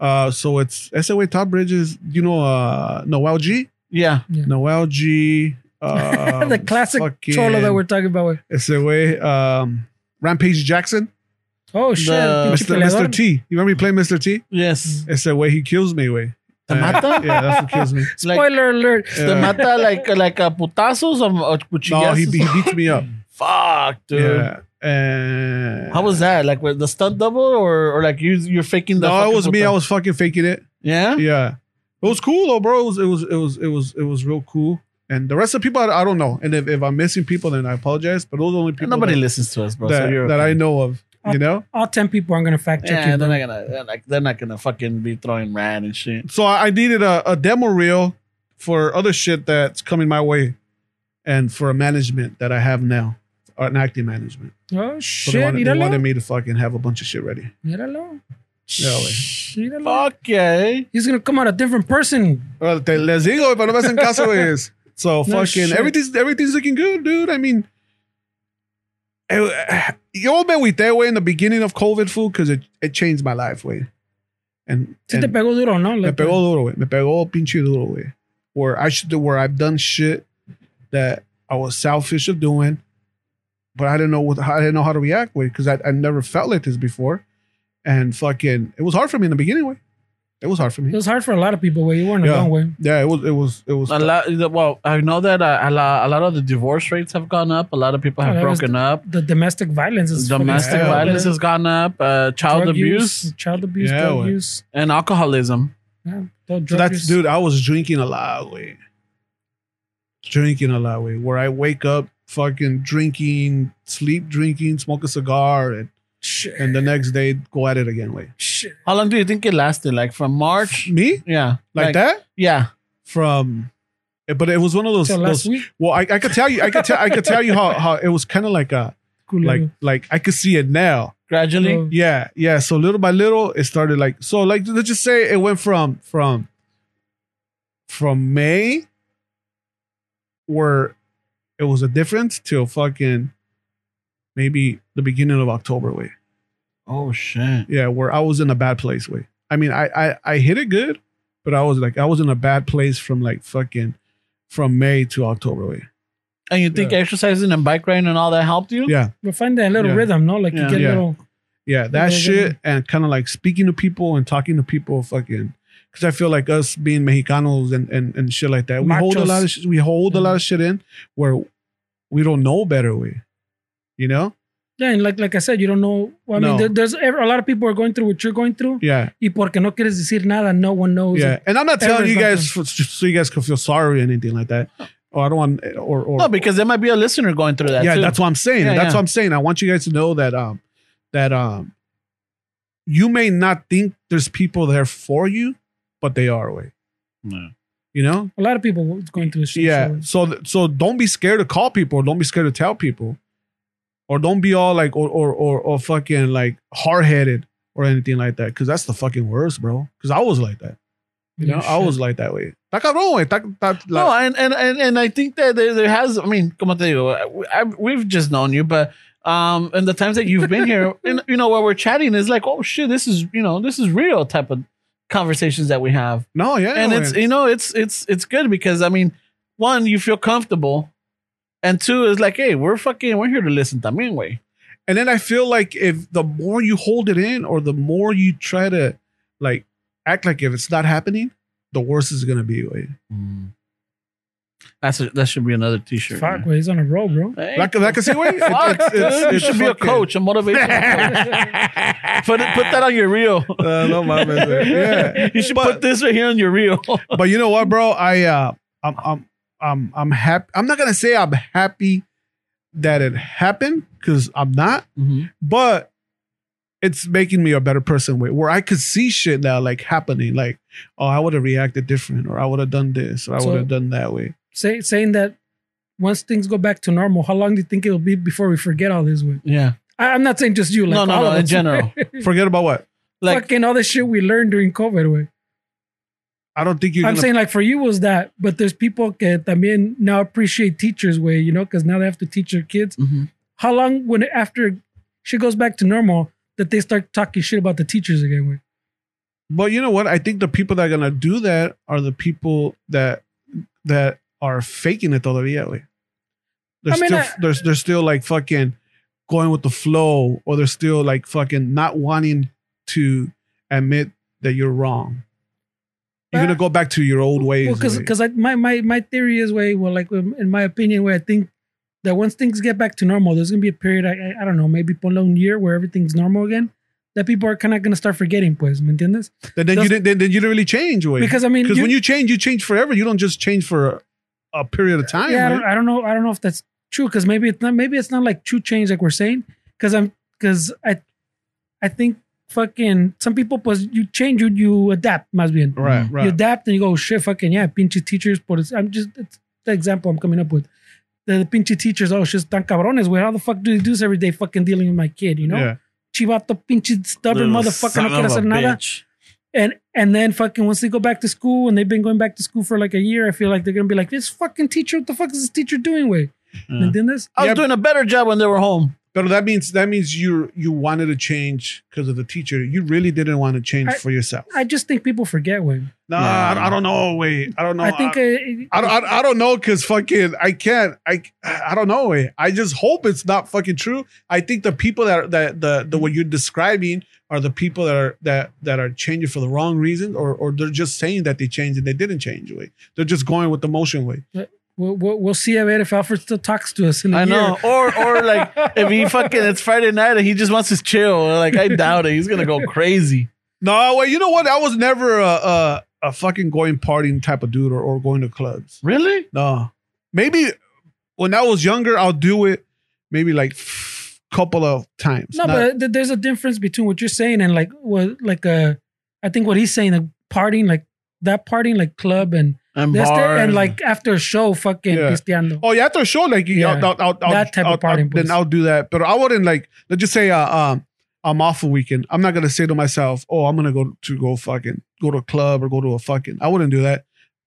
S3: Uh, so it's SOA Todd Bridges. You know, uh, Noel G.
S1: Yeah,
S3: Noel G. Uh,
S2: the classic cholo that we're talking about. güey.
S3: SOA. Um, Rampage Jackson.
S2: Oh shit.
S1: The-
S2: pinche
S3: Mr.
S2: peleador.
S3: Mr. T. You remember me playing Mr. T?
S1: yes.
S3: It's the way he kills me. Way. Uh,
S1: Te mata?
S3: Yeah, that's what kills me.
S1: Like uh,
S2: Spoiler alert.
S1: te
S3: Yeah.
S1: mata like like a putazos or, or
S3: No,
S1: cuchillazos.
S3: he, be- he beats me up.
S1: Fuck, dude.
S3: Yeah. And
S1: How was that? Like with the stunt double, or or like you you're faking the?
S3: No, it
S1: fucking
S3: was me. I
S1: puta-
S3: was fucking faking it.
S1: yeah.
S3: Yeah. It was cool though, bro. It was it was it was it was it was real cool. And the rest of the people, I, I don't know. And if, if I'm missing people, then I apologize. But those are the only people
S1: Nobody
S3: that,
S1: listens to us, bro.
S3: that,
S1: so you're
S3: that
S1: okay.
S3: I know of. You know.
S2: All ten people aren't gonna fact check
S1: Yeah,
S2: you.
S1: they're
S2: bro.
S1: not gonna they're not, they're not gonna fucking be throwing rad and shit.
S3: So I, I needed a, a demo reel for other shit that's coming my way, and for a management that I have now, uh, an acting management.
S2: Oh
S3: So they
S2: shit!
S3: wanted, they wanted
S2: Míralo.
S3: me to fucking have a bunch of shit ready.
S2: Míralo.
S3: Yeah, güey.
S2: Shh, Míralo.
S1: Fuck yeah. eh?
S2: He's gonna come out a different person.
S3: Well, te, les digo, pero no me hacen caso, güey. So
S2: No
S3: fucking
S2: shit.
S3: everything's everything's looking good, dude. I mean, eh, yo me agüité, güey, in the beginning of COVID, food, because it, it changed my life, güey. And,
S2: Si te
S3: and
S2: pegó duro, no?
S3: me
S2: Like,
S3: pegó duro, güey. Me pegó pinche duro, güey. Where I should do, where I've done shit that I was selfish of doing, but I didn't know what I didn't know how to react with because I I never felt like this before, and fucking it was hard for me in the beginning, way. It was hard for
S2: It
S3: me.
S2: was hard for a lot of people. Way you weren't
S3: Yeah.
S2: alone. Way
S3: Yeah, it was it was it was
S1: A lot. Well, I know that uh, a lot. A lot of the divorce rates have gone up. A lot of people have
S2: Oh, that was
S1: broken up.
S2: the domestic violence is fucking
S1: Domestic
S3: hell,
S2: terrible.
S1: violence has gone up. Uh, child
S2: Drug
S1: abuse
S2: child abuse,
S3: Yeah,
S2: drug
S3: güey.
S2: use.
S1: and alcoholism.
S2: Yeah, drug
S3: So that's
S2: use.
S3: dude. I was drinking a lot, way. Drinking a lot, way. Where I wake up, fucking drinking, sleep drinking, smoke a cigar, and
S2: Shit,
S3: and the next day go at it again, way.
S2: shit.
S1: How long do you think it lasted? Like from March?
S3: Me
S1: Yeah,
S3: like, that
S1: Yeah,
S3: from, eh, but it was one of those.
S2: So last
S3: those
S2: week,
S3: well, I, I could tell you, I could tell, I could tell you how how it was kind of like a like
S2: culero.
S3: like I could see it now.
S1: gradually.
S2: So-
S3: Yeah, yeah. So little by little, it started like so. Like let's just say it went from from from May, where it was a difference, till fucking maybe the beginning of October. Way,
S1: Oh shit.
S3: yeah, where I was in a bad place. Way, I mean, I I I hit it good, but I was like I was in a bad place from like fucking from May to October. Way,
S1: And you think
S3: Yeah.
S1: exercising and bike riding and all that helped you?
S3: yeah,
S2: But find that little
S3: Yeah.
S2: rhythm, no? Like
S1: Yeah.
S2: you get
S3: Yeah.
S2: little.
S3: Yeah,
S2: Yeah,
S3: that
S2: yeah.
S3: shit and kind of like speaking to people and talking to people, fucking. Because I feel like us being Mexicanos and and, and shit like that, we hold a
S2: Machos.
S3: lot of shit, we hold a lot of shit in where we don't know better way, you know?
S2: Yeah, and like like I said, you don't know. I mean,
S3: No.
S2: there, there's ev- a lot of people are going through what you're going through,
S3: Yeah,
S2: y porque no quieres decir nada, no one knows.
S3: yeah. And I'm not telling you
S2: Everybody.
S3: guys f- so you guys can feel sorry or anything like that. Or I don't want or or
S1: No, because there might be a listener going through that.
S3: yeah,
S1: too.
S3: that's what I'm saying.
S1: Yeah,
S3: that's what
S1: yeah.
S3: I'm saying. I want you guys to know that um that um you may not think there's people there for you, but they are way.
S1: No.
S3: You know?
S2: A lot of people was going through shit.
S3: yeah
S2: so-
S3: so th- so don't be scared to call people don't be scared to tell people or don't be all like or or or, or fucking like hard-headed or anything like that because that's the fucking worst bro because i was like that you know i
S2: shit.
S3: was like that way Está cabrón, güey. Está- está-
S1: no,
S3: la-
S1: and, and and and I think that there, there has. I mean, como te digo, I, I, we've just known you, but um, and the times that you've been here, and you know, while we're chatting, is like, oh shit, this is you know, this is real type of conversations that we have,
S3: no yeah
S1: and
S3: güey.
S1: it's you know, it's it's it's good because I mean, one, you feel comfortable, and two, is like, hey, we're fucking, we're here to listen también, way.
S3: and then i feel like if the more you hold it in or the more you try to like act like if it's not happening the worse it's gonna be way. Mm.
S1: That's a, that should be another T-shirt.
S2: Fuck,
S1: man.
S2: güey, he's on a roll, bro.
S1: Hey,
S3: like like i say way, it-
S1: fuck,
S3: it's-
S1: dude,
S3: it's-
S1: you
S3: it's
S1: should be a
S3: fucking-
S1: coach, a motivational coach. Put it, put that on your reel.
S3: Uh, no mames, güey. yeah
S1: you should
S3: But-
S1: put this right here on your reel.
S3: but you know what, bro? I uh, I'm I'm I'm I'm happy. I'm not gonna say I'm happy that it happened because I'm not, but it's making me a better person. Where where I could see shit now, like happening, like oh, I would have reacted different, or I would have done this, or I
S2: So-
S3: would have done that way.
S2: Say, saying that once things go back to normal, how long do you think it'll be before we forget all this? Way,
S1: Yeah.
S2: I, I'm not saying just you, like
S1: no, no,
S2: all
S1: no.
S2: of
S1: In
S2: us.
S1: general,
S3: Forget about what
S1: like
S2: fucking all the shit we learned during COVID. Way,
S3: I don't think you're.
S2: I'm
S3: gonna,
S2: saying like for you was that, but there's people that también now appreciate teachers. Way, you know, because now they have to teach their kids.
S1: Mhm.
S2: How long when after she goes back to normal that they start talking shit about the teachers again? Way,
S3: but you know what? I think the people that are gonna do that are the people that that are faking it todavía. Güey. They're
S2: I mean,
S3: still
S2: I-
S3: they're, they're still like fucking going with the flow, or they're still like fucking not wanting to admit that you're wrong. You're gonna
S2: But-
S3: go back to your old ways.
S2: well, because
S3: güey.
S2: because my my my theory is way well like um, in my opinion way I think that once things get back to normal, there's gonna be a period I I, I don't know maybe por long year where everything's normal again. That people are kind of gonna start forgetting, pues, ¿me entiendes?
S3: then, then you
S2: those-
S3: didn't then, then you didn't really change, way.
S2: Because I mean,
S3: Because when you change, you change forever. You don't just change for a, a period of time.
S2: yeah, I
S3: right?
S2: don't, I don't know. I don't know if that's true because maybe it's not. Maybe it's not like true change like we're saying. Because I'm because I, I think fucking some people pues you change you you adapt must be
S3: Right,
S2: Mm. you
S3: right.
S2: adapt and you go "Oh, shit fucking yeah pinche teachers por eso-" I'm just it's the example I'm coming up with the, the pinche teachers oh shit tan cabrones where how the fuck do they do this every day fucking dealing with my kid you know
S3: Yeah.
S2: chivato pinche stubborn
S1: Little
S2: motherfucker
S1: son
S2: no quiere
S1: of a
S2: hacer nada
S1: bitch.
S2: and and then fucking once they go back to school and they've been going back to school for like a year, I feel like they're gonna be like, this fucking teacher, what the fuck is this teacher doing? Way
S1: Yeah.
S2: and then this,
S1: I was
S3: Yeah.
S1: doing a better job when they were home.
S3: But that means that means you you wanted to change because of the teacher. You really didn't want to change
S2: I-
S3: for yourself.
S2: I just think people forget when.
S3: no,
S1: Yeah.
S3: I, I don't know. Wait, I don't know.
S2: I think eh,
S3: I,
S2: I,
S3: I, don't. I, I don't know because fucking I can't. I I don't know. Wait, I just hope it's not fucking true. I think the people that that the the what you're describing are the people that are that that are changing for the wrong reason, or or they're just saying that they changed and they didn't change. Wait, they're just going with the motion. Wait,
S2: we'll, we'll, we'll see. I mean, if Alfred still talks to us in a
S1: I
S2: year.
S1: know. Or or like if he fucking it's Friday night and he just wants his chill. Like I doubt it. He's gonna go crazy.
S3: no, wait. You know what? I was never a a, a fucking going partying type of dude, or, or going to clubs.
S1: Really?
S3: No. Maybe when I was younger, I'll do it maybe like couple of times.
S2: No,
S3: Not-
S2: but th- there's a difference between what you're saying and like what like uh, I think what he's saying, like partying, like that partying, like club and
S1: And
S2: that's the-
S1: bars.
S2: and like after a show, fucking
S3: Yeah.
S2: pisteando.
S3: oh, yeah, after a show, like you
S2: Yeah.
S3: I'll, I'll, I'll,
S2: That type of
S3: I'll-
S2: party,
S3: I'll-
S2: please.
S3: then I'll do that. But I wouldn't like let's just say uh, um I'm off a weekend. I'm not gonna say to myself, oh, I'm gonna go to go fucking go to a club or go to a fucking. I wouldn't do that.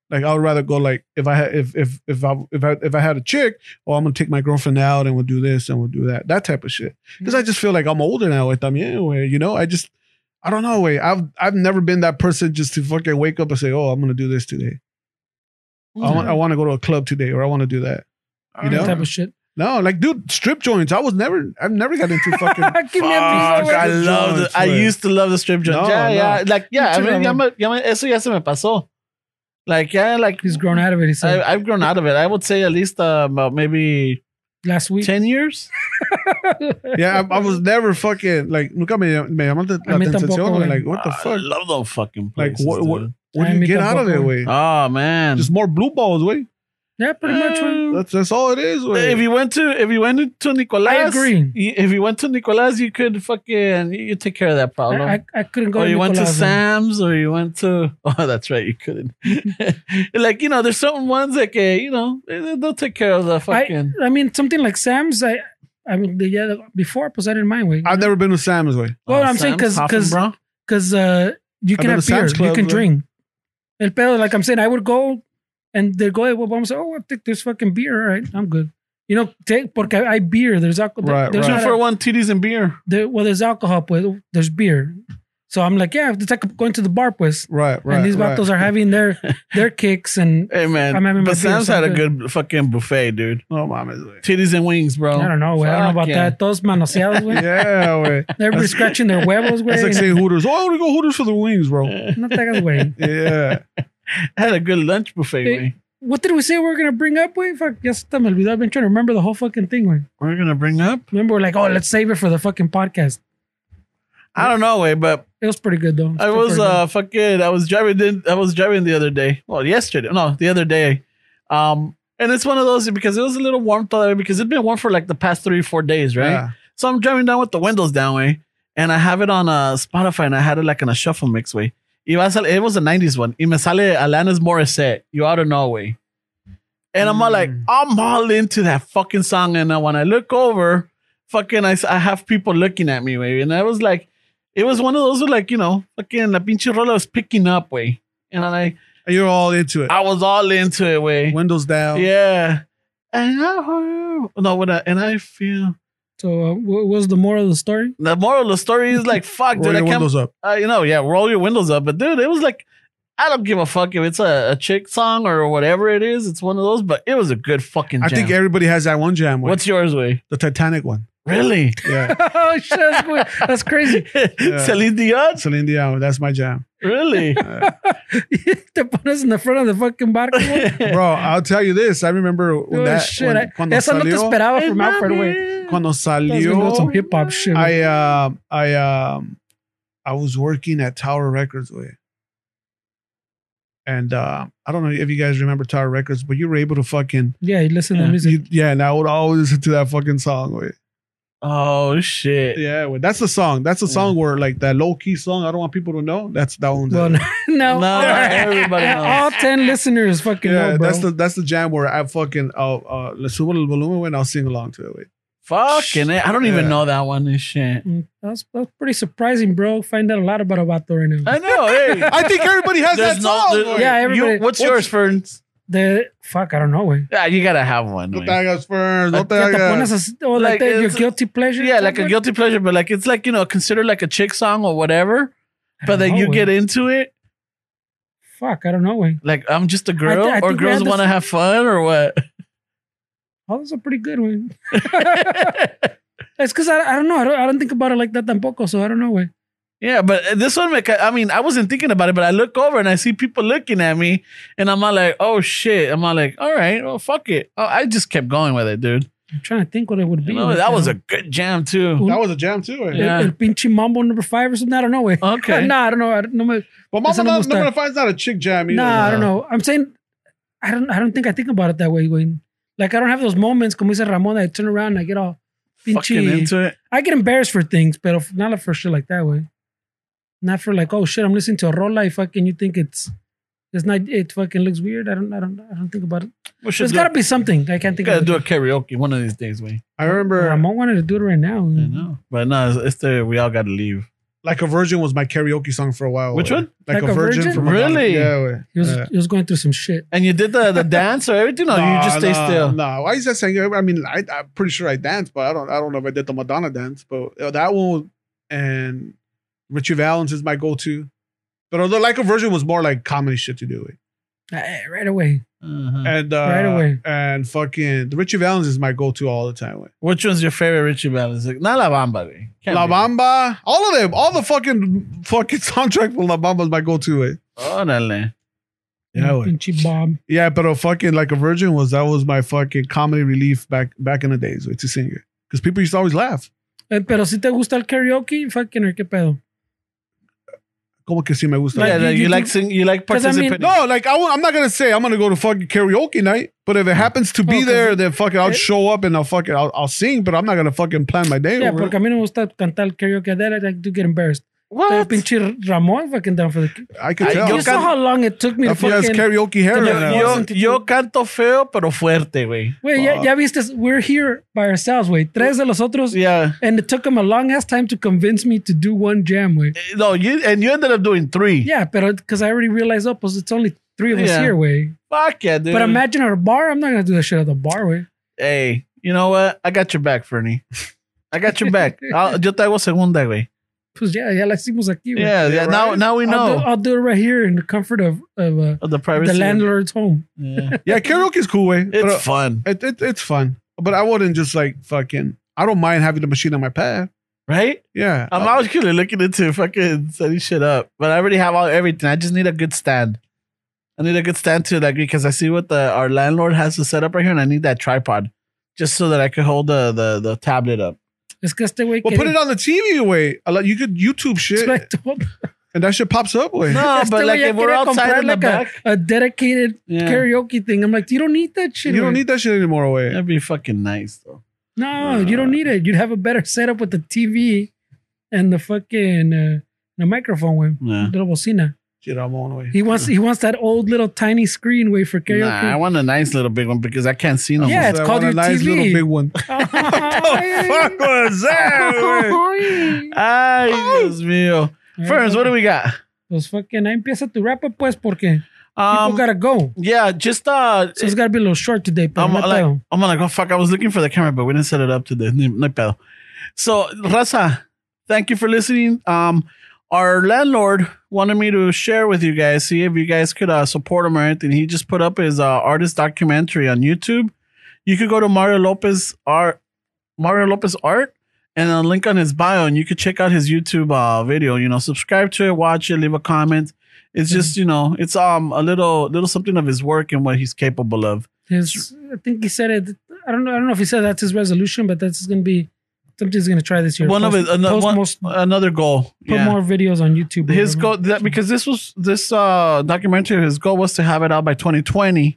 S3: Like I would rather go like if I had if if if I if I if I had a chick, oh, I'm gonna take my girlfriend out and we'll do this and we'll do that that type of shit. Because I just feel like I'm older now. With them, anyway, you know, I just I don't know. Way I've I've never been that person just to fucking wake up and say, oh, I'm gonna do this today. I want I want to go to a club today or I want to do that. you
S2: That
S3: know?
S2: type of shit.
S3: No, like dude, strip joints. I was never, I've never got into fucking.
S1: Fuck,
S2: Give me a piece of
S1: I
S2: it.
S1: love the, I used to love the strip joint.
S3: No,
S1: yeah,
S3: no.
S1: yeah. Like, yeah, I
S2: Me too,
S1: mean,
S2: I
S1: ya me, ya me, eso ya se me pasó. Like, yeah, like,
S2: He's grown out of it. He said.
S1: I, I've grown out of it. I would say at least uh, about maybe
S2: last week.
S1: 10 years.
S3: yeah, I, I was never fucking like. Nunca me, me llamó la
S2: A mí tampoco,
S3: atención.
S2: güey.
S3: Like what the
S1: Ah, I
S3: fuck?
S1: love those fucking
S3: Like,
S1: places.
S3: what-
S1: dude.
S3: What
S2: A
S3: do you
S2: mí
S3: get out of
S2: tampoco, Ah,
S3: it, way?
S2: güey.
S1: Oh, man.
S3: Just more blue balls, way.
S2: yeah, pretty much. right?
S1: Uh,
S3: That's that's all it is,
S1: if
S3: way.
S1: you went to if you went to Nicolas,
S2: I agree.
S1: you- If you went to Nicolas, you could fucking you take care of that problem.
S2: I, I, I couldn't go.
S1: or Oh, you went to
S2: Nicolás, man.
S1: Sam's, or you went to. Oh, that's right, you couldn't. like you know, there's certain ones that can, you know they- they'll take care of the fucking.
S2: I mean, something like Sam's. I, I mean, the, yeah, before I was that in my way.
S3: I've never been to Sam's way.
S2: well,
S1: Oh,
S2: I'm saying
S1: Sam's,
S2: 'cause- 'cause-
S1: Hoffenbräu.
S2: because uh, you
S3: I
S2: can
S3: go
S2: have
S3: to
S2: beer,
S3: Sam's
S2: you
S3: Club, uh,
S2: can
S3: like-
S2: drink. El pedo, like I'm saying, I would go, and they go, hey, well, I'm saying, oh, I think there's fucking beer. All right, I'm good. You know, take porque I beer. There's alcohol.
S3: Right,
S2: there's
S3: right.
S1: two
S2: not
S1: for
S2: a-
S1: one titties and beer.
S2: there, well, there's alcohol, but there's beer. So I'm like, yeah, it's like going to the bar, pues.
S3: Right, right.
S2: and these
S3: right.
S2: vatos are having their their kicks and
S1: Hey
S2: I'm having
S1: man,
S2: my
S1: but
S2: beer,
S1: Sam's
S2: so I'm
S1: had a good fucking buffet, dude.
S3: Oh, mames, way.
S1: Titties and wings, bro.
S2: I don't know, güey. I don't know about
S1: Fuck yeah.
S2: that. Those manoseados, güey.
S3: Yeah, way.
S2: Everybody scratching their huevos,
S3: That's like
S2: güey.
S3: saying Hooters. Oh, I want to go Hooters for the wings, bro.
S2: No te hagas, güey.
S3: Yeah.
S1: I had a good lunch buffet.
S2: Hey.
S1: man.
S2: What did we say we were gonna bring up, güey? Fuck, ya se te me olvidó. I've been trying to remember the whole fucking thing, güey.
S1: We're gonna bring up.
S2: Remember, we're like, oh, let's save it for the fucking podcast.
S1: I don't know, way, but
S2: It was pretty good though.
S1: I
S2: Still
S1: was
S2: pretty
S1: uh fucking I was driving in, I was driving the other day. Well, yesterday. No, the other day. Um and it's one of those because it was a little warm thought because it'd been warm for like the past three, four days, right?
S3: Yeah.
S1: So I'm driving down with the windows down way, and I have it on uh, Spotify, and I had it like in a shuffle mix way. Y va a sal- It was a '90s one. Y me sale Alanis Morissette. You out of Norway, and I'm all like,
S3: Mm.
S1: I'm all into that fucking song. And uh, when I look over, fucking, I, s- I have people looking at me, way. And I was like, it was one of those like you know, fucking la pinche rola was picking up, way. And I like,
S3: And you're all into it.
S1: I was all into it, way.
S3: Windows down.
S1: Yeah. And I heard- no, when I, and I feel
S2: So, uh, what was the moral of the story?
S1: the moral of the story is like, fuck,
S3: Roll
S1: dude, I
S3: your
S1: can't
S3: windows up.
S1: uh, you know, yeah, roll your windows up. But dude, it was like, I don't give a fuck if it's a, a chick song or whatever it is. It's one of those, but it was a good fucking
S3: I
S1: jam.
S3: think everybody has that one jam. What's
S1: What's yours, way?
S3: the Titanic one?
S1: Really?
S3: Yeah.
S2: oh shit, that's, weird. That's crazy.
S1: Celine Dion?
S3: Celine Dion. That's my jam.
S1: Really?
S2: Te pones in the front of the fucking barco. güey.
S3: Bro, I'll tell you this. I remember when
S2: Oh,
S3: that
S2: shit.
S3: when,
S2: I-
S3: cuando
S2: Esa no te
S3: salió,
S2: esperaba
S1: Hey,
S2: from Alfred, güey.
S1: mami.
S3: cuando
S2: That's gonna go
S3: salió,
S2: some hip hop shit. güey.
S3: I um I um I was working at Tower Records way. And uh, I don't know if you guys remember Tower Records, but you were able to fucking
S2: Yeah, you listen
S1: Yeah.
S2: to music.
S3: you- yeah. And I would always listen to that fucking song. Wait.
S1: Oh shit.
S3: Yeah, well, that's the song. That's the song where like that low key song. I don't want people to know. That's that one.
S2: well, no,
S1: No,
S2: all,
S1: everybody knows.
S2: all ten listeners fucking
S3: yeah,
S2: know, bro.
S3: that's the that's the jam where I fucking I'll uh, let's sube el volumen and I'll sing along to it. Wait.
S1: Fucking it. I don't even
S3: Yeah.
S1: know that one and shit.
S2: Mm, that was, that was pretty surprising, bro. Find out a lot about Abato right now.
S1: I know. Hey.
S3: I think everybody has
S1: There's
S3: that
S1: no-
S3: song.
S1: there-
S3: wait.
S2: Yeah, everybody-
S1: You, what's, yours, Ferns?
S2: The fuck, I don't know. Way.
S1: Yeah, you gotta have one.
S3: No
S1: man.
S3: te hagas first. No te
S2: Yeah, te pones
S3: hagas.
S2: así, oh, like,
S1: uh, Like,
S2: that, your
S1: it's-
S2: guilty pleasure.
S1: Yeah, like a
S2: somewhere?
S1: guilty pleasure, but like it's like you know considered like a chick song or whatever. But then
S2: know,
S1: you
S2: way.
S1: get into it,
S2: Fuck, I don't know. Way.
S1: like I'm just a girl,
S2: I
S1: or
S2: think we
S1: girls
S2: had this-
S1: want to have fun, or what?
S2: Oh, those are pretty good. Way. it's because I, I don't know. I don't, I don't think about it like that tampoco. So I don't know. Way.
S1: yeah, but this one, like, I mean, I wasn't thinking about it, but I look over and I see people looking at me, and I'm not like, oh shit, I'm not like, all right, well fuck it. Oh, I just kept going with it, dude.
S2: I'm trying to think what it would be.
S1: You know,
S2: way,
S1: that
S2: you
S1: was a
S2: know?
S1: good jam too.
S3: That was a jam too. eh? Wait.
S1: Yeah.
S2: El, el pinche mambo number five or something. I don't know. Way.
S1: Okay.
S2: nah, I don't know. I don't know. way.
S3: But Mama
S2: Esa no me
S3: Not-
S2: gusta.
S3: Number Five's not a chick jam either.
S2: Nah, I don't
S1: uh,
S2: know. I'm saying I don't I don't think I think about it that way, Wayne. Like I don't have those moments, como dice Ramon, I turn around and I get all
S1: Fucking
S2: pinchy.
S1: into it.
S2: I get embarrassed for things, but if- not for shit like that way. Not for like, oh shit, I'm listening to a rola. If fucking you think it's it's not it fucking looks weird. I don't I don't I don't think about it.
S1: We should
S2: There's
S1: do,
S2: gotta be something. I can't
S1: we
S2: think
S1: gotta
S2: of
S1: do
S2: it.
S1: a karaoke one of these days, we.
S3: I remember
S2: Ramon wanted to do it right now.
S1: I know, but no, it's, it's the we all gotta leave.
S3: like a virgin was my karaoke song for a while.
S1: Which
S3: wait.
S1: one?
S3: Like, a, virgin. from Madonna.
S1: Really?
S3: Yeah. wait.
S2: He was
S3: Yeah.
S2: he was going through some shit.
S1: And you did the the dance or everything, or Oh, you just stay
S3: no,
S1: still?
S3: No, I just saying. I mean, I, I'm pretty sure I danced, but I don't. I don't know if I did the Madonna dance, but uh, that one and Richie Valens is my go-to. But although like a version was more like comedy shit to do it,
S2: Eh, Right away.
S1: Uh-huh.
S3: and uh,
S2: Right away.
S3: and fucking the Richie Valens is my go-to all the time. eh.
S1: Which one's your favorite Richie Valens? Like, not La Bamba. güey. Can't
S3: La
S1: be.
S3: Bamba, all of them, all the fucking fucking soundtrack for La Bamba is my go-to. eh.
S1: Órale.
S3: Yeah, wait.
S2: Pinchy Bob.
S3: Yeah, but a fucking like a virgin was that was my fucking comedy relief back back in the days with to sing it because people used to always laugh.
S2: Eh, pero si te gusta el karaoke, fucking or qué pedo.
S3: Como que si me gusta.
S1: yeah,
S2: you-
S1: like, you,
S2: you
S1: like
S2: do-
S1: sing, you like
S2: 'Cause I mean-
S1: participating.
S3: No, like I won't, I'm not gonna say I'm gonna go to fucking karaoke night, but if it happens to be
S2: Oh, 'cause
S3: there, then fucking I'll
S2: it-
S3: show up and I'll fucking I'll, I'll sing, but I'm not gonna fucking plan my day.
S2: Yeah,
S3: over it.
S2: porque a mí no me gusta cantar karaoke. That I like to get embarrassed. That
S1: what?
S2: pinche Ramon fucking down for the.
S3: I could
S1: I-
S3: tell.
S1: yo
S2: you saw
S1: can-
S2: how long it took me to
S3: That fool has
S2: fucking.
S3: karaoke hair
S2: Yo-
S3: right
S2: yo-
S3: now.
S1: Yo, yo canto feo, pero fuerte, güey.
S2: Wait, ya, ya viste, we're here by ourselves, wait. Tres de los otros,
S1: Yeah.
S2: and it took him a long ass time to convince me to do one jam, wait.
S1: Eh, No, you and you ended up doing three.
S2: Yeah, pero because I already realized, oh, pues it's only three of us
S1: Yeah.
S2: here, way.
S1: Fuck yeah, dude.
S2: But imagine at a bar, I'm not gonna do that shit at the bar, way.
S1: Hey, you know what? I got your back, Fernie. I got your back. I'll, yo te hago segunda, güey.
S2: Pues yeah, ya la hicimos aquí, güey.
S1: Yeah, yeah.
S3: Yeah,
S1: Now,
S3: right?
S1: now we
S2: I'll, do,
S1: know
S2: I'll do it right here in the comfort of, of uh,
S1: of the privacy.
S2: the landlord's home.
S1: Yeah.
S3: yeah, karaoke's cool way. But,
S1: It's
S3: uh,
S1: fun,
S3: it, it, it's fun, but I wouldn't just like fucking. I don't mind having the machine on my pad.
S1: right?
S3: Yeah,
S1: I'm
S3: Uh,
S1: always kind of looking into fucking setting shit up, but I already have all everything. I just need a good stand. I need a good stand to like because I see what the our landlord has to set up right here, and I need that tripod just so that I could hold the the, the tablet up.
S2: Es que este güey
S3: well, put it on the TV way. I like- You could YouTube shit, and that shit pops up way.
S1: No,
S2: Este
S1: but
S2: güey
S1: like
S2: ya
S1: if we're
S2: quería
S1: outside in
S2: comprar
S1: the
S2: like a,
S1: back,
S2: a dedicated
S1: yeah,
S2: karaoke thing. I'm like, you don't need that shit.
S3: you don't
S2: güey.
S3: need that shit anymore way.
S1: that'd be fucking nice though.
S2: No, you don't need it. You'd have a better setup with the TV and the fucking uh, the microphone with
S1: Yeah.
S2: little bocina.
S3: Shit, I'm on way.
S2: He wants he wants that old little tiny screen way for karaoke.
S1: Nah, I want a nice little big one because I can't see no
S2: Yeah,
S1: more.
S2: it's
S3: I want
S2: called
S3: a
S2: your
S3: nice
S2: TV.
S3: little big one. Fuck was that? way?
S1: Ay, Dios mío. Ferns, what do we got?
S2: Pues fucking, ahí empieza tu wrap up, pues, porque people
S1: Um,
S2: gotta go.
S1: yeah, just uh,
S2: So it's gotta be a little short today, pero
S1: I'm
S2: no
S1: like,
S2: pedo.
S1: I'm like, oh fuck, I was looking for the camera, but we didn't set it up today. Ni- No pedo. So, Raza, thank you for listening. Um, our landlord wanted me to share with you guys, see if you guys could uh, support him or anything. He just put up his uh, artist documentary on YouTube. You could go to Mario Lopez art, Mario Lopez art, and a link on his bio, and you could check out his YouTube uh, video. You know, subscribe to it, watch it, leave a comment. It's just you know, it's um a little little something of his work and what he's capable of.
S2: His, I think he said it. I don't know. I don't know if he said that's his resolution, but that's going to be I'm just gonna try this year.
S1: one of
S2: Post-
S1: it, another,
S2: post
S1: one,
S2: most-
S1: another goal.
S2: put
S1: yeah.
S2: more videos on YouTube. or
S1: his
S2: whatever.
S1: goal that because this was this uh documentary. His goal was to have it out by 2020,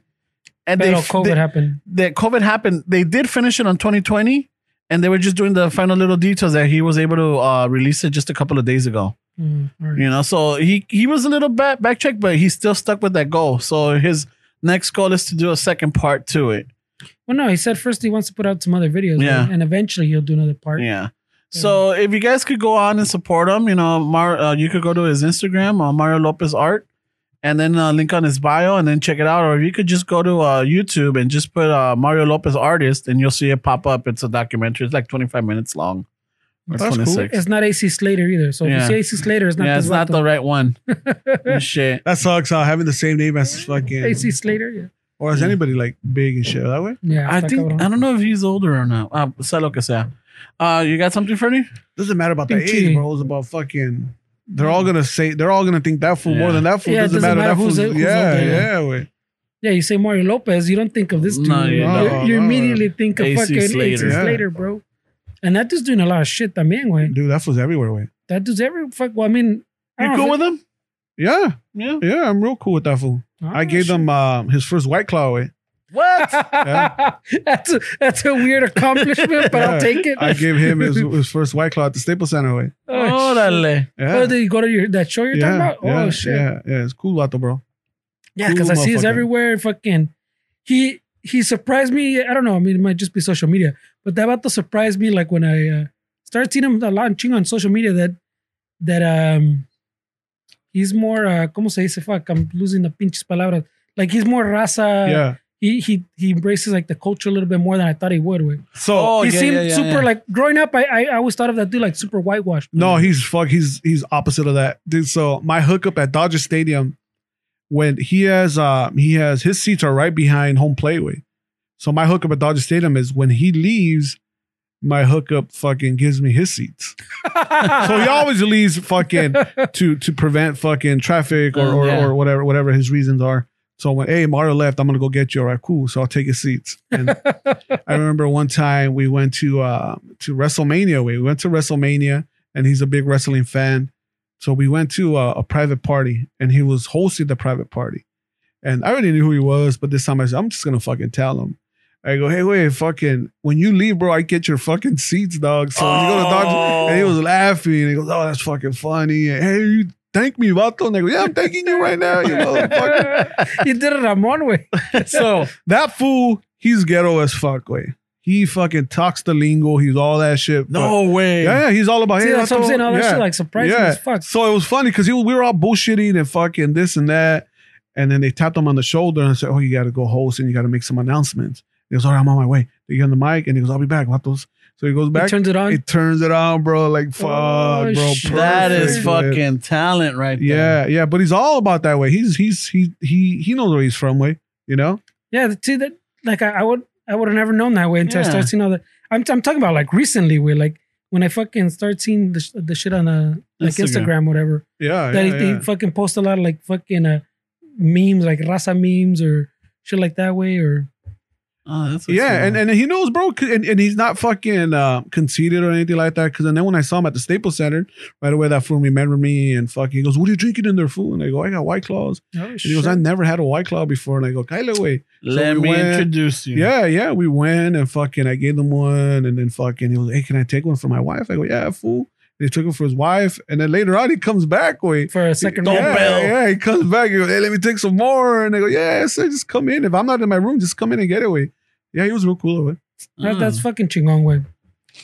S1: and
S2: Pero
S1: they,
S2: COVID
S1: they
S2: happened.
S1: that COVID happened. They did finish it on 2020, and they were just doing the final little details that he was able to uh release it just a couple of days ago.
S2: Mm, all right.
S1: You know, so he he was a little back backtrack, but he still stuck with that goal. So his next goal is to do a second part to it.
S2: Well, no, he said first he wants to put out some other videos,
S1: Yeah.
S2: right? and eventually he'll do another part.
S1: Yeah. So if you guys could go on and support him, you know, Mar, uh, you could go to his Instagram, uh, Mario Lopez Art, and then uh, link on his bio, and then check it out. Or you could just go to uh, YouTube and just put uh, Mario Lopez Artist, and you'll see it pop up. It's a documentary. It's like twenty five minutes long. Or
S3: That's cool.
S2: It's not AC Slater either. So
S1: Yeah.
S2: if you see AC Slater, it's not.
S1: yeah, it's not the right one. Shit.
S3: That sucks. Uh, having the same name as fucking
S2: AC Slater. Yeah.
S3: or as anybody like big and shit that way.
S2: Yeah.
S1: I
S2: está
S1: think
S2: cabrón.
S1: I don't know if he's older or not. Uh, sea lo que sea. Uh, you got something for me?
S3: Doesn't matter about the
S2: Pinche.
S3: age, bro. It's about fucking. They're all gonna say. They're all gonna think that fool more
S1: Yeah.
S3: than that fool.
S2: Yeah, it
S3: doesn't,
S2: doesn't
S3: matter.
S2: matter
S3: that
S2: who's-
S3: fool's.
S2: who's
S3: yeah,
S2: older.
S3: yeah. Wait.
S2: Yeah, you say Mario Lopez, you don't think of this dude.
S1: No, you
S2: you,
S3: don't.
S2: you
S3: No, no.
S2: immediately think of
S1: AC
S2: fucking AC
S1: Slater.
S2: Slater,
S3: Yeah.
S2: bro. And that dude's doing a lot of shit también, güey.
S3: dude, that fool's everywhere. Wait.
S2: That dude's every fuck. Well, I mean, Oh,
S1: You
S2: I don't
S1: cool
S2: know
S1: with him?
S3: Yeah,
S1: Yeah.
S3: yeah. I'm real cool with that fool.
S2: if-
S3: I gave them um, his first white claw. Wait.
S1: What?
S3: Yeah.
S2: that's a, that's a weird accomplishment, but
S3: Yeah.
S2: I'll take it.
S3: I gave him his, his first white claw at the Staples Center. Wait.
S2: shit.
S1: Órale.
S3: Yeah.
S2: Oh, did you go to your that show you're
S3: yeah,
S2: talking about?
S3: yeah,
S2: oh shit.
S3: Yeah, yeah. It's cool, Lato, bro.
S2: Yeah, because I
S3: Cool
S2: see his
S3: motherfucker.
S2: everywhere. Fucking, he he surprised me. I don't know. I mean, it might just be social media, but that about to surprise me. Like when I uh, started seeing him a lot and ching on social media, that that um, he's more. Uh, ¿Cómo se dice? Fuck, I'm losing the pinches palabras. Like he's more raza.
S3: yeah.
S2: He he he embraces like the culture a little bit more than I thought he would. With
S3: So
S1: Oh,
S2: he
S1: yeah,
S2: seemed
S1: yeah, yeah,
S2: super
S1: yeah.
S2: like growing up. I, I I always thought of that dude like super whitewashed.
S3: No, he's fuck. He's he's opposite of that, dude. So my hookup at Dodger Stadium, when he has uh he has his seats are right behind home plate way. So my hookup at Dodger Stadium is when he leaves, my hookup fucking gives me his seats. So he always leaves fucking to to prevent fucking traffic or
S1: Oh,
S3: or,
S1: yeah.
S3: or whatever whatever his reasons are. So when hey Mario left, I'm gonna go get you. All right, cool. So I'll take his seats. And I remember one time we went to uh to WrestleMania. We went to WrestleMania, and he's a big wrestling fan. So we went to a, a private party, and he was hosting the private party. And I already knew who he was, but this time I said, I'm just gonna fucking tell him. I go, hey, wait, fucking, when you leave, bro, I get your fucking seats, dog. So you go to Dodger, and he was laughing. He goes, oh, that's fucking funny. And, hey, you thank me, vato. And I go, yeah, I'm thanking you right now, you motherfucker.
S2: he did it Ramon way.
S1: so
S3: That fool, he's ghetto as fuck, way. He fucking talks the lingo. He's all that shit.
S1: no
S3: but-
S1: way.
S3: Yeah, yeah, he's all about.
S2: See,
S3: hey,
S2: that's what I'm
S3: vato,"
S2: saying. All that
S3: yeah.
S2: shit like surprising
S3: yeah.
S2: as fuck.
S3: So it was funny because we were all bullshitting and fucking this and that. And then they tapped him on the shoulder and said, Oh, you got to go host and you got to make some announcements. He goes, All right, I'm on my way. They get on the mic and he goes, I'll be back. What those? So he goes
S2: He
S3: back.
S2: turns it on.
S3: It turns it on, bro. Like, fuck,
S2: Oh,
S3: bro.
S2: shit.
S1: That is
S3: perfect, man.
S1: fucking talent right there.
S3: Yeah, yeah. But he's all about that way. He's, he's, he, he, he knows where he's from, way, you know?
S2: Yeah, the- see that like I, I would I would have never known that way until I
S1: Yeah.
S2: started seeing all the I'm I'm talking about like recently where like when I fucking start seeing the, sh- the shit on uh like
S1: Instagram.
S2: Instagram, whatever
S3: Yeah.
S2: that
S3: yeah,
S2: he,
S3: yeah.
S2: he fucking post a lot of like fucking uh, memes like raza memes or shit like that way or
S1: Oh, that's what's
S3: Yeah,
S1: going
S3: and,
S1: on.
S3: and he knows, bro, c- and, and he's not fucking uh, conceited or anything like that. Because then when I saw him at the Staples Center, right away that fool remembered me and fucking he goes, "What are you drinking in there, fool?" And I go, "I got White Claws."
S2: oh,
S3: And he goes, "I never had a White Claw before." And I go, "Kyla, way, so
S1: let
S3: we
S1: me
S3: went-
S1: introduce you.
S3: yeah, yeah." We went and fucking I gave them one, and then fucking he was, "Hey, can I take one for my wife?" I go, "Yeah, fool." And he took it for his wife, and then later on he comes back, way.
S2: for a second
S1: Don't
S2: round.
S3: Yeah,
S1: bet.
S3: yeah, he comes back. He goes, hey, let me take some more. And I go, yeah, sir, just come in. If I'm not in my room, just come in and get away. Yeah, he was real cool. Away.
S2: That-
S1: Mm.
S2: that's fucking chingon way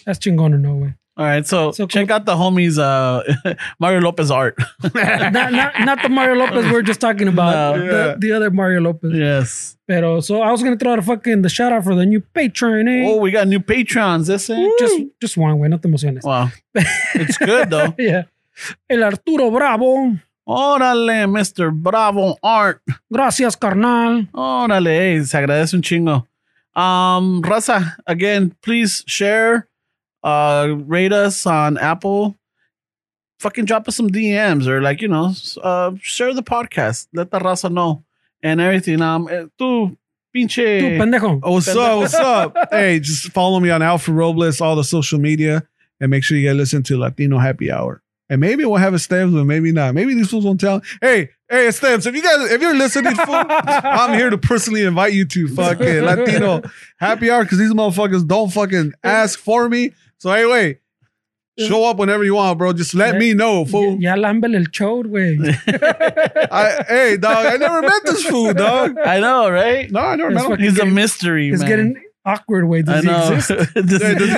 S2: that's chingon or no way
S1: All right, so,
S2: So
S1: check
S2: cool.
S1: out the homies uh Mario Lopez art.
S2: not, not, not the Mario Lopez we were just talking about
S3: No.
S2: the, the other Mario Lopez
S1: yes.
S2: pero so I was gonna throw out a fucking the shout out for the new patron eh?
S1: Oh, we got new patrons. That's it.
S2: Just, just one way, no te
S3: Oh.
S2: emociones.
S1: wow. it's good though.
S2: Yeah. El Arturo Bravo.
S1: Órale, Mr. Bravo Art.
S2: Gracias, carnal.
S1: Órale, hey, se agradece un chingo. Um, Raza, again, please share, uh, rate us on Apple. Fucking drop us some DMs or like, you know, s- uh, share the podcast. Let the Raza know and everything. Um, eh, tú,
S2: Tu
S1: pinche.
S3: Eh.
S2: pendejo.
S3: Oh, what's up? What's up? Hey, just follow me on Alpha Robles, all the social media. and make sure you guys listen to Latino Happy Hour. And maybe we'll have a Stems, but maybe not. Maybe these fools won't tell. Hey, hey, Stems, if you guys, if you're listening, fool, I'm here to personally invite you to fucking Latino Happy Hour because these motherfuckers don't fucking ask for me. So anyway, show up whenever you want, bro. Just let me know, fool.
S2: Ya lámbele el show, güey.
S3: I, hey, dog, I never met this fool, dog.
S1: I know, right?
S3: No, I never
S2: It's
S3: met him.
S2: fucking
S1: He's a
S2: getting-
S1: mystery.
S2: It's
S1: man.
S2: getting awkward, güey.
S1: I
S2: Does he
S1: know.
S2: exist?
S1: Does
S3: Yeah, does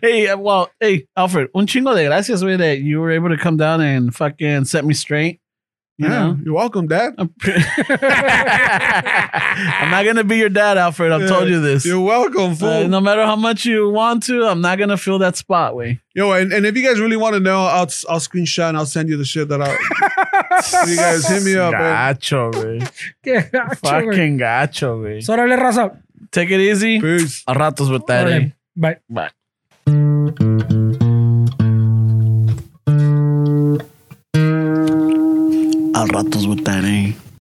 S1: hey, uh, well, hey, Alfred, un chingo de gracias, way that you were able to come down and fucking set me straight. You
S3: Yeah,
S1: know?
S3: you're welcome, Dad.
S1: I'm, pre- I'm not gonna be your dad, Alfred. I've
S3: Yeah,
S1: told you this.
S3: You're welcome, fool.
S1: Uh, no matter how much you want to, I'm not gonna fill that spot. Way
S3: Yo, and, and if you guys really want to know, I'll I'll screenshot and I'll send you the shit that I. you guys hit me up. man.
S1: gacho, güey.
S2: Qué gacho, güey.
S1: fucking gacho, güey.
S2: So, órale, raza.
S1: Take it easy.
S3: Peace.
S1: A ratos with that. eh?
S2: Órale. Bye.
S1: Bye. Al ratos with that. Eh?